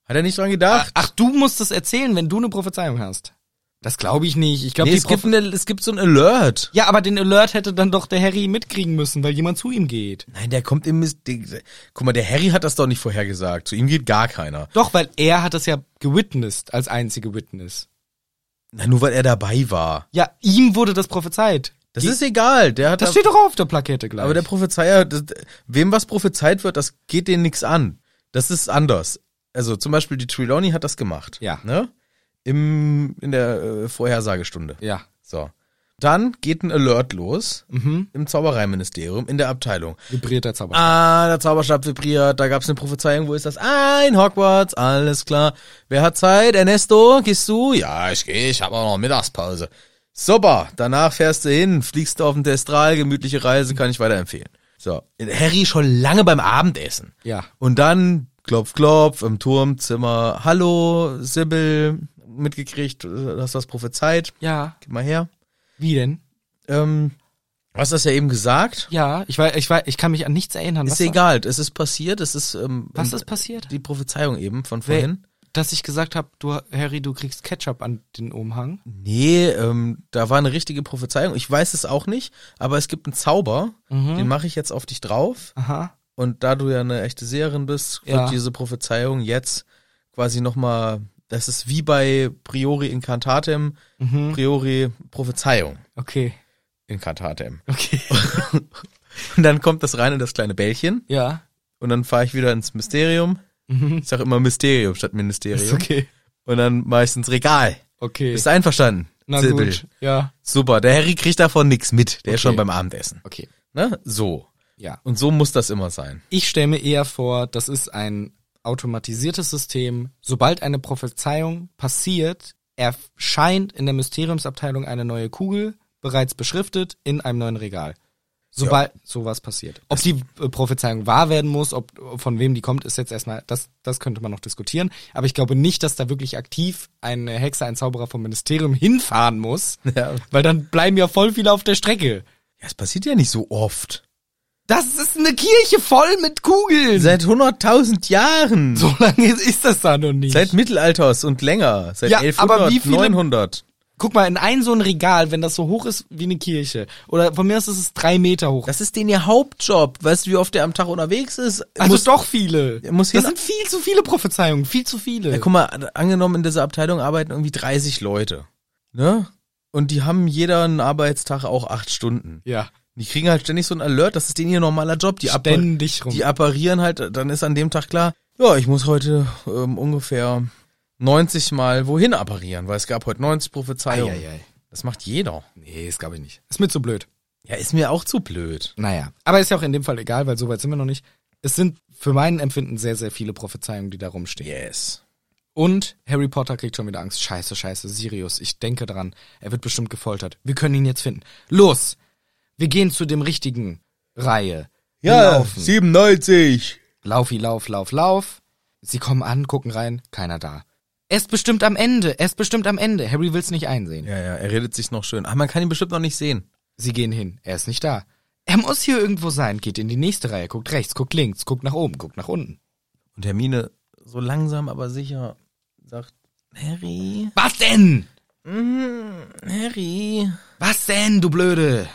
Speaker 1: Hat er nicht dran gedacht?
Speaker 2: Ach, du musst es erzählen, wenn du eine Prophezeiung hast. Das glaube ich nicht. Ich glaube,
Speaker 1: nee,
Speaker 2: die
Speaker 1: es gibt,
Speaker 2: Prophe
Speaker 1: eine, es gibt so ein Alert.
Speaker 2: Ja, aber den Alert hätte dann doch der Harry mitkriegen müssen, weil jemand zu ihm geht.
Speaker 1: Nein, der kommt im Mist. der- Guck mal, der Harry hat das doch nicht vorhergesagt. Zu ihm geht gar keiner.
Speaker 2: Doch, weil er hat das ja gewitnessed als einzige Witness.
Speaker 1: Na, nur weil er dabei war.
Speaker 2: Ja, ihm wurde das prophezeit.
Speaker 1: Das ist egal. Der hat
Speaker 2: Das
Speaker 1: da-
Speaker 2: steht doch auf der Plakette gleich.
Speaker 1: Aber der Prophezeier, das, wem was prophezeit wird, das geht denen nichts an. Das ist anders. Also zum Beispiel die Trelawney hat das gemacht.
Speaker 2: Ja.
Speaker 1: Ne? Im, in der äh, Vorhersagestunde.
Speaker 2: ja.
Speaker 1: So. Dann geht ein Alert los im Zaubereiministerium, in der Abteilung.
Speaker 2: Vibriert der Zauber.
Speaker 1: Ah, der Zauberstab vibriert, da gab's eine Prophezeiung, wo ist das? Ah, in Hogwarts, alles klar. Wer hat Zeit? Ernesto, gehst du? Ja, ich gehe, ich habe auch noch Mittagspause. Super, danach fährst du hin, fliegst du auf den Destral, gemütliche Reise, kann ich weiterempfehlen. So, Harry schon lange beim Abendessen.
Speaker 2: Ja.
Speaker 1: Und dann, klopf, klopf, im Turmzimmer, hallo, Sibyl, mitgekriegt, du hast was prophezeit,
Speaker 2: Ja.
Speaker 1: gib mal her.
Speaker 2: Wie denn?
Speaker 1: Ähm, hast das ja eben gesagt?
Speaker 2: Ja, ich weiß, ich weiß, ich kann mich an nichts erinnern.
Speaker 1: Ist
Speaker 2: was
Speaker 1: egal, es ist passiert, es ist... Ähm,
Speaker 2: War, was ist passiert?
Speaker 1: die Prophezeiung eben von vorhin.
Speaker 2: dass ich gesagt habe, du, Harry, du kriegst Ketchup an den Umhang.
Speaker 1: Nee, ähm, da war eine richtige Prophezeiung. Ich weiß es auch nicht, aber es gibt einen Zauber,
Speaker 2: Mhm.
Speaker 1: den mache ich jetzt auf dich drauf.
Speaker 2: Aha.
Speaker 1: Und da du ja eine echte Seherin bist, wird
Speaker 2: Ja.
Speaker 1: diese Prophezeiung jetzt quasi nochmal, das ist wie bei Priori Incantatem,
Speaker 2: Mhm.
Speaker 1: Priori Prophezeiung
Speaker 2: Okay.
Speaker 1: Incantatem.
Speaker 2: Okay.
Speaker 1: Und dann kommt das rein in das kleine Bällchen
Speaker 2: ja.
Speaker 1: und dann fahre ich wieder ins Mysterium. Ich sag immer Mysterium statt Ministerium.
Speaker 2: Mhm. Ist okay.
Speaker 1: Und dann mach ich's ins Regal.
Speaker 2: Okay.
Speaker 1: Bist einverstanden?
Speaker 2: Na
Speaker 1: Silbel.
Speaker 2: gut. Ja.
Speaker 1: Super, der Harry kriegt davon nichts mit. Der ist
Speaker 2: Okay.
Speaker 1: schon beim Abendessen.
Speaker 2: Okay.
Speaker 1: Ne? So.
Speaker 2: Ja.
Speaker 1: Und so muss das immer sein.
Speaker 2: Ich stelle mir eher vor, das ist ein automatisiertes System. Sobald eine Prophezeiung passiert, erscheint in der Mysteriumsabteilung eine neue Kugel, bereits beschriftet, in einem neuen Regal. Sobald sowas passiert. Ob die äh, Prophezeiung wahr werden muss, ob von wem die kommt, ist jetzt erstmal, das, das könnte man noch diskutieren. Aber ich glaube nicht, dass da wirklich aktiv eine Hexe, ein Zauberer vom Ministerium hinfahren muss,
Speaker 1: Ja.
Speaker 2: weil dann bleiben ja voll viele auf der Strecke.
Speaker 1: Ja, es passiert ja nicht so oft.
Speaker 2: Das ist eine Kirche voll mit Kugeln.
Speaker 1: Seit 100.000 Jahren.
Speaker 2: So lange ist das da noch nicht.
Speaker 1: Seit Mittelalters und länger. Seit
Speaker 2: Ja,
Speaker 1: 1100,
Speaker 2: aber wie viele-
Speaker 1: 900.
Speaker 2: Guck mal, in ein so ein Regal, wenn das so hoch ist wie eine Kirche. Oder von mir aus ist es drei Meter hoch.
Speaker 1: Das ist den ihr Hauptjob. Weißt du, wie oft der am Tag unterwegs ist?
Speaker 2: also
Speaker 1: Muss-
Speaker 2: doch viele.
Speaker 1: Er muss
Speaker 2: das
Speaker 1: hin-
Speaker 2: sind viel zu viele Prophezeiungen, viel zu
Speaker 1: Ja,
Speaker 2: viele.
Speaker 1: guck mal, an- angenommen, in dieser Abteilung arbeiten irgendwie 30 Leute. Ne? Und die haben jeder einen Arbeitstag auch acht Stunden.
Speaker 2: Ja,
Speaker 1: Die kriegen halt ständig so einen Alert, das ist denen ihr normaler Job. Die, appa-
Speaker 2: ständig rum.
Speaker 1: die apparieren halt, dann ist an dem Tag klar, ja, ich muss heute ähm, ungefähr 90 Mal wohin apparieren, weil es gab heute 90 Prophezeiungen.
Speaker 2: Eieiei.
Speaker 1: Das macht jeder.
Speaker 2: Nee, das glaube ich nicht. Ist mir zu blöd.
Speaker 1: Ja, ist mir auch zu blöd.
Speaker 2: Naja, aber ist ja auch in dem Fall egal, weil so weit sind wir noch nicht. Es sind für meinen Empfinden sehr, sehr viele Prophezeiungen, die da rumstehen.
Speaker 1: Yes.
Speaker 2: Und Harry Potter kriegt schon wieder Angst. Scheiße, scheiße, Sirius, ich denke dran. Er wird bestimmt gefoltert. Wir können ihn jetzt finden. Los! Wir gehen zu dem richtigen Reihe. Wir laufen.
Speaker 1: 97.
Speaker 2: Laufi, lauf, lauf, lauf. Sie kommen an, gucken rein, keiner da. Er ist bestimmt am Ende, er ist bestimmt am Ende. Harry will's nicht einsehen.
Speaker 1: Ja, ja, er redet sich noch schön. Ah, man kann ihn bestimmt noch nicht sehen.
Speaker 2: Sie gehen hin, er ist nicht da. Er muss hier irgendwo sein, geht in die nächste Reihe, guckt rechts, guckt links, guckt nach oben, guckt nach unten.
Speaker 1: Und Hermine so langsam, aber sicher sagt, Harry,
Speaker 2: Was denn?
Speaker 1: Harry,
Speaker 2: Was denn, du Blöde?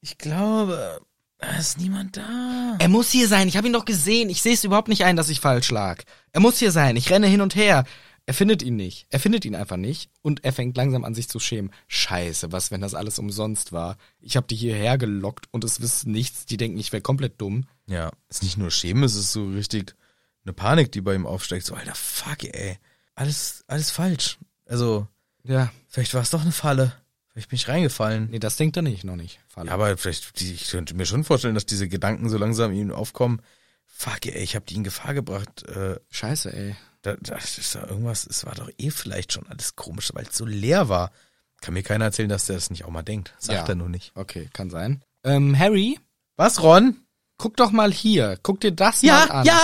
Speaker 1: ich glaube, da ist niemand da.
Speaker 2: Er muss hier sein. Ich habe ihn doch gesehen. Ich sehe es überhaupt nicht ein, dass ich falsch lag. Er muss hier sein. Ich renne hin und her. Er findet ihn nicht. Er findet ihn einfach nicht. Und er fängt langsam an, sich zu schämen. Scheiße, was, wenn das alles umsonst war? Ich habe die hierher gelockt und es wissen nichts. Die denken, ich wäre komplett dumm.
Speaker 1: Ja, ist nicht nur Schämen, es ist so richtig eine Panik, die bei ihm aufsteigt. So, alter Fuck, ey. Alles, alles falsch. Also,
Speaker 2: Ja.
Speaker 1: vielleicht war es doch eine Falle. Vielleicht bin ich reingefallen.
Speaker 2: Nee, das denkt er nicht, noch nicht. Falle.
Speaker 1: Ja, aber vielleicht, die- ich könnte mir schon vorstellen, dass diese Gedanken so langsam ihm aufkommen. Fuck, ey, ich habe die in Gefahr gebracht. Äh,
Speaker 2: Scheiße, ey.
Speaker 1: da, da ist da irgendwas, es war doch eh vielleicht schon alles komisch, weil es so leer war. Kann mir keiner erzählen, dass der das nicht auch mal denkt. Sagt
Speaker 2: Ja.
Speaker 1: er nur nicht.
Speaker 2: Okay, kann sein. Ähm, Harry,
Speaker 1: Was, Ron?
Speaker 2: guck doch mal hier. Guck dir das mal an.
Speaker 1: ja.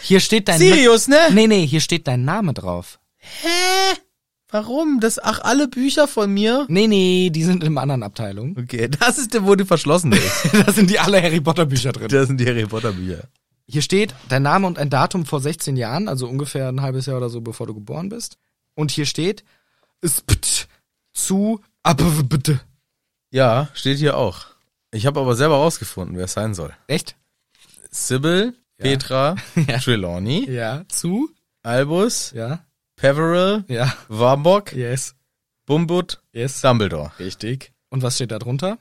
Speaker 2: Hier steht dein
Speaker 1: Sirius, ne?
Speaker 2: Nee, nee, hier steht dein Name drauf.
Speaker 1: Hä? Warum? Das, ach, alle Bücher von mir?
Speaker 2: Nee, nee, die sind in einer anderen Abteilung.
Speaker 1: Okay, das ist der, wo die verschlossen ist.
Speaker 2: da sind die alle Harry Potter Bücher drin.
Speaker 1: Das sind die Harry Potter Bücher.
Speaker 2: Hier steht dein Name und ein Datum vor 16 Jahren, also ungefähr ein halbes Jahr oder so, bevor du geboren bist. Und hier steht es pt- zu aber bitte.
Speaker 1: Ja, steht hier auch. Ich habe aber selber rausgefunden, wer es sein soll.
Speaker 2: Echt?
Speaker 1: Sybil, Petra,
Speaker 2: Ja.
Speaker 1: Trelawney,
Speaker 2: Ja. Zu?
Speaker 1: Albus,
Speaker 2: Ja.
Speaker 1: Peverell,
Speaker 2: Ja.
Speaker 1: Warbock,
Speaker 2: Yes.
Speaker 1: Bumbut,
Speaker 2: Yes.
Speaker 1: Dumbledore.
Speaker 2: Richtig. Und was steht da drunter?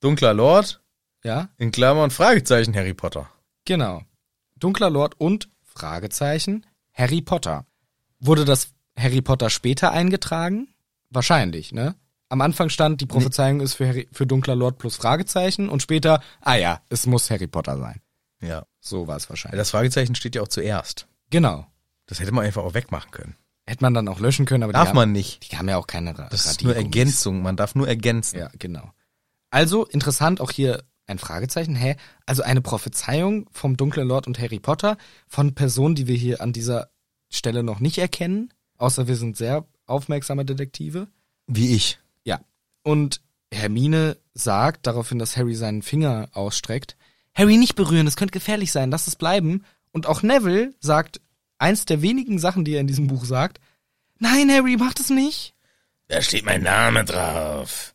Speaker 1: Dunkler Lord,
Speaker 2: Ja.
Speaker 1: in Klammern Fragezeichen Harry Potter.
Speaker 2: Genau. Dunkler Lord und Fragezeichen Harry Potter. Wurde das Harry Potter später eingetragen? Wahrscheinlich, ne? Am Anfang stand, die Prophezeiung ist für, Harry, für Dunkler Lord plus Fragezeichen und später, ah ja, es muss Harry Potter sein.
Speaker 1: Ja.
Speaker 2: So war es wahrscheinlich.
Speaker 1: Das Fragezeichen steht ja auch zuerst.
Speaker 2: genau.
Speaker 1: Das hätte man einfach auch wegmachen können.
Speaker 2: Hätte man dann auch löschen können, aber die,
Speaker 1: Darf
Speaker 2: haben,
Speaker 1: man nicht.
Speaker 2: die haben ja auch keine Ra
Speaker 1: Das ist nur
Speaker 2: Radiergummis.
Speaker 1: Ergänzung. Man darf nur ergänzen.
Speaker 2: Ja, genau. Also interessant auch hier ein Fragezeichen. Hä? Also eine Prophezeiung vom Dunklen Lord und Harry Potter von Personen, die wir hier an dieser Stelle noch nicht erkennen. Außer wir sind sehr aufmerksame Detektive.
Speaker 1: Wie ich.
Speaker 2: Ja. Und Hermine sagt daraufhin, dass Harry seinen Finger ausstreckt. Harry nicht berühren, das könnte gefährlich sein, lass es bleiben. Und auch Neville sagt, eins der wenigen Sachen, die er in diesem Buch sagt. Nein, Harry, mach das nicht.
Speaker 5: Da steht mein Name drauf.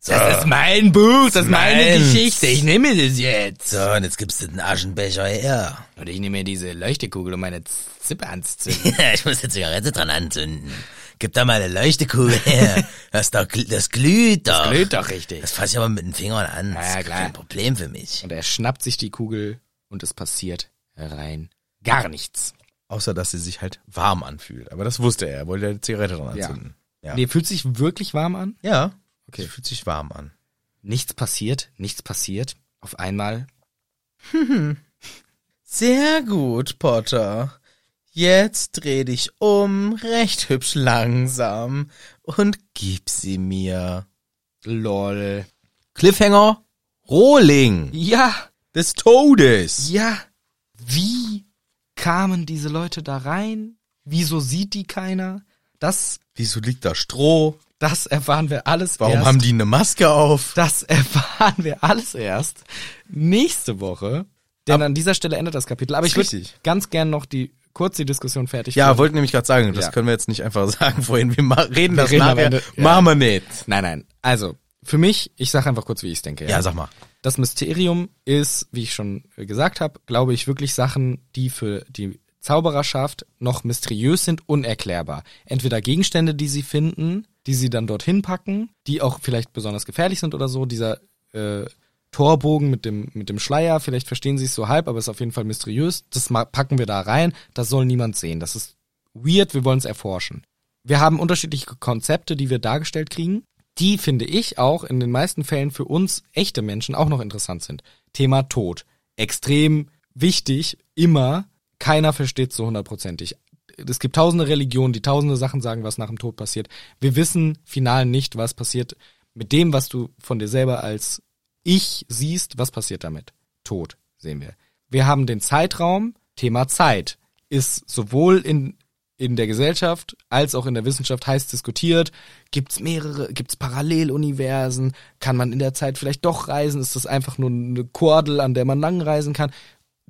Speaker 5: So,
Speaker 2: mein Buch, das ist
Speaker 5: Meins.
Speaker 2: nehme das jetzt.
Speaker 5: so und jetzt gibst du den Aschenbecher her.
Speaker 2: Und ich nehme mir diese Leuchtekugel, um meine Zippe anzuzünden.
Speaker 5: ich muss jetzt Zigarette dran anzünden. Gib da mal eine Leuchtekugel her. Das, da, gl- das glüht doch.
Speaker 2: Blöd doch richtig.
Speaker 5: Das fasse ich aber mit den Fingern an. Das
Speaker 2: Ja,
Speaker 5: ist
Speaker 2: klar.
Speaker 5: kein Problem für mich.
Speaker 2: Und er schnappt sich die Kugel und es passiert rein gar nichts.
Speaker 1: Außer, dass sie sich halt warm anfühlt. Aber das wusste er. Er wollte ja die Zigarette dran
Speaker 2: Ja.
Speaker 1: anzünden. Ja.
Speaker 2: Nee, fühlt sich wirklich warm an.
Speaker 1: Ja.
Speaker 2: Okay.
Speaker 1: Sie fühlt sich warm an.
Speaker 2: Nichts passiert, nichts passiert. Auf einmal
Speaker 1: Sehr gut, Potter. Jetzt dreh dich um, recht hübsch langsam und gib sie mir.
Speaker 2: lol.
Speaker 1: Cliffhanger Rohling
Speaker 2: Ja,
Speaker 1: des Todes.
Speaker 2: ja. Wie kamen diese Leute da rein? Wieso sieht die keiner? Das,
Speaker 1: Wieso liegt da Stroh?
Speaker 2: das erfahren wir alles
Speaker 1: Warum
Speaker 2: erst.
Speaker 1: haben die eine Maske auf?
Speaker 2: Das erfahren wir alles erst nächste Woche. Denn an dieser Stelle endet das Kapitel. Aber ich würde
Speaker 1: Richtig.
Speaker 2: ganz gern noch die kurz die Diskussion fertig
Speaker 1: Ja,
Speaker 2: führen.
Speaker 1: wollte nämlich gerade sagen, das
Speaker 2: Ja.
Speaker 1: können wir jetzt nicht einfach sagen vorhin. Wir ma- reden das
Speaker 2: reden am
Speaker 1: nachher.
Speaker 2: Ende, ja.
Speaker 1: Machen wir nicht.
Speaker 2: Nein, nein. Also, für mich, ich sage einfach kurz, wie ich es denke.
Speaker 1: Ja, sag mal.
Speaker 2: Das Mysterium ist, wie ich schon äh, gesagt habe, glaube ich, wirklich Sachen, die für die Zaubererschaft noch mysteriös sind, unerklärbar. Entweder Gegenstände, die sie finden, die sie dann dorthin packen, die auch vielleicht besonders gefährlich sind oder so. Dieser äh, Torbogen mit dem, mit dem Schleier, vielleicht verstehen sie es so halb, aber ist auf jeden Fall mysteriös. Das ma- packen wir da rein, das soll niemand sehen. Das ist weird, wir wollen es erforschen. Wir haben unterschiedliche Konzepte, die wir dargestellt kriegen, die finde ich auch in den meisten Fällen für uns echte Menschen auch noch interessant sind. Thema Tod. Extrem wichtig, immer. Keiner versteht so hundertprozentig. Es gibt tausende Religionen, die tausende Sachen sagen, was nach dem Tod passiert. Wir wissen final nicht, was passiert mit dem, was du von dir selber als Ich siehst, was passiert damit. Tod sehen wir. Wir haben den Zeitraum, Thema Zeit, ist sowohl in, in der Gesellschaft als auch in der Wissenschaft heiß diskutiert. Gibt es mehrere, gibt es Paralleluniversen? Kann man in der Zeit vielleicht doch reisen? Ist das einfach nur eine Kordel, an der man lang reisen kann?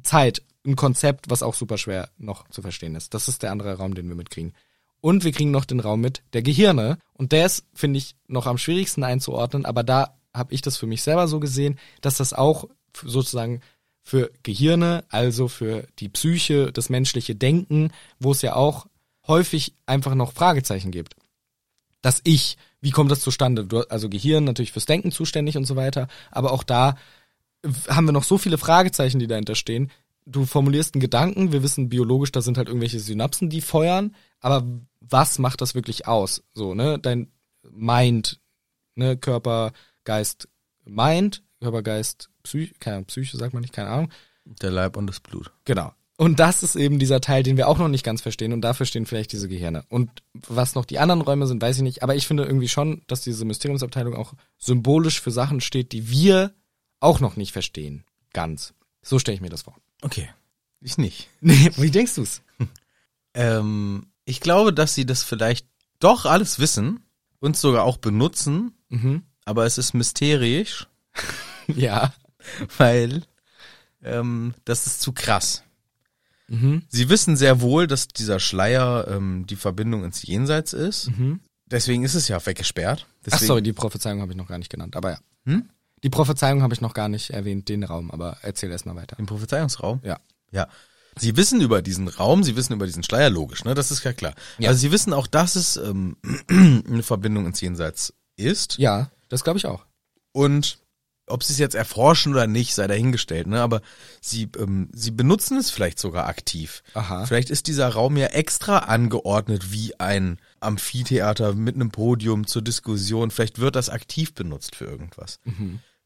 Speaker 2: Zeit, ein Konzept, was auch super schwer noch zu verstehen ist. Das ist der andere Raum, den wir mitkriegen. Und wir kriegen noch den Raum mit der Gehirne. Und der ist, finde ich, noch am schwierigsten einzuordnen. Aber da habe ich das für mich selber so gesehen, dass das auch f- sozusagen für Gehirne, also für die Psyche, das menschliche Denken, wo es ja auch häufig einfach noch Fragezeichen gibt das Ich. Wie kommt das zustande? Du, also Gehirn natürlich fürs Denken zuständig und so weiter, aber auch da w- haben wir noch so viele Fragezeichen, die dahinter stehen. Du formulierst einen Gedanken, wir wissen biologisch, da sind halt irgendwelche Synapsen, die feuern, aber was macht das wirklich aus? So, ne? Dein Mind, ne? Körper, Geist, Mind, Körper, Geist, Psyche, keine Ahnung, Psyche sagt man nicht, keine Ahnung.
Speaker 1: Der Leib und das Blut.
Speaker 2: Genau. Und das ist eben dieser Teil, den wir auch noch nicht ganz verstehen und dafür stehen vielleicht diese Gehirne. Und was noch die anderen Räume sind, weiß ich nicht, aber ich finde irgendwie schon, dass diese Mysteriumsabteilung auch symbolisch für Sachen steht, die wir auch noch nicht verstehen. Ganz. So stelle ich mir das vor.
Speaker 1: Okay. Ich nicht.
Speaker 2: Nee, wie denkst du's?
Speaker 1: Ähm, ich glaube, dass sie das vielleicht doch alles wissen und sogar auch benutzen,
Speaker 2: Mhm.
Speaker 1: aber es ist mysterisch,
Speaker 2: Ja.
Speaker 1: weil ähm, das ist zu krass.
Speaker 2: Mhm.
Speaker 1: Sie wissen sehr wohl, dass dieser Schleier ähm, die Verbindung ins Jenseits ist.
Speaker 2: Mhm.
Speaker 1: Deswegen ist es ja weggesperrt.
Speaker 2: Ach
Speaker 1: Deswegen,
Speaker 2: sorry, die Prophezeiung habe ich noch gar nicht genannt, aber ja.
Speaker 1: Hm?
Speaker 2: Die Prophezeiung habe ich noch gar nicht erwähnt, den Raum, aber erzähl erst mal weiter.
Speaker 1: Im Prophezeiungsraum.
Speaker 2: Ja.
Speaker 1: Ja. Sie wissen über diesen Raum, sie wissen über diesen Schleier, logisch, ne? Das ist ja klar.
Speaker 2: Ja.
Speaker 1: Also sie wissen auch, dass es ähm, eine Verbindung ins Jenseits ist.
Speaker 2: Ja, das glaube ich auch.
Speaker 1: Und ob sie es jetzt erforschen oder nicht, sei dahingestellt, ne? Aber sie, ähm, sie benutzen es vielleicht sogar aktiv.
Speaker 2: Aha.
Speaker 1: Vielleicht ist dieser Raum ja extra angeordnet wie ein Amphitheater mit einem Podium zur Diskussion. Vielleicht wird das aktiv benutzt für irgendwas.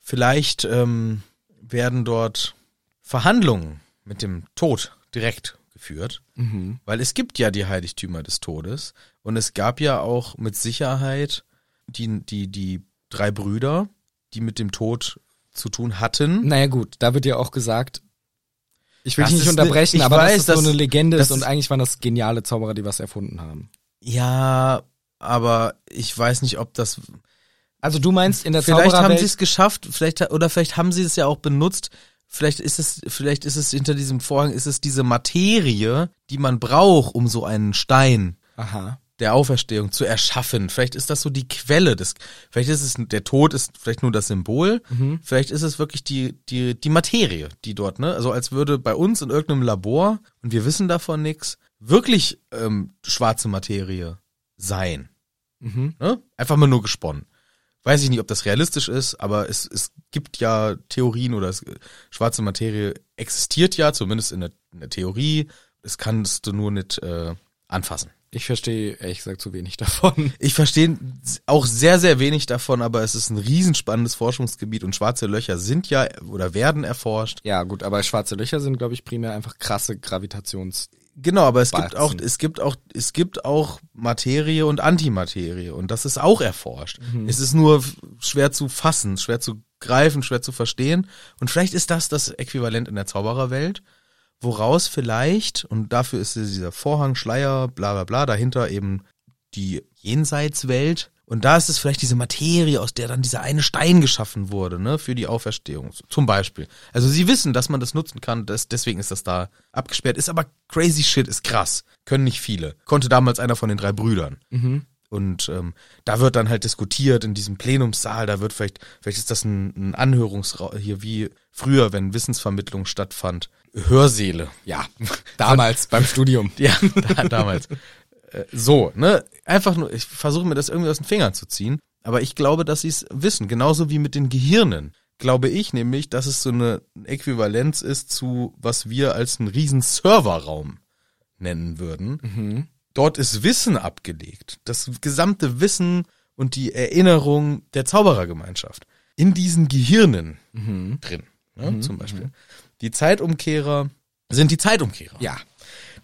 Speaker 1: Vielleicht ähm, werden dort Verhandlungen mit dem Tod direkt geführt.
Speaker 2: Mhm.
Speaker 1: Weil es gibt ja die Heiligtümer des Todes und es gab ja auch mit Sicherheit die, die, die drei Brüder, die mit dem Tod zu tun hatten.
Speaker 2: Naja gut, da wird ja auch gesagt, ich will
Speaker 1: Das
Speaker 2: dich nicht
Speaker 1: ist ne-
Speaker 2: unterbrechen,
Speaker 1: ich
Speaker 2: aber
Speaker 1: weiß,
Speaker 2: dass das
Speaker 1: das-
Speaker 2: so eine Legende
Speaker 1: das
Speaker 2: ist und
Speaker 1: ist-
Speaker 2: eigentlich waren das geniale Zauberer, die was erfunden haben.
Speaker 1: Ja, aber ich weiß nicht, ob das.
Speaker 2: Also du meinst in der
Speaker 1: Vielleicht haben sie
Speaker 2: Zaubererwelt,
Speaker 1: es geschafft, vielleicht oder vielleicht haben sie es ja auch benutzt, vielleicht ist es, vielleicht ist es hinter diesem Vorhang, ist es diese Materie, die man braucht, um so einen Stein
Speaker 2: Aha.
Speaker 1: der Auferstehung zu erschaffen. Vielleicht ist das so die Quelle des, vielleicht ist es, der Tod ist vielleicht nur das Symbol, vielleicht ist es wirklich die, die, die Materie, die dort, ne, also als würde bei uns in irgendeinem Labor, und wir wissen davon nichts, wirklich ähm, schwarze Materie sein.
Speaker 2: Mhm.
Speaker 1: Ne? Einfach mal nur gesponnen. Weiß ich nicht, ob das realistisch ist, aber es, es gibt ja Theorien oder es, schwarze Materie existiert ja, zumindest in der, in der Theorie. Das kannst du nur nicht äh, anfassen.
Speaker 2: Ich verstehe ehrlich gesagt zu wenig davon.
Speaker 1: Ich verstehe auch sehr, sehr wenig davon, aber es ist ein riesenspannendes Forschungsgebiet und schwarze Löcher sind ja oder werden erforscht.
Speaker 2: Ja, gut, aber schwarze Löcher sind, glaube ich, primär einfach krasse Gravitations.
Speaker 1: Genau, aber es gibt
Speaker 2: Batzen.
Speaker 1: auch, es gibt auch, es gibt auch Materie und Antimaterie und das ist auch erforscht. Es ist nur f- schwer zu fassen, schwer zu greifen, schwer zu verstehen und vielleicht ist das das Äquivalent in der Zaubererwelt, woraus vielleicht und dafür ist dieser Vorhang, Schleier, bla bla bla dahinter eben die Jenseitswelt und da ist es vielleicht diese Materie, aus der dann dieser eine Stein geschaffen wurde, ne, für die Auferstehung zum Beispiel. Also sie wissen, dass man das nutzen kann, das, deswegen ist das da abgesperrt. Ist aber crazy shit, ist krass, können nicht viele. Konnte damals einer von den drei Brüdern. Und ähm, da wird dann halt diskutiert in diesem Plenumssaal, da wird vielleicht, vielleicht ist das ein, ein Anhörungsraum hier wie früher, wenn Wissensvermittlung stattfand. Hörsäle.
Speaker 2: Ja, damals beim Studium.
Speaker 1: Ja, da, damals. Äh, so, ne? Einfach nur, ich versuche mir das irgendwie aus den Fingern zu ziehen, aber ich glaube, dass sie es wissen, genauso wie mit den Gehirnen. Glaube ich nämlich, dass es so eine Äquivalenz ist zu, was wir als einen riesen Serverraum nennen würden. Dort ist Wissen abgelegt. Das gesamte Wissen und die Erinnerung der Zauberergemeinschaft. In diesen Gehirnen drin, ne, zum Beispiel. Die Zeitumkehrer sind die Zeitumkehrer.
Speaker 2: Ja.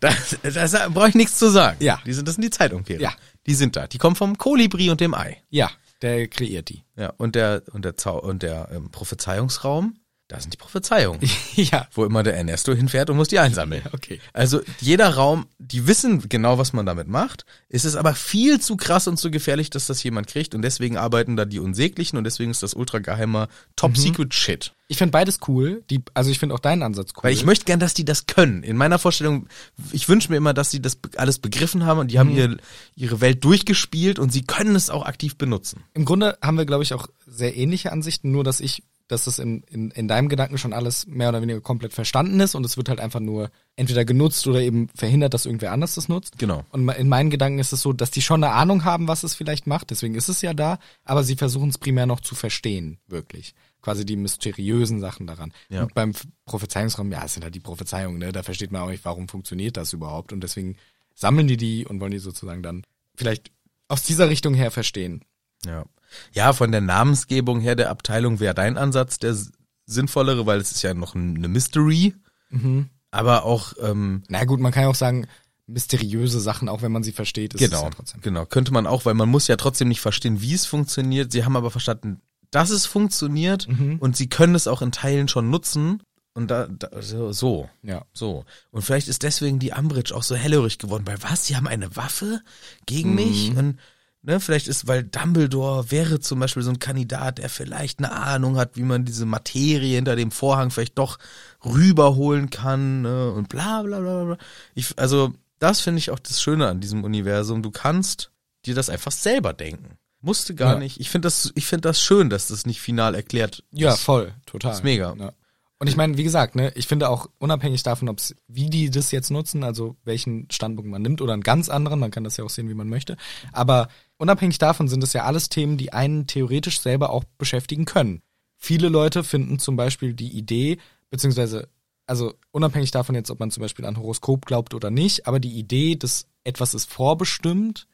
Speaker 1: Das, das brauche ich nichts zu sagen.
Speaker 2: Ja.
Speaker 1: Die sind, das sind die Zeitumkehrer.
Speaker 2: Ja.
Speaker 1: Die sind da. Die kommen vom Kolibri und dem Ei.
Speaker 2: Ja, der kreiert die.
Speaker 1: Ja. Und der, und der Zau und der ähm, Prophezeiungsraum, da sind die Prophezeiungen.
Speaker 2: ja.
Speaker 1: wo immer der Ernesto hinfährt und muss die einsammeln.
Speaker 2: Okay.
Speaker 1: Also jeder Raum, die wissen genau, was man damit macht. Es ist aber viel zu krass und zu gefährlich, dass das jemand kriegt. Und deswegen arbeiten da die Unsäglichen und deswegen ist das ultra geheimer Top-Secret-Shit.
Speaker 2: Ich finde beides cool. Die, also ich finde auch deinen Ansatz cool.
Speaker 1: Weil ich möchte gern, dass die das können. In meiner Vorstellung, ich wünsche mir immer, dass sie das be- alles begriffen haben und die haben
Speaker 2: Mhm.
Speaker 1: ihr, ihre Welt durchgespielt und sie können es auch aktiv benutzen.
Speaker 2: Im Grunde haben wir, glaube ich, auch sehr ähnliche Ansichten, nur dass ich, dass das in, in, in deinem Gedanken schon alles mehr oder weniger komplett verstanden ist und es wird halt einfach nur entweder genutzt oder eben verhindert, dass irgendwer anders das nutzt.
Speaker 1: Genau.
Speaker 2: Und me- in meinen Gedanken ist es so, dass die schon eine Ahnung haben, was es vielleicht macht, deswegen ist es ja da, aber sie versuchen es primär noch zu verstehen, wirklich. Quasi die mysteriösen Sachen daran.
Speaker 1: Ja.
Speaker 2: Und beim F- Prophezeiungsraum, ja, es sind halt die Prophezeiungen, ne? da versteht man auch nicht, warum funktioniert das überhaupt und deswegen sammeln die die und wollen die sozusagen dann vielleicht aus dieser Richtung her verstehen.
Speaker 1: Ja. Ja, von der Namensgebung her der Abteilung wäre dein Ansatz der s- sinnvollere, weil es ist ja noch ein- eine Mystery.
Speaker 2: Mhm.
Speaker 1: Aber auch, ähm,
Speaker 2: Na gut, man kann ja auch sagen, mysteriöse Sachen, auch wenn man sie versteht, ist es
Speaker 1: genau,
Speaker 2: ja trotzdem.
Speaker 1: genau, könnte man auch, weil man muss ja trotzdem nicht verstehen, wie es funktioniert. Sie haben aber verstanden, dass es funktioniert
Speaker 2: Mhm.
Speaker 1: und sie können es auch in Teilen schon nutzen. Und da, da so- so.
Speaker 2: Ja.
Speaker 1: So. Und vielleicht ist deswegen die Ambridge auch so hellhörig geworden, weil was? Sie haben eine Waffe gegen
Speaker 2: Mhm.
Speaker 1: mich? Und ne, vielleicht ist, weil Dumbledore wäre zum Beispiel so ein Kandidat, der vielleicht eine Ahnung hat, wie man diese Materie hinter dem Vorhang vielleicht doch rüberholen kann ne, und bla bla bla bla. Ich, also, das finde ich auch das Schöne an diesem Universum. Du kannst dir das einfach selber denken. Musste gar
Speaker 2: Ja.
Speaker 1: nicht. Ich finde das, ich finde das schön, dass das nicht final erklärt
Speaker 2: Ja,
Speaker 1: ist.
Speaker 2: voll, total.
Speaker 1: ist mega.
Speaker 2: Ja. Und ich meine, wie gesagt, ne, ich finde auch unabhängig davon, ob's, wie die das jetzt nutzen, also welchen Standpunkt man nimmt oder einen ganz anderen, man kann das ja auch sehen, wie man möchte. Aber unabhängig davon sind es ja alles Themen, die einen theoretisch selber auch beschäftigen können. Viele Leute finden zum Beispiel die Idee, beziehungsweise, also unabhängig davon jetzt, ob man zum Beispiel an Horoskop glaubt oder nicht, aber die Idee, dass etwas ist vorbestimmt,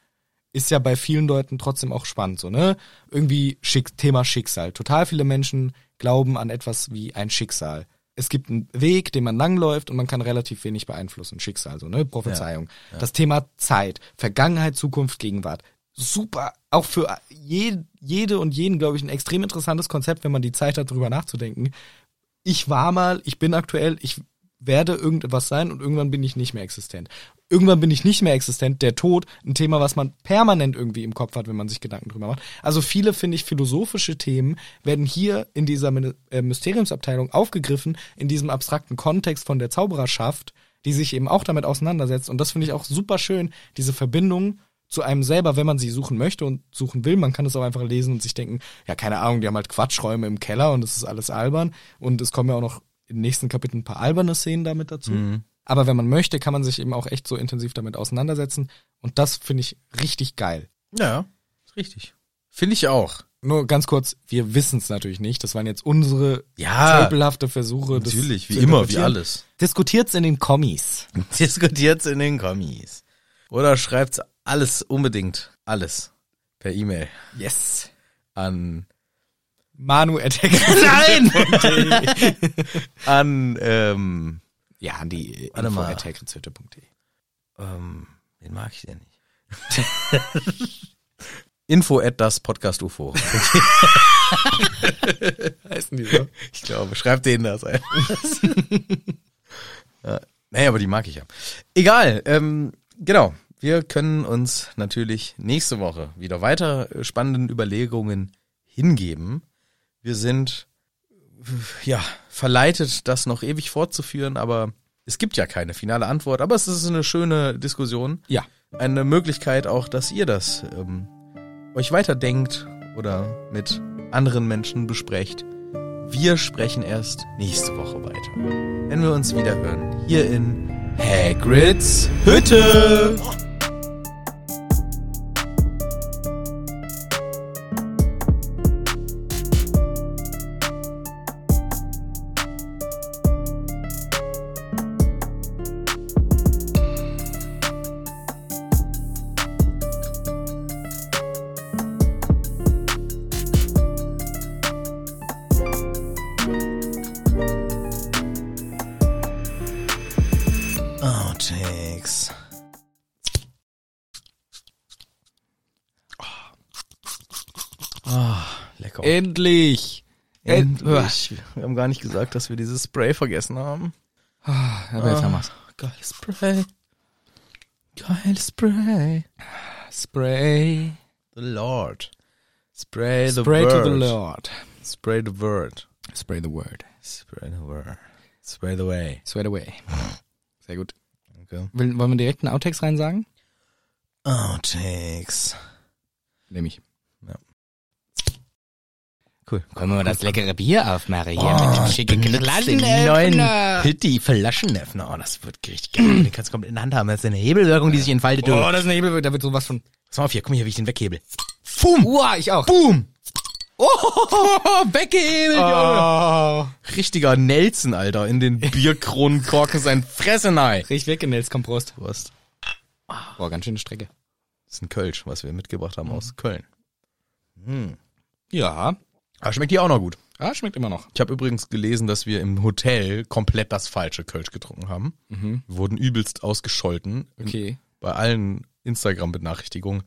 Speaker 2: ist ja bei vielen Leuten trotzdem auch spannend, so, ne? Irgendwie Schick Thema Schicksal. Total viele Menschen glauben an etwas wie ein Schicksal. Es gibt einen Weg, den man langläuft und man kann relativ wenig beeinflussen. Schicksal, so, ne? Prophezeiung. Das Thema Zeit, Vergangenheit, Zukunft, Gegenwart. Super, auch für je, jede und jeden, glaube ich, ein extrem interessantes Konzept, wenn man die Zeit hat, drüber nachzudenken. Ich war mal, ich bin aktuell, ich werde irgendwas sein und irgendwann bin ich nicht mehr existent. Irgendwann bin ich nicht mehr existent. Der Tod, ein Thema, was man permanent irgendwie im Kopf hat, wenn man sich Gedanken drüber macht. Also viele, finde ich, philosophische Themen werden hier in dieser Min- äh, Mysteriumsabteilung aufgegriffen, in diesem abstrakten Kontext von der Zaubererschaft, die sich eben auch damit auseinandersetzt. Und das finde ich auch super schön, diese Verbindung zu einem selber, wenn man sie suchen möchte und suchen will. Man kann es auch einfach lesen und sich denken, ja, keine Ahnung, die haben halt Quatschräume im Keller und es ist alles albern. Und es kommen ja auch noch im nächsten Kapitel ein paar alberne Szenen damit dazu.
Speaker 1: Mhm.
Speaker 2: Aber wenn man möchte, kann man sich eben auch echt so intensiv damit auseinandersetzen. Und das finde ich richtig geil.
Speaker 1: Ja, ist richtig. Finde ich auch.
Speaker 2: Nur ganz kurz, wir wissen es natürlich nicht. Das waren jetzt unsere
Speaker 1: Ja.
Speaker 2: tölpelhafte Versuche. das
Speaker 1: Ah, Natürlich, wie
Speaker 2: zu
Speaker 1: immer, wie
Speaker 2: interpretieren.
Speaker 1: alles.
Speaker 2: Diskutiert's in den Kommis.
Speaker 1: Diskutiert's in den Kommis. Oder schreibt's alles unbedingt, alles per E-Mail
Speaker 2: Yes.
Speaker 1: an
Speaker 2: Manu Nein!
Speaker 1: an ähm,
Speaker 2: ja, an die
Speaker 1: Warte mal.
Speaker 2: info@hackgrizzhütte.de.
Speaker 1: ähm den mag ich denn nicht. Info at das Podcast UFO.
Speaker 2: Heißen die so?
Speaker 1: Ich glaube, schreibt denen das ein. ja, naja, aber die mag ich ja. Egal, ähm, genau. Wir können uns natürlich nächste Woche wieder weiter äh, spannenden Überlegungen hingeben. Wir sind äh, ja verleitet, das noch ewig fortzuführen, aber es gibt ja keine finale Antwort. Aber es ist eine schöne Diskussion
Speaker 2: Ja.
Speaker 1: eine Möglichkeit auch, dass ihr das ähm, euch weiterdenkt oder mit anderen Menschen besprecht. Wir sprechen erst nächste Woche weiter, wenn wir uns wieder hören, hier in Hagrids Hütte. Outtakes. Ah,
Speaker 2: Oh.
Speaker 1: lecker.
Speaker 2: Endlich!
Speaker 1: Endlich. Wir haben gar nicht gesagt, dass wir dieses Spray vergessen haben.
Speaker 2: Aber jetzt haben wir's.
Speaker 1: Geil Spray. Geil Spray.
Speaker 2: Spray.
Speaker 1: The Lord. Spray the
Speaker 2: Spray to
Speaker 1: word.
Speaker 2: the Lord.
Speaker 1: Spray the word.
Speaker 2: Spray the word.
Speaker 1: Spray the word. Spray the way.
Speaker 2: Sweat away. Sehr gut.
Speaker 1: Okay. Oh,
Speaker 2: Will, wollen wir direkt einen Outtext reinsagen?
Speaker 1: Outtakes.
Speaker 2: Nehme ich.
Speaker 1: Cool.
Speaker 5: Wollen wir mal das leckere Bier aufmachen hier
Speaker 1: Oh,
Speaker 5: mit dem schicken
Speaker 1: neuen Pitti Flaschenöffner. Oh, das wird richtig geil. Den kannst du komplett in der Hand haben. Das ist eine Hebelwirkung, die sich entfaltet. Du.
Speaker 2: Oh, das ist eine Hebel, da wird sowas von.
Speaker 1: Pass mal auf hier. Guck mal hier, wie ich den weghebel. Fum.
Speaker 2: Uah, ich auch.
Speaker 1: Boom. Oh, weggehebelt, Junge.
Speaker 2: Oh.
Speaker 1: Richtiger Nelson, Alter. In den Bierkronenkorken sein Fressenei.
Speaker 2: Riech weg, Nels, komm, Prost.
Speaker 1: Du hast
Speaker 2: Boah, ganz schöne Strecke.
Speaker 1: Das ist ein Kölsch, was wir mitgebracht haben aus Köln.
Speaker 2: Ja.
Speaker 1: Aber schmeckt die auch noch gut.
Speaker 2: Ah, schmeckt immer noch.
Speaker 1: Ich habe übrigens gelesen, dass wir im Hotel komplett das falsche Kölsch getrunken haben. Wir wurden übelst ausgescholten.
Speaker 2: Okay.
Speaker 1: Bei allen Instagram-Benachrichtigungen.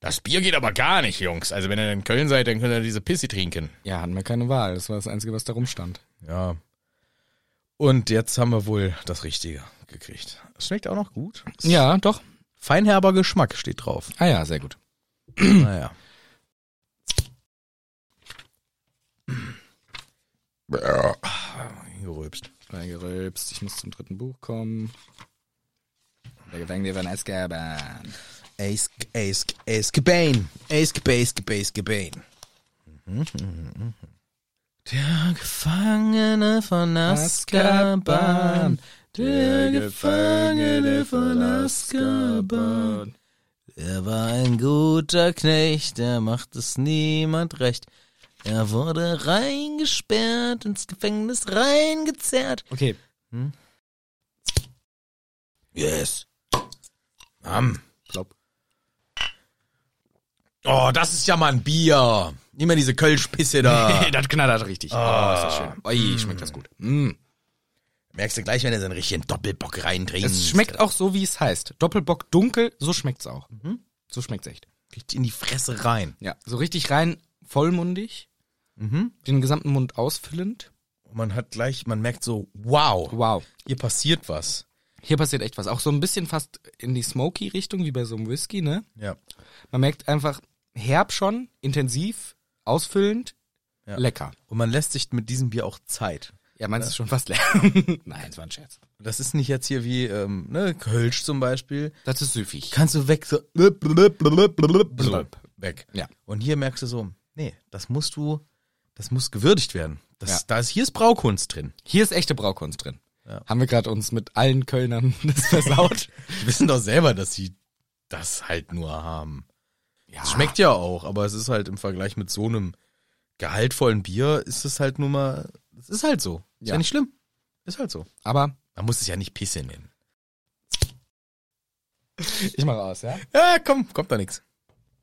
Speaker 1: Das Bier geht aber gar nicht, Jungs. Also wenn ihr in Köln seid, dann könnt ihr diese Pissi trinken.
Speaker 2: Ja, hatten wir keine Wahl. Das war das Einzige, was da rumstand.
Speaker 1: Ja. Und jetzt haben wir wohl das Richtige gekriegt. Es schmeckt auch noch gut.
Speaker 2: Ja, doch.
Speaker 1: Feinherber Geschmack steht drauf.
Speaker 2: Ah ja, sehr gut.
Speaker 1: naja. Gerülpst.
Speaker 2: Reingerülpst, ich muss zum dritten Buch kommen. Der Gefangene von Azkaban.
Speaker 1: Ace, Ace, Ace Cabane. Ace Cabane, Ace Cabane, Ace Cabane. Der Gefangene von Azkaban. Der Gefangene von Azkaban. Er war ein guter Knecht, er macht es niemand recht. Er wurde reingesperrt, ins Gefängnis reingezerrt.
Speaker 2: Okay,
Speaker 1: Yes. Mann.
Speaker 2: glaub.
Speaker 1: Oh, das ist ja mal ein Bier. Nimm mal diese Kölschpisse da.
Speaker 2: das knattert richtig. Oh, ist das schön. Oi, schmeckt das gut. Mm.
Speaker 1: Merkst du gleich, wenn du so einen richtigen Doppelbock reintrinkst.
Speaker 2: Es schmeckt auch so, wie es heißt. Doppelbock dunkel, so schmeckt's auch. So schmeckt's echt.
Speaker 1: Richtig in die Fresse rein.
Speaker 2: Mhm. Ja, so richtig rein vollmundig. Den gesamten Mund ausfüllend.
Speaker 1: Und man hat gleich, man merkt so, wow,
Speaker 2: Wow.
Speaker 1: hier passiert was.
Speaker 2: Hier passiert echt was. Auch so ein bisschen fast in die Smoky-Richtung, wie bei so einem Whisky, ne?
Speaker 1: Ja.
Speaker 2: Man merkt einfach, herb schon, intensiv, ausfüllend,
Speaker 1: Ja.
Speaker 2: lecker.
Speaker 1: Und man lässt sich mit diesem Bier auch Zeit.
Speaker 2: Ja, meinst du schon fast leer? Nein, es war ein Scherz.
Speaker 1: Das ist nicht jetzt hier wie, ähm, ne, Kölsch zum Beispiel.
Speaker 2: Das ist süffig.
Speaker 1: Kannst du weg, so, blub, blub, blub, blub, blub, weg.
Speaker 2: Ja.
Speaker 1: Und hier merkst du so, nee, das musst du, das muss gewürdigt werden. Das,
Speaker 2: Ja.
Speaker 1: da ist, hier ist Braukunst drin.
Speaker 2: Hier ist echte Braukunst drin.
Speaker 1: Ja.
Speaker 2: Haben wir gerade uns mit allen Kölnern das versaut?
Speaker 1: Die wissen doch selber, dass sie das halt nur haben.
Speaker 2: ja.
Speaker 1: Es schmeckt ja auch, aber es ist halt im Vergleich mit so einem gehaltvollen Bier, ist es halt nur mal, es ist halt so. Ist ja.
Speaker 2: Ja.
Speaker 1: nicht schlimm. Ist halt so.
Speaker 2: Aber
Speaker 1: Man muss es ja nicht Pisse nennen.
Speaker 2: ich mache aus, ja?
Speaker 1: Ja, komm, kommt da nix.